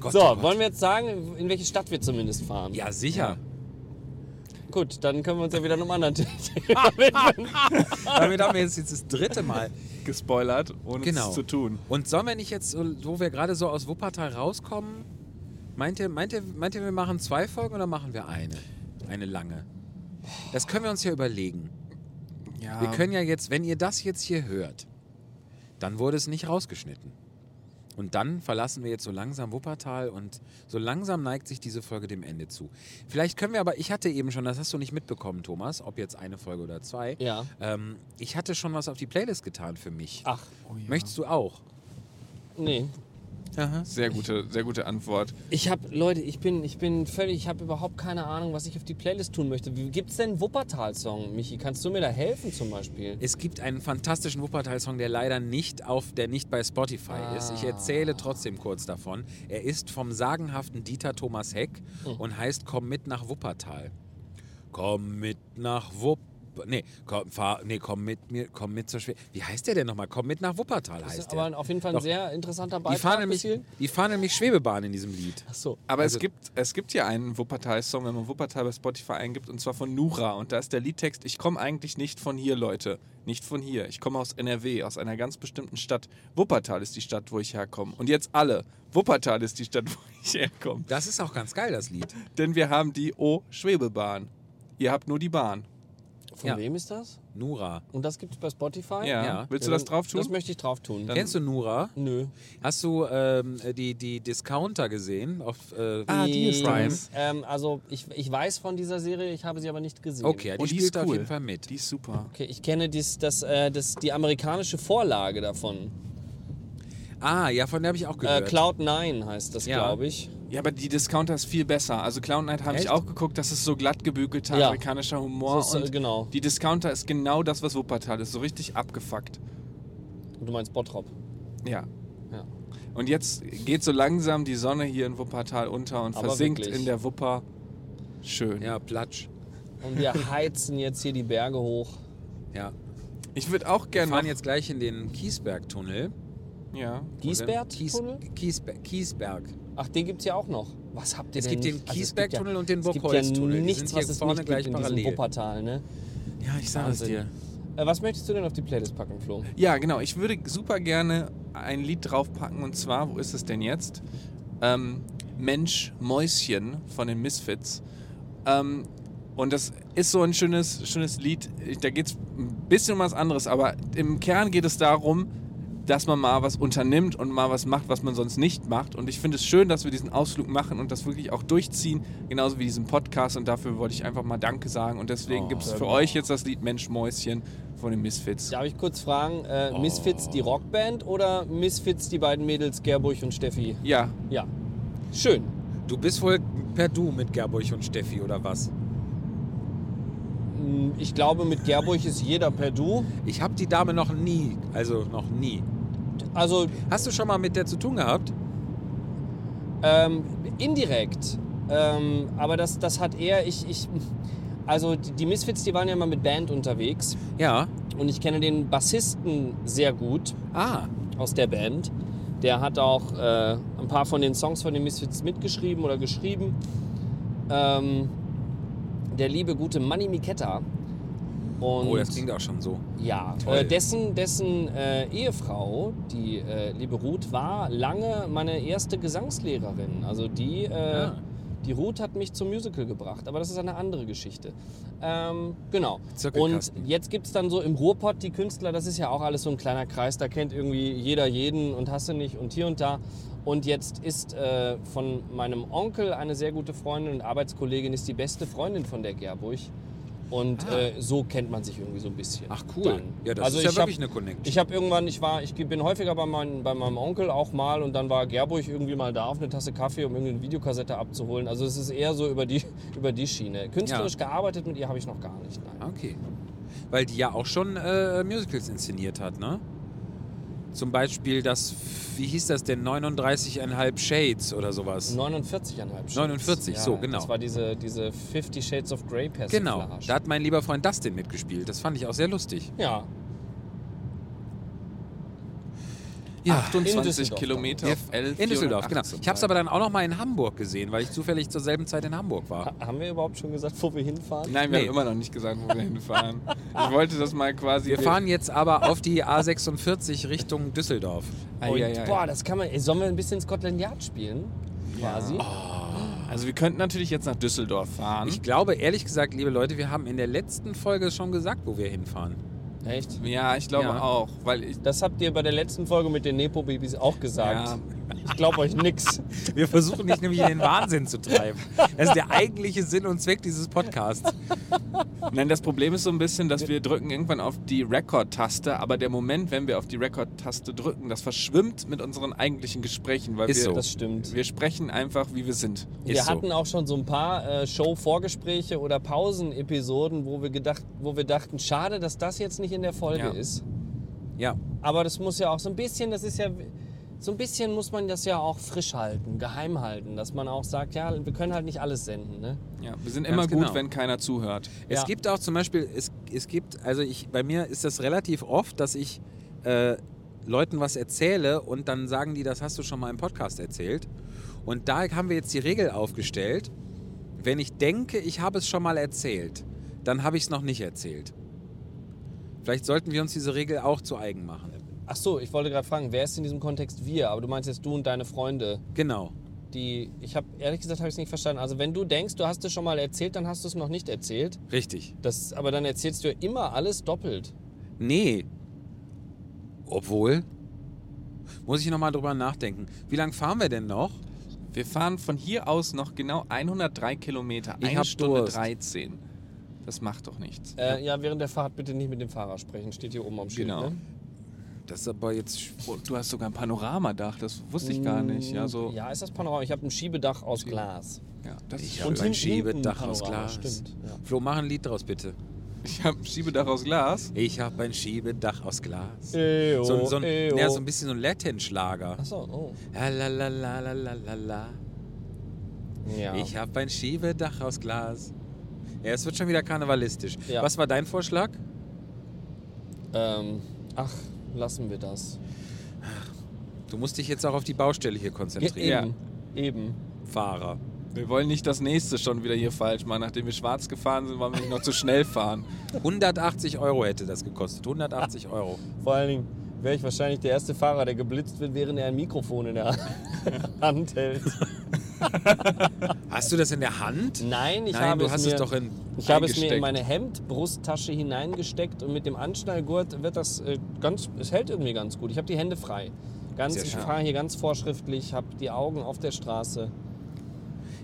C: Gott,
B: So,
C: oh Gott.
B: wollen wir jetzt sagen, in welche Stadt wir zumindest fahren?
C: Ja, sicher.
B: Gut, dann können wir uns ja wieder einem anderen [LAUGHS] Thema widmen.
C: Damit haben wir jetzt, jetzt das
A: [LAUGHS]
C: dritte Mal.
A: Gespoilert, ohne
C: Genau.
A: es zu tun.
C: Und sollen wir nicht jetzt, so- wo wir gerade so aus Wuppertal rauskommen, meint ihr, meint, ihr, meint ihr, wir machen zwei Folgen oder machen wir eine? Eine lange. Das können wir uns ja überlegen.
A: Ja,
C: Wir können ja jetzt, wenn ihr das jetzt hier hört, dann wurde es nicht rausgeschnitten. Und dann verlassen wir jetzt so langsam Wuppertal und so langsam neigt sich diese Folge dem Ende zu. Vielleicht können wir aber, ich hatte eben schon, das hast du nicht mitbekommen, Thomas, ob jetzt eine Folge oder zwei.
B: Ja.
C: Ähm, ich hatte schon was auf die Playlist getan für mich.
B: Ach, Oh
C: Möchtest du auch?
B: nee.
A: sehr gute, sehr gute Antwort.
B: Ich habe, Leute, ich bin, ich bin völlig, ich habe überhaupt keine Ahnung, was ich auf die Playlist tun möchte. Wie gibt's denn einen Wuppertal-Song, Michi? Kannst du mir da helfen zum Beispiel?
C: Es gibt einen fantastischen Wuppertal-Song, der leider nicht auf, der nicht bei Spotify
B: Ah.
C: ist. Ich erzähle trotzdem kurz davon. Er ist vom sagenhaften Dieter Thomas Heck
B: Hm.
C: und heißt Komm mit nach Wuppertal. Komm mit nach Wuppertal. Nee, komm, fahr, nee, komm mit mir, komm mit zur Schwede. Wie heißt der denn nochmal? Komm mit nach Wuppertal
B: Das ist
C: heißt
B: aber
C: der.
B: auf jeden Fall ein
C: Doch.
B: sehr interessanter
C: Die
B: Beitrag. Ah,
C: fahren, nämlich,
B: bis hierhin.
C: die fahren nämlich Schwebebahn in diesem Lied.
B: Ach so.
A: Aber
C: Also-
A: es, gibt, es gibt hier einen Wuppertal-Song, wenn man Wuppertal bei Spotify eingibt, und zwar von Nura. Und da ist der Liedtext: Ich komme eigentlich nicht von hier, Leute. Nicht von hier. Ich komme aus NRW, aus einer ganz bestimmten Stadt. Wuppertal ist die Stadt, wo ich herkomme. Und jetzt alle: Wuppertal ist die Stadt, [LAUGHS] wo ich herkomme.
C: Das ist auch ganz geil, das Lied.
A: Denn wir haben die O-Schwebebahn. Ihr habt nur die Bahn.
B: Von
C: Ja.
B: wem ist das?
C: Nura.
B: Und das gibt's bei Spotify?
A: Ja.
C: Ja.
A: Willst du
B: Ja,
A: das
B: dann-
A: drauf tun?
B: Das möchte ich drauf tun.
C: Kennst du Nura?
B: Nö.
C: Hast du ähm, die, die Discounter gesehen auf äh, ah, Prime?
B: das. Ähm, also, ich, ich weiß von dieser Serie, ich habe sie aber nicht gesehen.
C: Okay, die,
A: Und die
C: spielt
A: ist
C: auf
A: cool.
C: jeden Fall mit.
A: Die ist super.
B: Okay, ich kenne dies, das, äh, das, die amerikanische Vorlage davon.
C: ah, ja, von der habe ich auch
B: Äh,
C: gehört.
B: Cloud9 heißt das,
C: Ja.
B: glaube ich.
A: Ja, aber die Discounter ist viel besser. Also Clown Knight habe
C: Echt?
A: ich auch geguckt, das ist so glatt gebügelter
B: Ja.
A: amerikanischer Humor.
B: So ist, äh,
A: und
B: genau.
A: Die Discounter ist genau das, was Wuppertal ist. So richtig abgefuckt.
B: Du meinst Bottrop.
A: Ja.
B: Ja.
A: Und jetzt geht so langsam die Sonne hier in Wuppertal unter und
B: Aber
A: versinkt
B: wirklich.
A: in der Wupper. Schön.
C: ja, Platsch. [LAUGHS]
B: Und wir heizen jetzt hier die Berge hoch.
C: Ja.
A: Ich würde auch
C: Wir
A: gerne.
C: fahren jetzt gleich in den Kiesbergtunnel.
A: Ja.
B: Giesbert?
C: Kies, Kiesberg. Kiesberg.
B: Ach, den gibt es ja auch noch. Was habt ihr
C: Es
B: denn nicht?
C: gibt den
B: Also es gibt
C: Kiesbergtunnel und den
B: Es gibt ja
C: Burgholztunnel. Die
B: nichts,
C: sind hier
B: was es
C: vorne
B: nicht
C: gleich
B: gibt in
C: parallel.
B: diesem Wuppertal, ne?
C: Ja, ich
B: sag es dir. Äh, was möchtest du denn auf die Playlist packen, Flo?
A: Ja, genau. Ich würde super gerne ein Lied draufpacken und zwar, wo ist es denn jetzt? Ähm, Mensch Mäuschen von den Misfits. Ähm, und das ist so ein schönes, schönes Lied. Da geht es ein bisschen um was anderes, aber im Kern geht es darum, dass man mal was unternimmt und mal was macht, was man sonst nicht macht. Und ich finde es schön, dass wir diesen Ausflug machen und das wirklich auch durchziehen, genauso wie diesen Podcast. Und dafür wollte ich einfach mal Danke sagen. Und deswegen gibt es für euch jetzt das Lied Mensch Mäuschen von den Misfits.
B: Darf ich kurz fragen,
C: Oh.
B: äh, Misfits die Rockband oder Misfits die beiden Mädels Gerburg und Steffi?
A: Ja,
B: Ja. Schön.
C: Du bist wohl per Du mit Gerburg und Steffi oder was?
B: Mm, Ich glaube, mit Gerburg ist jeder per Du.
C: Ich habe die Dame noch nie, also noch nie.
B: Also
C: Hast du schon mal mit der zu tun gehabt?
B: Ähm, indirekt. Ähm, aber das, das hat eher, ich, ich, also die die Misfits, die waren ja mal mit Band unterwegs
C: Ja.
B: und ich kenne den Bassisten sehr gut
C: Ah,
B: aus der Band. Der hat auch äh, ein paar von den Songs von den Misfits mitgeschrieben oder geschrieben. Ähm, der liebe gute Manny Miketta. Und
C: oh, das klingt auch schon so.
B: ja,
C: Toll.
B: äh, dessen, dessen äh, Ehefrau, die äh, liebe Ruth, war lange meine erste Gesangslehrerin. Also die, äh,
C: Ah.
B: die Ruth hat mich zum Musical gebracht, aber das ist eine andere Geschichte. Ähm, genau. Und
C: Zirkelkasten.
B: jetzt gibt es dann so im Ruhrpott die Künstler, das ist ja auch alles so ein kleiner Kreis, da kennt irgendwie jeder jeden und hasse nicht und hier und da. Und jetzt ist äh, von meinem Onkel eine sehr gute Freundin und Arbeitskollegin, ist die beste Freundin von der Gerburg. Und äh, so kennt man sich irgendwie so ein bisschen.
C: Ach cool.
B: Dann.
C: Ja, das
B: also
C: ist ja
B: ich
C: wirklich
B: hab,
C: eine Connection.
B: Ich habe irgendwann, ich war, ich bin häufiger bei, mein, bei meinem Onkel auch mal und dann war Gerburg irgendwie mal da auf eine Tasse Kaffee, um irgendwie eine Videokassette abzuholen. Also es ist eher so über die, [LAUGHS] über die Schiene. Künstlerisch gearbeitet mit ihr habe ich noch gar nicht. Nein.
C: Ah, Okay. Weil die ja auch schon äh, Musicals inszeniert hat, ne? Zum Beispiel das, wie hieß das denn, 39,5 Shades oder sowas.
B: 49,5 Shades.
C: 49, so, genau.
B: Das war diese, diese 50 Shades of Grey Pass.
C: genau, da hat mein lieber Freund Dustin mitgespielt. Das fand ich auch sehr lustig.
B: Ja,
C: Ja,
A: 28
B: Düsseldorf
A: Kilometer
C: Ja,
A: auf L.
C: in Düsseldorf, genau. Ich habe es aber dann auch noch mal in Hamburg gesehen, weil ich zufällig zur selben Zeit in Hamburg war.
B: Ha- haben wir überhaupt schon gesagt, wo wir hinfahren?
A: Nein, wir
C: Nee.
A: haben immer noch nicht gesagt, wo wir hinfahren. Ich wollte das mal quasi.
C: Wir fahren jetzt aber auf die A46 Richtung Düsseldorf.
B: Und,
A: ja, ja,
B: boah,
A: ja.
B: das kann man. Ey, sollen wir ein bisschen Scotland Yard spielen? Quasi.
C: Oh.
A: Also wir könnten natürlich jetzt nach Düsseldorf fahren.
C: Ich glaube, ehrlich gesagt, liebe Leute, wir haben in der letzten Folge schon gesagt, wo wir hinfahren.
B: Echt?
A: ja, ich glaube
C: Ja.
A: auch, weil ich.
B: Das habt ihr bei der letzten Folge mit den Nepo-Babys auch gesagt.
A: Ja.
B: Ich glaube euch nix.
C: Wir versuchen dich nämlich in den Wahnsinn zu treiben. Das ist der eigentliche Sinn und Zweck dieses Podcasts.
A: Nein, das Problem ist so ein bisschen, dass wir drücken irgendwann auf die Rekord-Taste, aber der Moment, wenn wir auf die Rekord-Taste drücken, das verschwimmt mit unseren eigentlichen Gesprächen, weil
C: Ist
A: wir
C: so.
B: Das stimmt.
A: wir sprechen einfach, wie wir sind.
B: Wir
C: Ist so.
B: hatten auch schon so ein paar äh, Show-Vorgespräche oder Pausen-Episoden, wo, wir gedacht- wo wir dachten, schade, dass das jetzt nicht in der Folge
A: Ja.
B: ist.
C: Ja,
B: Aber das muss ja auch so ein bisschen, das ist ja, so ein bisschen muss man das ja auch frisch halten, geheim halten, dass man auch sagt, ja, wir können halt nicht alles senden, ne?
A: Ja, wir sind immer gut,
C: genau.
A: wenn keiner zuhört.
C: es
B: Ja.
C: gibt auch zum Beispiel, es, es gibt, also ich, bei mir ist das relativ oft, dass ich äh, Leuten was erzähle und dann sagen die, das hast du schon mal im Podcast erzählt. Und da haben wir jetzt die Regel aufgestellt, wenn ich denke, ich habe es schon mal erzählt, dann habe ich es noch nicht erzählt. Vielleicht sollten wir uns diese Regel auch zu eigen machen.
B: Ach so, ich wollte gerade fragen, wer ist in diesem Kontext wir? Aber du meinst jetzt du und deine Freunde,
C: Genau.
B: die, ich habe ehrlich gesagt, habe ich es nicht verstanden. Also wenn du denkst, du hast es schon mal erzählt, dann hast du es noch nicht erzählt.
C: Richtig.
B: Das, aber dann erzählst du ja immer alles doppelt.
C: Nee. Obwohl. Muss ich nochmal drüber nachdenken. Wie lange fahren wir denn noch?
A: Wir fahren von hier aus noch genau 103 Kilometer,
C: Ich
A: eine
C: hab
A: Stunde
C: Durst.
A: 13. Das macht doch nichts.
B: Äh, ja. während der Fahrt bitte nicht mit dem Fahrer sprechen, steht hier oben am Schild.
A: Genau.
B: Ne?
C: Das ist aber jetzt. sch-
A: Oh, du hast sogar ein Panoramadach, das wusste ich gar nicht. Ja,
C: Mm,
A: so, ja.
B: Ja, ist das Panorama? Ich habe ein Schiebedach aus Glas.
A: das ist
C: Ich
A: schon
C: habe
B: Und
C: ein
B: hinten
C: Schiebedach
B: ein
C: aus
B: Panorama,
C: Glas.
B: stimmt, ja.
C: Flo, mach ein Lied draus, bitte.
A: [LAUGHS] Ich habe ein Schiebedach aus Glas.
C: Ich habe ein Schiebedach aus Glas.
B: Eyo,
C: So, ein- so, ein,
B: eyo.
C: ja, so ein bisschen so ein Latin-Schlager.
B: Ach so, oh.
C: La, la, la, la, la, la, la, la.
B: Ja.
C: Ich habe ein Schiebedach aus Glas. Ja, es wird schon wieder karnevalistisch.
B: Ja.
C: Was war dein Vorschlag?
B: Ähm, ach, lassen wir das.
C: Du musst dich jetzt auch auf die Baustelle hier konzentrieren,
B: E- eben. Eben.
C: Fahrer.
A: Wir wollen nicht das nächste schon wieder hier falsch machen. Nachdem wir schwarz gefahren sind, wollen wir nicht noch zu schnell fahren.
C: 180 Euro hätte das gekostet. 180
B: Ah.
C: Euro.
B: Vor allen Dingen wäre ich wahrscheinlich der erste Fahrer, der geblitzt wird, während er ein Mikrofon in der [LAUGHS] Hand hält.
C: Hast du das in der Hand?
B: Nein, ich
C: Nein,
B: habe
C: du
B: es
C: hast
B: mir,
C: es doch in.
B: ich habe es mir in
A: eingesteckt.
B: meine Hemdbrusttasche hineingesteckt und mit dem Anschnallgurt wird das äh, ganz, es hält irgendwie ganz gut. Ich habe die Hände frei. Ganz,
C: Sehr
B: ich
C: schön.
B: fahre hier ganz vorschriftlich, habe die Augen auf der Straße.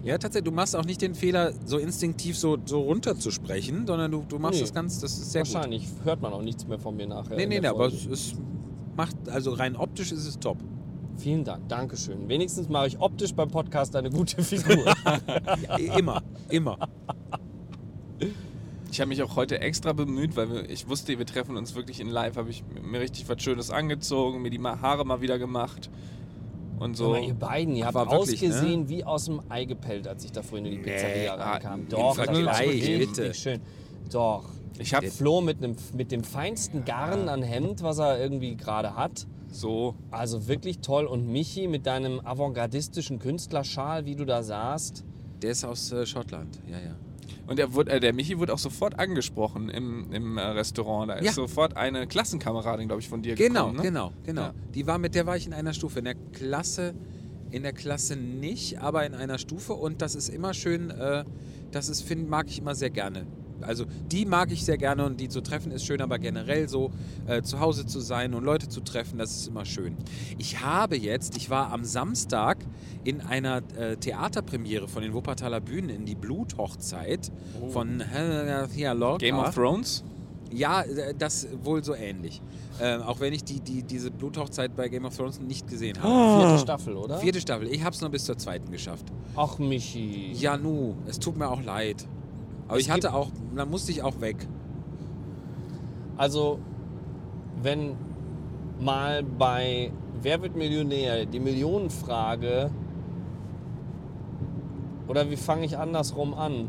C: Ja, tatsächlich, du machst auch nicht den Fehler, so instinktiv so, so runter zu sprechen, sondern du, du machst
B: Nee.
C: das ganz, das ist sehr gut.
B: Wahrscheinlich hört man auch nichts mehr von mir nachher.
C: Nee,
B: in
C: nee,
B: der
C: nee, aber
B: Folge.
C: es, es macht, also rein optisch ist es top.
B: Vielen Dank, Dankeschön. Wenigstens mache ich optisch beim Podcast eine gute
C: [LAUGHS]
B: Figur. [LAUGHS]
C: Ja, immer, immer.
A: Ich habe mich auch heute extra bemüht, weil wir, ich wusste, wir treffen uns wirklich in live. Habe ich mir richtig was Schönes angezogen, mir die Ma- Haare mal wieder gemacht. Und so.
B: Aber ihr beiden, ihr habt
C: Aber wirklich, ne?
B: ausgesehen wie aus dem Ei gepellt, als ich da vorhin in die Pizzeria
A: ah,
B: reinkam.
A: im
B: Doch, das war
A: Vergleich,
B: richtig
C: bitte.
B: schön. Doch.
A: Ich habe
B: Flo mit, einem, mit dem feinsten Garn an Hemd, was er irgendwie gerade hat.
A: so.
B: Also wirklich toll. Und Michi mit deinem avantgardistischen Künstlerschal, wie du da saßt.
C: Der ist aus äh, Schottland, ja, ja.
A: Und er wurde, äh, der Michi wurde auch sofort angesprochen im, im äh, Restaurant. Da ist
C: Ja.
A: sofort eine Klassenkameradin, glaube ich, von dir
C: Genau,
A: gekommen. ne?
C: genau, genau.
A: Ja.
C: Die war mit der war ich in einer Stufe, in der Klasse, in der Klasse nicht, aber in einer Stufe und das ist immer schön. Äh, das ist find, mag ich immer sehr gerne. Also die mag ich sehr gerne und die zu treffen ist schön, aber generell so äh, zu Hause zu sein und Leute zu treffen, das ist immer schön. Ich habe jetzt, ich war am Samstag in einer äh, Theaterpremiere von den Wuppertaler Bühnen in die Bluthochzeit von Helga Lorca.
A: Oh. Game of Thrones.
C: Ja, äh, das wohl so ähnlich. Ähm, auch wenn ich die, die, diese Bluthochzeit bei Game of Thrones nicht gesehen habe.
B: Vierte Staffel, oder?
C: Vierte Staffel. Ich hab's nur bis zur zweiten geschafft.
B: Ach, Michi.
C: Ja, nu, es tut mir auch leid. Aber
B: Es
C: ich hatte
B: gibt-
C: auch, da musste ich auch weg.
B: Also, wenn mal bei Wer wird Millionär die Millionenfrage oder wie fange ich andersrum an?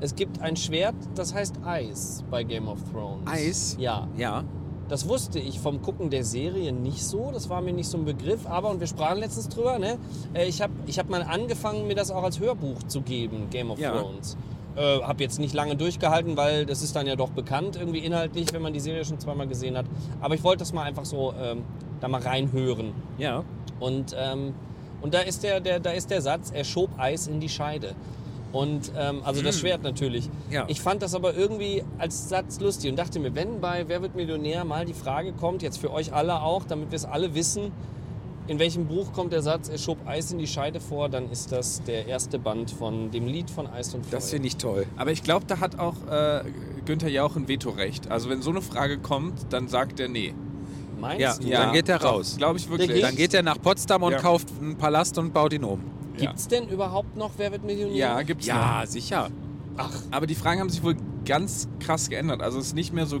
B: Es gibt ein Schwert, das heißt Eis bei Game of Thrones.
C: Eis?
B: Ja.
C: Ja.
B: Das wusste ich vom Gucken der Serie nicht so. Das war mir nicht so ein Begriff. Aber, und wir sprachen letztens drüber, ne? Äh, ich habe ich hab mal angefangen, mir das auch als Hörbuch zu geben, Game of
C: Ja.
B: Thrones. Äh, habe jetzt nicht lange durchgehalten, weil das ist dann ja doch bekannt, irgendwie inhaltlich, wenn man die Serie schon zweimal gesehen hat. Aber ich wollte das mal einfach so ähm, da mal reinhören.
C: Ja.
B: Und, ähm, und da, ist der, der, da ist der Satz, er schob Eis in die Scheide. Und ähm, also das Schwert natürlich.
C: Hm. Ja.
B: Ich fand das aber irgendwie als Satz lustig und dachte mir, wenn bei Wer wird Millionär mal die Frage kommt, jetzt für euch alle auch, damit wir es alle wissen, in welchem Buch kommt der Satz, er schob Eis in die Scheide vor, dann ist das der erste Band von dem Lied von Eis und Feuer.
C: Das finde ich toll.
A: Aber ich glaube, da hat auch äh, Günther Jauch ein Vetorecht. Also wenn so eine Frage kommt, dann sagt er nee.
B: Meinst
C: Ja,
B: du?
C: dann geht er raus.
A: Glaube ich
B: Der
A: wirklich.
B: geht-
C: Dann geht er nach Potsdam und
A: Ja.
C: kauft einen Palast und baut ihn um.
B: Gibt's denn überhaupt noch Wer wird Millionär?
A: ja, gibt's noch.
C: sicher.
A: Aber die Fragen haben sich wohl ganz krass geändert. Also es ist nicht mehr so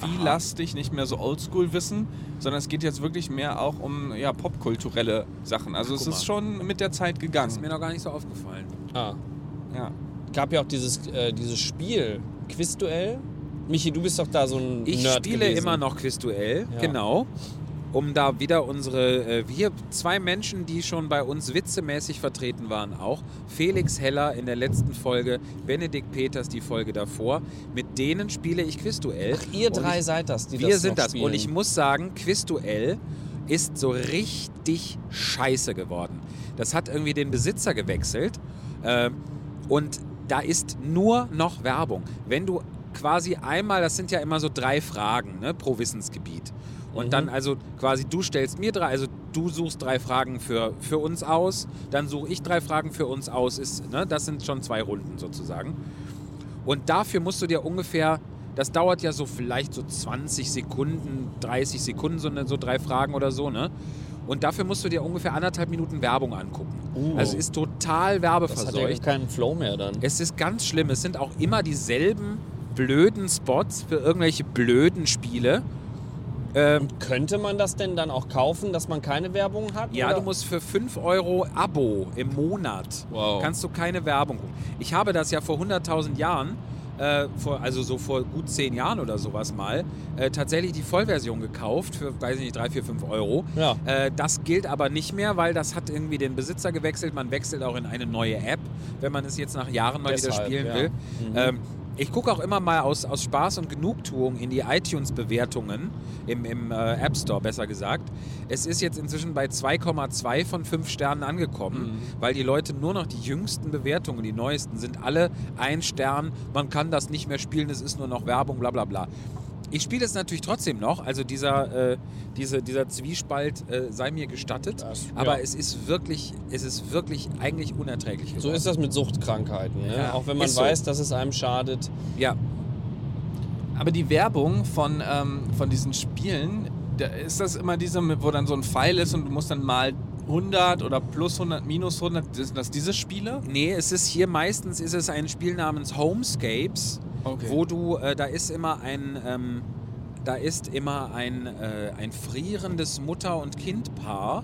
A: geografielastig, nicht mehr so Oldschool-Wissen, sondern es geht jetzt wirklich mehr auch um ja, popkulturelle Sachen. Also es
C: guck
A: ist
C: mal.
A: schon mit der Zeit
C: Ist mir
A: gegangen.
C: noch gar nicht so aufgefallen.
B: Ah.
A: Ja.
B: gab ja auch dieses, äh, dieses Spiel, Quizduell. Michi, du bist doch da so ein
C: Ich
B: Nerd
C: spiele
B: gewesen.
C: immer noch Quizduell,
B: Ja.
C: genau. Um da wieder unsere, äh, hier zwei Menschen, die schon bei uns witzemäßig vertreten waren, auch. Felix Heller in der letzten Folge, Benedikt Peters die Folge davor. Mit denen spiele ich Quizduell.
B: Ach, ihr
C: Und
B: drei
C: ich,
B: seid das, die
C: Wir
B: das
C: sind
B: noch
C: das.
B: Spielen.
C: Und ich muss sagen, Quizduell ist so richtig scheiße geworden. Das hat irgendwie den Besitzer gewechselt. Ähm, und da ist nur noch Werbung. Wenn du quasi einmal, das sind ja immer so drei Fragen ne, pro Wissensgebiet. Und
B: Mhm.
C: dann also quasi du stellst mir drei, also du suchst drei Fragen für, für uns aus, dann suche ich drei Fragen für uns aus. Ist, ne, das sind schon zwei Runden sozusagen. Und dafür musst du dir ungefähr, das dauert ja so vielleicht so 20 Sekunden, 30 Sekunden, so, ne, so drei Fragen oder so, ne? Und dafür musst du dir ungefähr anderthalb Minuten Werbung angucken.
B: Uh.
C: Also ist total
B: das hat ja
C: werbeverseucht.
B: keinen Flow mehr dann.
C: Es ist ganz schlimm. Es sind auch immer dieselben blöden Spots für irgendwelche blöden Spiele. Ähm,
B: Könnte man das denn dann auch kaufen, dass man keine Werbung hat?
C: ja,
B: oder?
C: du musst für 5 Euro Abo im Monat
A: Wow.
C: kannst du keine Werbung. gucken. Ich habe das ja vor 100.000 Jahren äh, äh, vor, also so vor gut zehn Jahren oder sowas mal, äh, tatsächlich die Vollversion gekauft für, weiß ich nicht, drei, vier, fünf Euro.
B: Ja.
C: Äh, das gilt aber nicht mehr, weil das hat irgendwie den Besitzer gewechselt. Man wechselt auch in eine neue App, wenn man es jetzt nach Jahren mal wieder
B: Deshalb,
C: spielen
B: ja.
C: will.
B: Mhm.
C: Ähm, ich gucke auch immer mal aus, aus Spaß und Genugtuung in die iTunes-Bewertungen, im, im äh, App Store besser gesagt. Es ist jetzt inzwischen bei 2,2 von 5 Sternen angekommen,
B: Mhm.
C: weil die Leute nur noch die jüngsten Bewertungen, die neuesten, sind alle ein Stern. Man kann das nicht mehr spielen, es ist nur noch Werbung, bla bla bla. Ich spiele es natürlich trotzdem noch, also dieser, äh, diese, dieser Zwiespalt äh, sei mir gestattet,
B: Das-
C: aber
B: ja.
C: es ist wirklich, es ist wirklich eigentlich unerträglich.
B: So
C: geworden.
B: ist das mit Suchtkrankheiten. Ne?
C: Ja,
B: Auch wenn man
C: ist so.
B: weiß, dass es einem schadet.
C: Ja,
A: Aber die Werbung von, ähm, von diesen Spielen, da ist das immer diese, wo dann so ein Pfeil ist und du musst dann mal 100 oder plus 100, minus 100, sind das diese Spiele?
C: Nee, es ist hier meistens ist es ein Spiel namens Homescapes,
A: Okay.
C: wo du, äh, da ist immer ein, ähm, da ist immer ein, äh, ein frierendes Mutter- und Kindpaar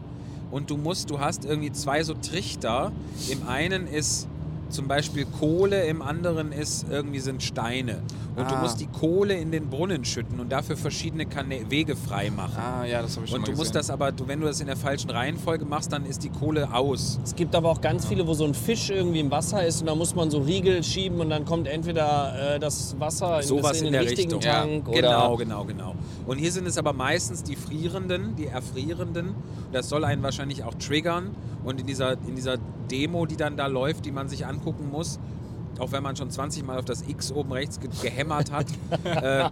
C: und du musst, du hast irgendwie zwei so Trichter. Im einen ist zum Beispiel Kohle, im anderen ist irgendwie sind Steine. Und du
A: Ah.
C: musst die Kohle in den Brunnen schütten und dafür verschiedene Kanä Wege frei machen.
A: Ah ja, das habe ich schon
C: Und
A: mal
C: du
A: gesehen.
C: musst das aber, du, wenn du das in der falschen Reihenfolge machst, dann ist die Kohle aus.
B: Es gibt aber auch ganz viele, wo so ein Fisch irgendwie im Wasser ist und da muss man so Riegel schieben und dann kommt entweder äh, das Wasser in, das
C: Sowas
B: in den
C: in der
B: richtigen
C: Richtung.
B: Tank
C: ja.
B: oder
C: Genau, genau, genau. Und hier sind es aber meistens die Frierenden, die Erfrierenden. Das soll einen wahrscheinlich auch triggern. Und in dieser, in dieser Demo, die dann da läuft, die man sich angucken muss, auch wenn man schon 20 Mal auf das X oben rechts ge gehämmert
B: [LAUGHS]
C: hat, äh,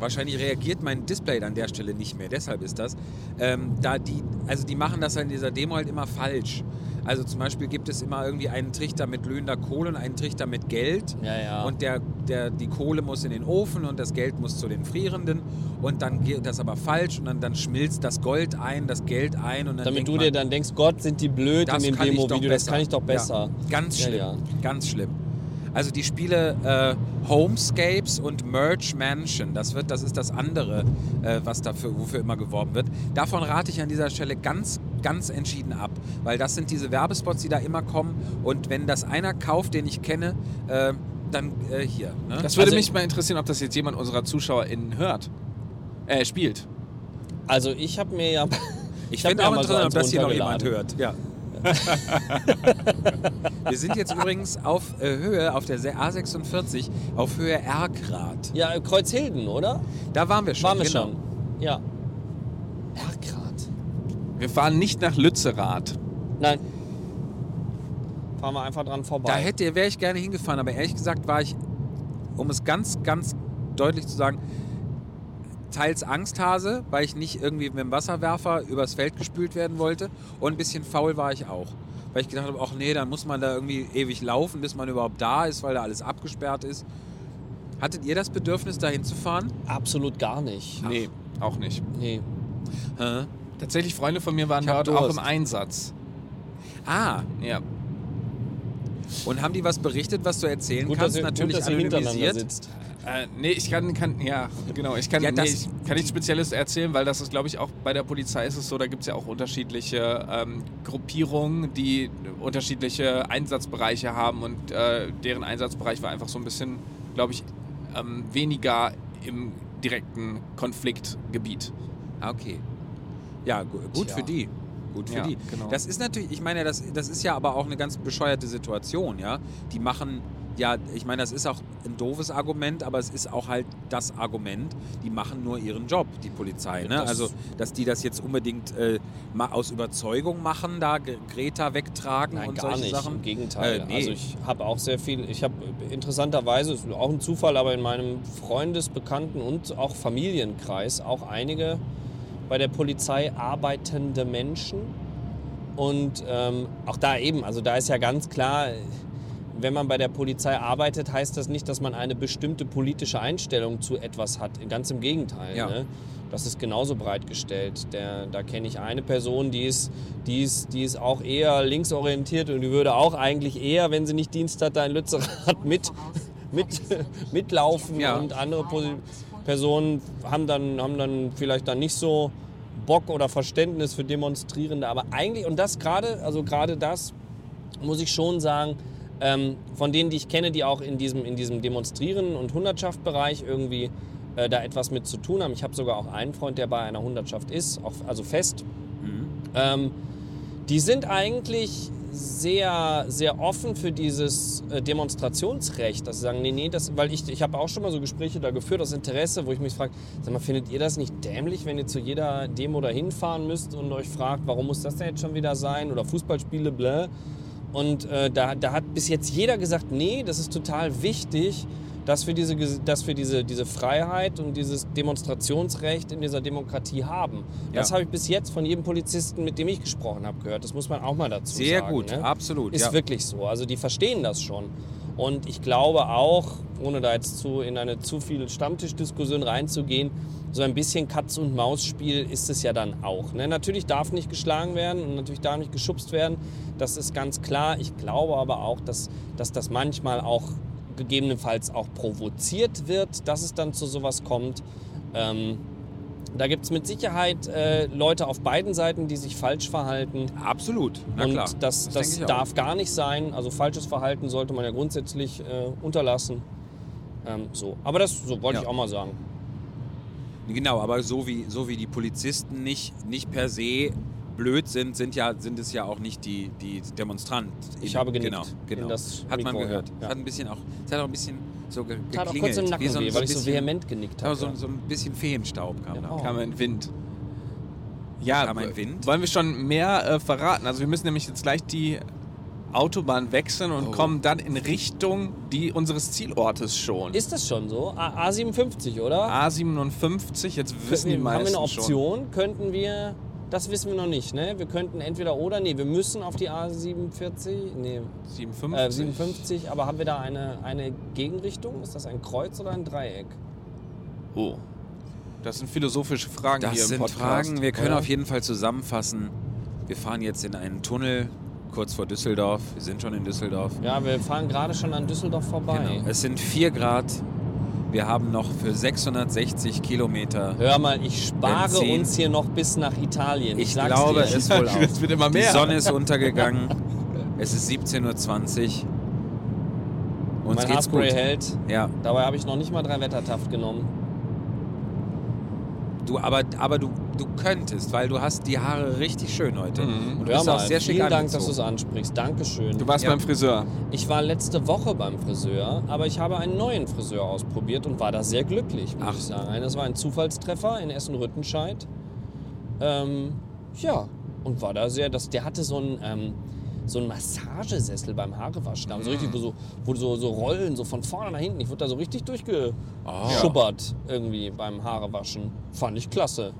C: wahrscheinlich reagiert mein Display an der Stelle nicht mehr. Deshalb ist das. Ähm, da die, also die machen das halt in dieser Demo halt immer falsch. Also zum Beispiel gibt es immer irgendwie einen Trichter mit glühender Kohle und einen Trichter mit Geld.
B: Ja, ja.
C: Und der, der, die Kohle muss in den Ofen und das Geld muss zu den Frierenden. Und dann geht das aber falsch und dann, dann schmilzt das Gold ein, das Geld ein. Und dann
B: damit
C: denkt
B: du
C: man,
B: dir dann denkst, Gott, sind die blöd in
C: das
B: dem
C: kann ich doch
B: Demo-Video, das
C: besser.
B: kann ich doch
C: Ja,
B: besser.
C: ganz
B: Ja,
C: schlimm,
B: ja.
C: ganz schlimm. Also die Spiele äh, Homescapes und Merge Mansion, das, wird, das ist das andere, äh, was dafür, wofür immer geworben wird. Davon rate ich an dieser Stelle ganz, ganz entschieden ab, weil das sind diese Werbespots, die da immer kommen. Und wenn das einer kauft, den ich kenne, äh, dann äh, hier. Ne?
A: Das würde
B: Also-
A: mich mal interessieren, ob das jetzt jemand unserer ZuschauerInnen hört. Äh, spielt.
B: Also ich habe mir ja...
C: [LAUGHS] Ich
B: hab
C: finde
B: mir
C: auch
B: mal so
C: interessant, ob
B: eins
C: das hier noch jemand
B: runtergeladen.
C: hört. Ja. [LAUGHS] Wir sind jetzt übrigens auf äh, Höhe, auf der A46, auf Höhe Erkrath.
B: Ja, Kreuzhilden, oder?
C: Da waren wir schon.
B: Waren wir
C: genau.
B: schon. Ja. Ergrad.
A: Wir fahren nicht nach Lützerath.
B: Nein. Fahren wir einfach dran vorbei.
C: Da hätte, wäre ich gerne hingefahren, aber ehrlich gesagt war ich, um es ganz, ganz deutlich zu sagen, teils Angsthase, weil ich nicht irgendwie mit dem Wasserwerfer übers Feld gespült werden wollte und ein bisschen faul war ich auch. Weil ich gedacht habe, ach nee, dann muss man da irgendwie ewig laufen, bis man überhaupt da ist, weil da alles abgesperrt ist. Hattet ihr das Bedürfnis, da hinzufahren?
B: Absolut gar nicht.
A: Nee, auch nicht.
B: Nee.
C: Hä?
A: Tatsächlich, Freunde von mir waren
C: Ich hab
A: dort auch
C: Durst.
A: im Einsatz.
C: Ah,
A: Ja.
C: und haben die was berichtet, was du erzählen
B: Gut, dass
C: kannst?
B: ihr,
C: Natürlich
B: gut, dass ihr hintereinander
C: anonymisiert.
B: sitzt.
A: Äh, nee, ich kann, kann, ja, genau. Ich kann,
C: Ja, das-
A: nee, ich kann nichts Spezielles erzählen, weil das ist, glaube ich, auch bei der Polizei ist es so, da gibt es ja auch unterschiedliche ähm, Gruppierungen, die unterschiedliche Einsatzbereiche haben und äh, deren Einsatzbereich war einfach so ein bisschen, glaube ich, ähm, weniger im direkten Konfliktgebiet.
C: Ah, Okay. Ja, gu- gut
B: Tja.
C: für die. Gut für
A: Ja,
C: die.
A: genau.
C: Das ist natürlich, ich meine, das, das ist ja aber auch eine ganz bescheuerte Situation, ja. Die machen, ja, ich meine, das ist auch ein doofes Argument, aber es ist auch halt das Argument, die machen nur ihren Job, die Polizei. Ne?
B: Das-
C: also, dass die das jetzt unbedingt äh, mal aus Überzeugung machen, da Gre- Greta wegtragen
B: Nein,
C: und
B: gar
C: solche
B: nicht. Im
C: Sachen.
B: Gegenteil.
C: Äh, nee.
B: Also ich habe auch sehr viel, ich habe interessanterweise, ist auch ein Zufall, aber in meinem Freundes-, Bekannten- und auch Familienkreis auch einige bei der Polizei arbeitende Menschen. Und ähm, auch da eben, also da ist ja ganz klar, wenn man bei der Polizei arbeitet, heißt das nicht, dass man eine bestimmte politische Einstellung zu etwas hat. Ganz im Gegenteil.
C: Ja.
B: Ne? Das ist genauso breitgestellt. Der, da kenne ich eine Person, die ist, die, ist, die ist auch eher linksorientiert und die würde auch eigentlich eher, wenn sie nicht Dienst hat, da in Lützerath mit, mit, [LAUGHS] mitlaufen.
C: Ja.
B: Und andere Posi Personen haben dann, haben dann vielleicht dann nicht so Bock oder Verständnis für Demonstrierende. Aber eigentlich, und das gerade, also gerade das muss ich schon sagen, Ähm, von denen, die ich kenne, die auch in diesem, in diesem Demonstrieren- und Hundertschaftbereich irgendwie äh, da etwas mit zu tun haben. Ich habe sogar auch einen Freund, der bei einer Hundertschaft ist, auch, also fest. Ähm, die sind eigentlich sehr, sehr offen für dieses äh, Demonstrationsrecht, dass sie sagen, nee, nee, das, weil ich, ich habe auch schon mal so Gespräche da geführt aus Interesse, wo ich mich frage, sag mal, findet ihr das nicht dämlich, wenn ihr zu jeder Demo da hinfahren müsst und euch fragt, warum muss das denn jetzt schon wieder sein oder Fußballspiele, bläh. Und äh, da, da hat bis jetzt jeder gesagt, nee, das ist total wichtig, dass wir, diese, Ges- dass wir diese, diese Freiheit und dieses Demonstrationsrecht in dieser Demokratie haben. Das
C: Ja.
B: habe ich bis jetzt von jedem Polizisten, mit dem ich gesprochen habe, gehört. Das muss man auch mal dazu
C: Sehr
B: sagen.
C: gut,
B: ne?
C: absolut.
B: Ist
C: ja.
B: wirklich so. Also die verstehen das schon. Und ich glaube auch, ohne da jetzt zu in eine zu viel Stammtischdiskussion reinzugehen, so ein bisschen Katz- und Maus-Spiel ist es ja dann auch. Ne? Natürlich darf nicht geschlagen werden und natürlich darf nicht geschubst werden. Das ist ganz klar. Ich glaube aber auch, dass, dass das manchmal auch gegebenenfalls auch provoziert wird, dass es dann zu sowas kommt. Ähm, da gibt es mit Sicherheit äh, Leute auf beiden Seiten, die sich falsch verhalten
C: Absolut, na
B: und
C: klar.
B: das, das,
C: denke ich auch.
B: darf gar nicht sein. Also falsches Verhalten sollte man ja grundsätzlich äh, unterlassen. Ähm, so. Aber das so wollte
C: Ja.
B: ich auch mal sagen.
C: Genau, aber so wie, so wie die Polizisten nicht, nicht per se blöd sind, sind, ja, sind es ja auch nicht die, die Demonstranten.
B: Ich habe genickt
C: Genau, genau.
B: in das
C: hat man
B: Mikro,
C: gehört.
B: ja.
C: Es hat ein bisschen auch, es hat auch ein bisschen so ge
B: Tat auch
C: geklingelt.
B: kurz im Nacken
C: wie
B: weh,
C: so ein-
B: weil
C: so ein
B: ich so
C: bisschen-
B: vehement Oh. genickt
C: Ja,
B: habe.
C: so, so ein bisschen Feenstaub kam da.
A: Kam ein Wind. Ja,
C: Kam ein Wind?
A: wollen wir schon mehr äh, verraten? Also wir müssen nämlich jetzt gleich die Autobahn wechseln
C: Oh.
A: und kommen dann in Richtung die unseres Zielortes schon.
B: Ist das schon so? A A57,
C: Ah,
B: oder?
A: A57, jetzt wissen die
B: wir, haben wir
A: meisten
B: eine
A: schon.
B: Option? Könnten wir. Das wissen wir noch nicht, ne? Wir könnten entweder oder, nee, wir müssen auf die A47, nee,
A: 57.
B: äh, 57, aber haben wir da eine, eine Gegenrichtung? Ist das ein Kreuz oder ein Dreieck?
A: Oh. Das sind philosophische Fragen hier
C: Das
A: im
C: sind
A: Podcast.
C: Fragen, wir können
B: Ja.
C: auf jeden Fall zusammenfassen. Wir fahren jetzt in einen Tunnel kurz vor Düsseldorf. Wir sind schon in Düsseldorf.
B: Ja, wir fahren gerade schon an Düsseldorf vorbei.
C: Genau. Es sind 4 Grad. Wir haben noch für 660 Kilometer.
B: Hör mal, ich spare
C: Benzin.
B: uns hier noch bis nach Italien.
C: Ich
B: sag's
C: glaube
B: dir. [LAUGHS]
C: es wohl
A: Das
C: auch.
A: wird immer
C: Die
A: mehr.
C: Sonne ist untergegangen. Es ist 17.20 Uhr.
B: mein
C: Uns geht's gut.
B: Haarspray hält.
C: Ja,
B: Dabei habe ich noch nicht mal drei Wettertaft genommen.
C: du, aber, aber du, du könntest, weil du hast die Haare richtig schön heute.
A: Mhm.
C: Und du
B: Hör
C: bist
B: mal,
C: auch sehr schick
B: vielen Dank, dass du es
C: angezogen.
B: ansprichst. Dankeschön.
A: Du warst
C: Ja.
A: beim Friseur.
B: ich war letzte Woche beim Friseur, aber ich habe einen neuen Friseur ausprobiert und war da sehr glücklich, muss
C: Ach.
B: ich sagen. Das war ein Zufallstreffer in Essen-Rüttenscheid. Ähm, ja, und war da sehr, das, der hatte so einen, ähm, so einen Massagesessel beim Haarewaschen. Da haben so richtig, wo so, wo so, so Rollen, so von vorne nach hinten. Ich wurde da so richtig durchgeschubbert irgendwie beim Haarewaschen. Fand ich klasse.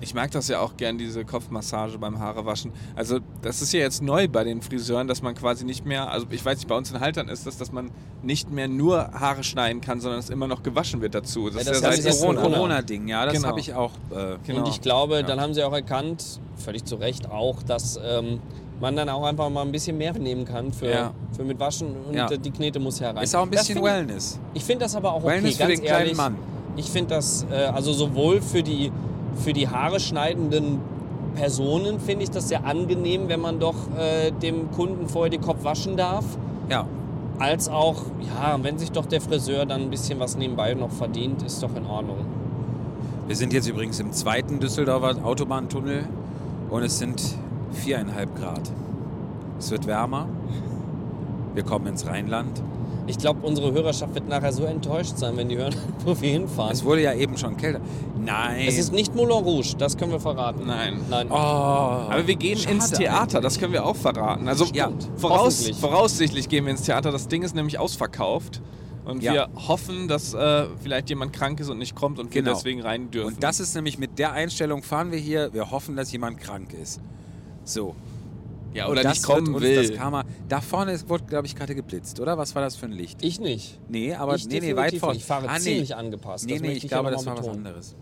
A: Ich mag das ja auch gern, diese Kopfmassage beim Haarewaschen. Also, das ist ja jetzt neu bei den Friseuren, dass man quasi nicht mehr, also ich weiß nicht, bei uns in Haltern ist das, dass man nicht mehr nur Haare schneiden kann, sondern es immer noch gewaschen wird dazu.
B: Ja, das
C: Das
B: ist
A: ja
C: ist
A: seit
B: dieses
C: ein
A: Corona.
B: Corona.
C: Corona-Ding, ja, das
A: Genau.
C: habe ich auch. Äh,
A: Genau.
B: Und ich glaube,
C: Ja.
B: dann haben sie auch erkannt, völlig zu Recht auch, dass ähm, man dann auch einfach mal ein bisschen mehr nehmen kann für,
A: Ja.
B: für mit Waschen und
C: Ja.
B: äh, die Knete muss herein.
C: Ist auch ein
B: Das
C: bisschen
B: find ich-
C: Wellness.
B: Ich finde das aber auch okay,
C: Wellness für
B: ganz
C: den kleinen
B: ehrlich.
C: Mann.
B: Ich finde das, äh, also sowohl für die, für die Haare schneidenden Personen finde ich das sehr angenehm, wenn man doch äh, dem Kunden vorher den Kopf waschen darf,
C: Ja,
B: als auch, ja, wenn sich doch der Friseur dann ein bisschen was nebenbei noch verdient, ist doch in Ordnung.
C: Wir sind jetzt übrigens im zweiten Düsseldorfer Autobahntunnel und es sind viereinhalb Grad. Es wird wärmer. Wir kommen ins Rheinland.
B: Ich glaube, unsere Hörerschaft wird nachher so enttäuscht sein, wenn die hören, [LAUGHS] wo wir hinfahren.
C: Es wurde ja eben schon kälter. Nein.
B: es ist nicht Moulin Rouge, das können wir verraten.
A: Nein.
B: Nein.
C: oh,
A: Aber wir gehen ins
C: Schade
A: Theater, das können wir auch verraten. Also
C: Ja,
A: voraus,
B: hoffentlich.
A: voraussichtlich gehen wir ins Theater. Das Ding ist nämlich ausverkauft. Und
C: Ja.
A: wir hoffen, dass äh, vielleicht jemand krank ist und nicht kommt und wir
C: Genau.
A: deswegen rein dürfen.
C: und das ist nämlich mit der Einstellung fahren wir hier. Wir hoffen, dass jemand krank ist. So.
A: ja,
C: Und
A: oder
C: das
A: nicht kommen
C: wird uns
A: will.
C: Das Karma. Da vorne ist, wurde, glaube ich, gerade geblitzt, oder? Was war das für ein Licht?
B: Ich nicht.
C: nee, aber
B: ich
C: nee, nee,
B: definitiv
C: weit vorne.
B: nicht. Ich fahre
C: ah, nee.
B: ziemlich angepasst.
C: Nee,
B: das
C: nee,
B: möchte
C: ich
B: ich
C: glaube,
B: hier
C: das
B: noch
C: war
B: mal
C: was
B: betonen.
C: anderes.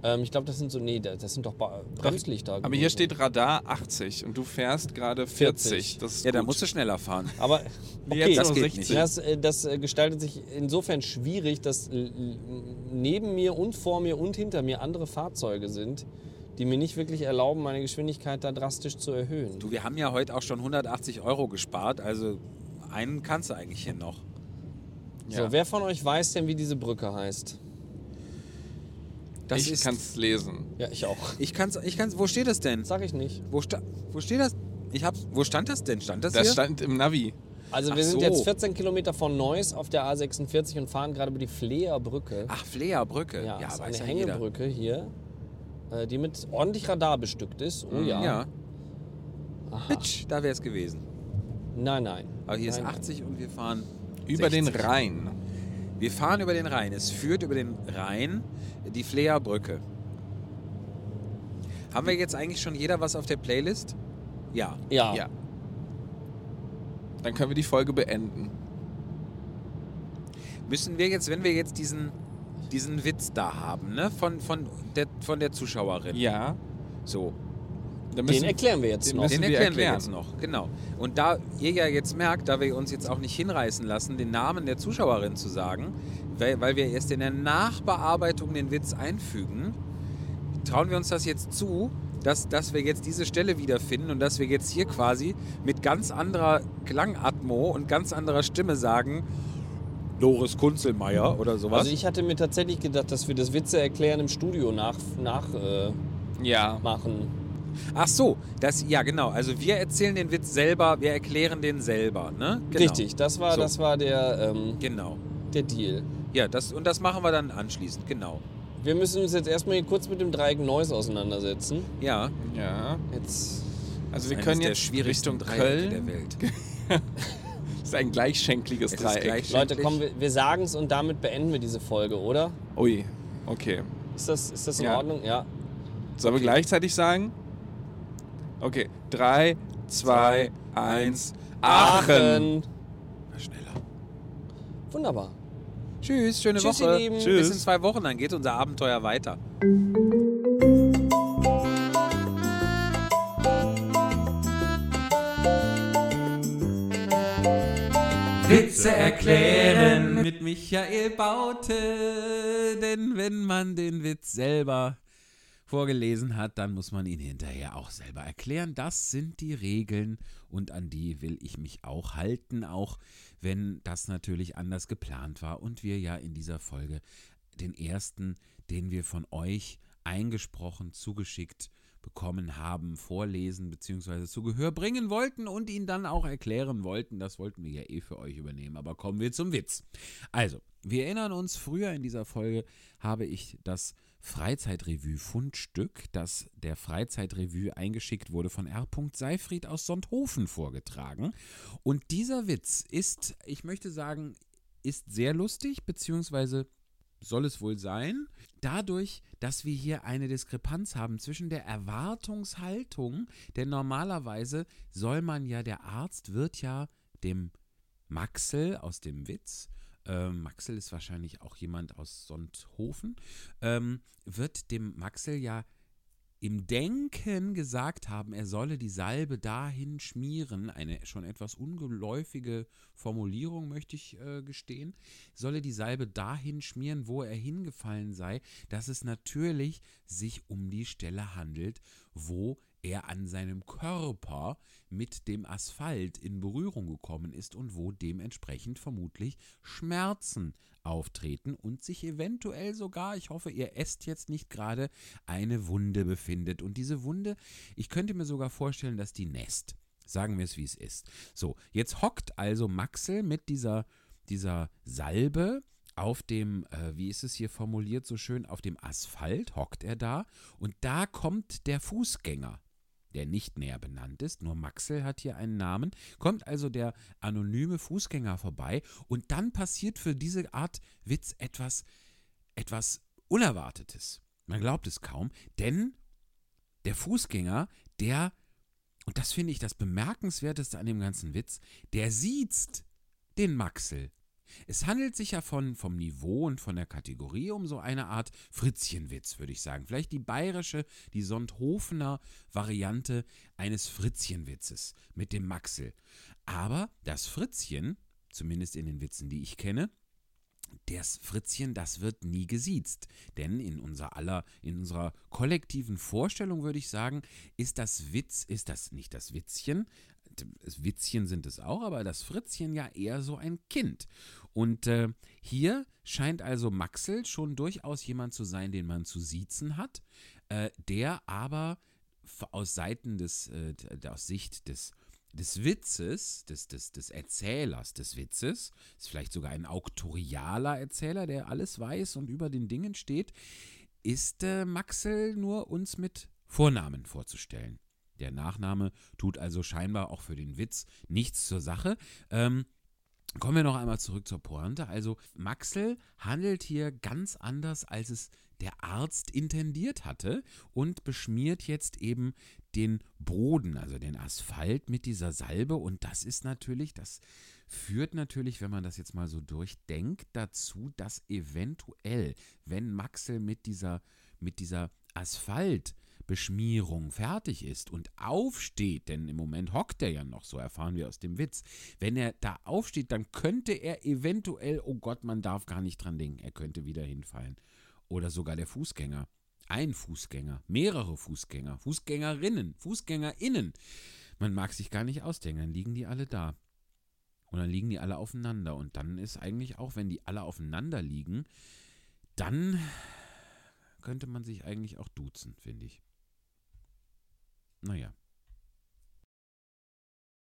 B: Ähm, ich glaube, das sind so, nee, das das sind doch Ba- Bremslichter.
A: Aber hier
B: gewesen.
A: steht Radar 80 und du fährst gerade 40.
B: 40.
A: Das ist
C: Ja, da
A: gut.
C: musst du schneller fahren.
B: Aber
A: Nee,
B: okay,
A: jetzt
C: das
A: nur
C: geht
A: 60.
C: nicht.
B: das, äh, das äh, gestaltet sich insofern schwierig, dass äh, neben mir und vor mir und hinter mir andere Fahrzeuge sind, die mir nicht wirklich erlauben, meine Geschwindigkeit da drastisch zu erhöhen.
C: Du, wir haben ja heute auch schon 180 Euro gespart, also
I: einen kannst du eigentlich hier noch.
B: So, wer von euch weiß denn, wie diese Brücke heißt?
I: Das
A: ich
I: ist-
A: kann es lesen.
B: Ja, ich auch.
I: Ich kann's, ich kann's, wo steht das denn?
B: Sag ich nicht.
I: Wo, sta wo steht das? Ich hab's, wo stand das denn? Stand das,
A: Das
I: hier?
A: stand im Navi.
B: Also wir
I: Ach
B: sind
I: so.
B: jetzt 14 Kilometer von Neuss auf der A46 und fahren gerade über die Fleer Brücke.
I: Ach, Flea-Brücke.
B: ja, ist eine
I: Ah, äh, weiß jeder.
B: Hängebrücke hier, äh, die mit ordentlich Radar bestückt ist. Oh ja.
I: Mhm, Ja. Bitch, da wär's gewesen.
B: Nein, nein.
I: Aber hier ist
B: nein,
I: 80 und wir fahren
A: Über den
I: 60.
A: Rhein.
I: Wir fahren über den Rhein. Es führt über den Rhein die Flea-Brücke. Haben wir jetzt eigentlich schon jeder was auf der Playlist? Ja.
B: Nein. Ja.
A: Ja. Dann können wir die Folge beenden.
I: Müssen wir jetzt, wenn wir jetzt diesen, diesen Witz da haben, ne? Von, von, der, von der Zuschauerin.
A: Ja.
I: So.
A: Dann
B: Den
A: müssen,
B: erklären wir jetzt
A: den
B: noch.
I: Den
A: müssen- wir
I: erklären wir
A: erklären.
I: jetzt noch, genau. Und da ihr ja jetzt merkt, da wir uns jetzt auch nicht hinreißen lassen, den Namen der Zuschauerin zu sagen, weil, weil wir erst in der Nachbearbeitung den Witz einfügen, trauen wir uns das jetzt zu, dass, dass wir jetzt diese Stelle wiederfinden und dass wir jetzt hier quasi mit ganz anderer Klangatmo und ganz anderer Stimme sagen, Doris Kunzelmeier oder sowas.
B: also ich hatte mir tatsächlich gedacht, dass wir das Witze erklären im Studio nachmachen. Nach, äh,
A: ja.
B: machen.
I: Ach so, das, ja genau, also wir erzählen den Witz selber, wir erklären den selber, ne? Genau.
B: Richtig, das war,
I: So.
B: das war der, ähm,
I: Genau.
B: der Deal.
I: Ja, das, und das machen wir dann anschließend, genau.
B: Wir müssen uns jetzt erstmal hier kurz mit dem Dreieck Neuss auseinandersetzen.
I: Ja.
A: Ja.
B: Jetzt
A: Also wir
I: Eines
A: können
I: der
A: jetzt
I: schwierigsten
A: Richtung
I: Dreiecke
A: Köln.
I: der Welt.
C: [LAUGHS]
A: Das ist ein gleichschenkliges
I: Es ist
A: Dreieck.
I: gleich-
B: Leute,
I: Endlich.
B: komm, wir, wir sagen es und damit beenden wir diese Folge, oder?
A: Ui, okay.
B: Ist das, ist das in
A: Ja.
B: Ordnung? Ja.
A: Sollen wir gleichzeitig sagen? Okay. Drei, zwei, eins. Aachen.
I: Schneller.
B: Wunderbar.
I: Tschüss, schöne
B: Tschüss,
I: Woche.
B: ihr Lieben.
I: Bis in zwei Wochen, dann geht unser Abenteuer weiter.
C: Witze erklären mit Michael Baute. Denn wenn man den Witz selber vorgelesen hat, dann muss man ihn hinterher auch selber erklären. Das sind die Regeln und an die will ich mich auch halten, auch wenn das natürlich anders geplant war und wir ja in dieser Folge den ersten, den wir von euch eingesprochen, zugeschickt bekommen haben, vorlesen bzw. zu Gehör bringen wollten und ihn dann auch erklären wollten. Das wollten wir ja eh für euch übernehmen, aber kommen wir zum Witz. Also, wir erinnern uns, früher in dieser Folge habe ich das Freizeitrevue Fundstück, das der Freizeitrevue eingeschickt wurde von R. Seifried aus Sonthofen vorgetragen. Und dieser Witz ist, ich möchte sagen, ist sehr lustig, beziehungsweise soll es wohl sein, dadurch, dass wir hier eine Diskrepanz haben zwischen der Erwartungshaltung, denn normalerweise soll man ja, der Arzt wird ja dem Maxel aus dem Witz, ähm, Maxel ist wahrscheinlich auch jemand aus Sonthofen, ähm, wird dem Maxel ja im Denken gesagt haben, er solle die Salbe dahin schmieren, eine schon etwas ungeläufige Formulierung, möchte ich äh, gestehen, solle die Salbe dahin schmieren, wo er hingefallen sei, dass es natürlich sich um die Stelle handelt, wo er an seinem Körper mit dem Asphalt in Berührung gekommen ist und wo dementsprechend vermutlich Schmerzen auftreten und sich eventuell sogar, ich hoffe, ihr esst jetzt nicht gerade, eine Wunde befindet. Und diese Wunde, ich könnte mir sogar vorstellen, dass die nässt. Sagen wir es, wie es ist. So, jetzt hockt also Maxel mit dieser, dieser Salbe auf dem, äh, wie ist es hier formuliert so schön, auf dem Asphalt hockt er da und da kommt der Fußgänger, der nicht näher benannt ist, nur Maxel hat hier einen Namen, kommt also der anonyme Fußgänger vorbei und dann passiert für diese Art Witz etwas, etwas Unerwartetes. Man glaubt es kaum, denn der Fußgänger, der, und das finde ich das Bemerkenswerteste an dem ganzen Witz, der sieht den Maxel. Es handelt sich ja von, vom Niveau und von der Kategorie um so eine Art Fritzchenwitz, würde ich sagen. Vielleicht die bayerische, die Sonthofener Variante eines Fritzchenwitzes mit dem Maxel. Aber das Fritzchen, zumindest in den Witzen, die ich kenne, das Fritzchen, das wird nie gesiezt. Denn in unserer aller, in unserer kollektiven Vorstellung würde ich sagen, ist das Witz, ist das nicht das Witzchen, Witzchen sind es auch, aber das Fritzchen ja eher so ein Kind. Und äh, hier scheint also Maxel schon durchaus jemand zu sein, den man zu siezen hat, äh, der aber f- aus Seiten des, äh, d- aus Sicht des des Witzes, des, des, des Erzählers des Witzes, ist vielleicht sogar ein auktorialer Erzähler, der alles weiß und über den Dingen steht, ist äh, Maxel nur uns mit Vornamen vorzustellen. Der Nachname tut also scheinbar auch für den Witz nichts zur Sache. Ähm, kommen wir noch einmal zurück zur Pointe. Also Maxel handelt hier ganz anders, als es der Arzt intendiert hatte und beschmiert jetzt eben den Boden, also den Asphalt mit dieser Salbe. Und das ist natürlich, das führt natürlich, wenn man das jetzt mal so durchdenkt, dazu, dass eventuell, wenn Maxel mit dieser, mit dieser Asphaltbeschmierung fertig ist und aufsteht, denn im Moment hockt er ja noch, so erfahren wir aus dem Witz. Wenn er da aufsteht, dann könnte er eventuell, oh Gott, man darf gar nicht dran denken, er könnte wieder hinfallen. Oder sogar der Fußgänger. Ein Fußgänger, mehrere Fußgänger, Fußgängerinnen, Fußgängerinnen. Man mag sich gar nicht ausdenken, dann liegen die alle da. Und dann liegen die alle aufeinander. Und dann ist eigentlich auch, wenn die alle aufeinander liegen, dann könnte man sich eigentlich auch duzen, finde ich. Naja,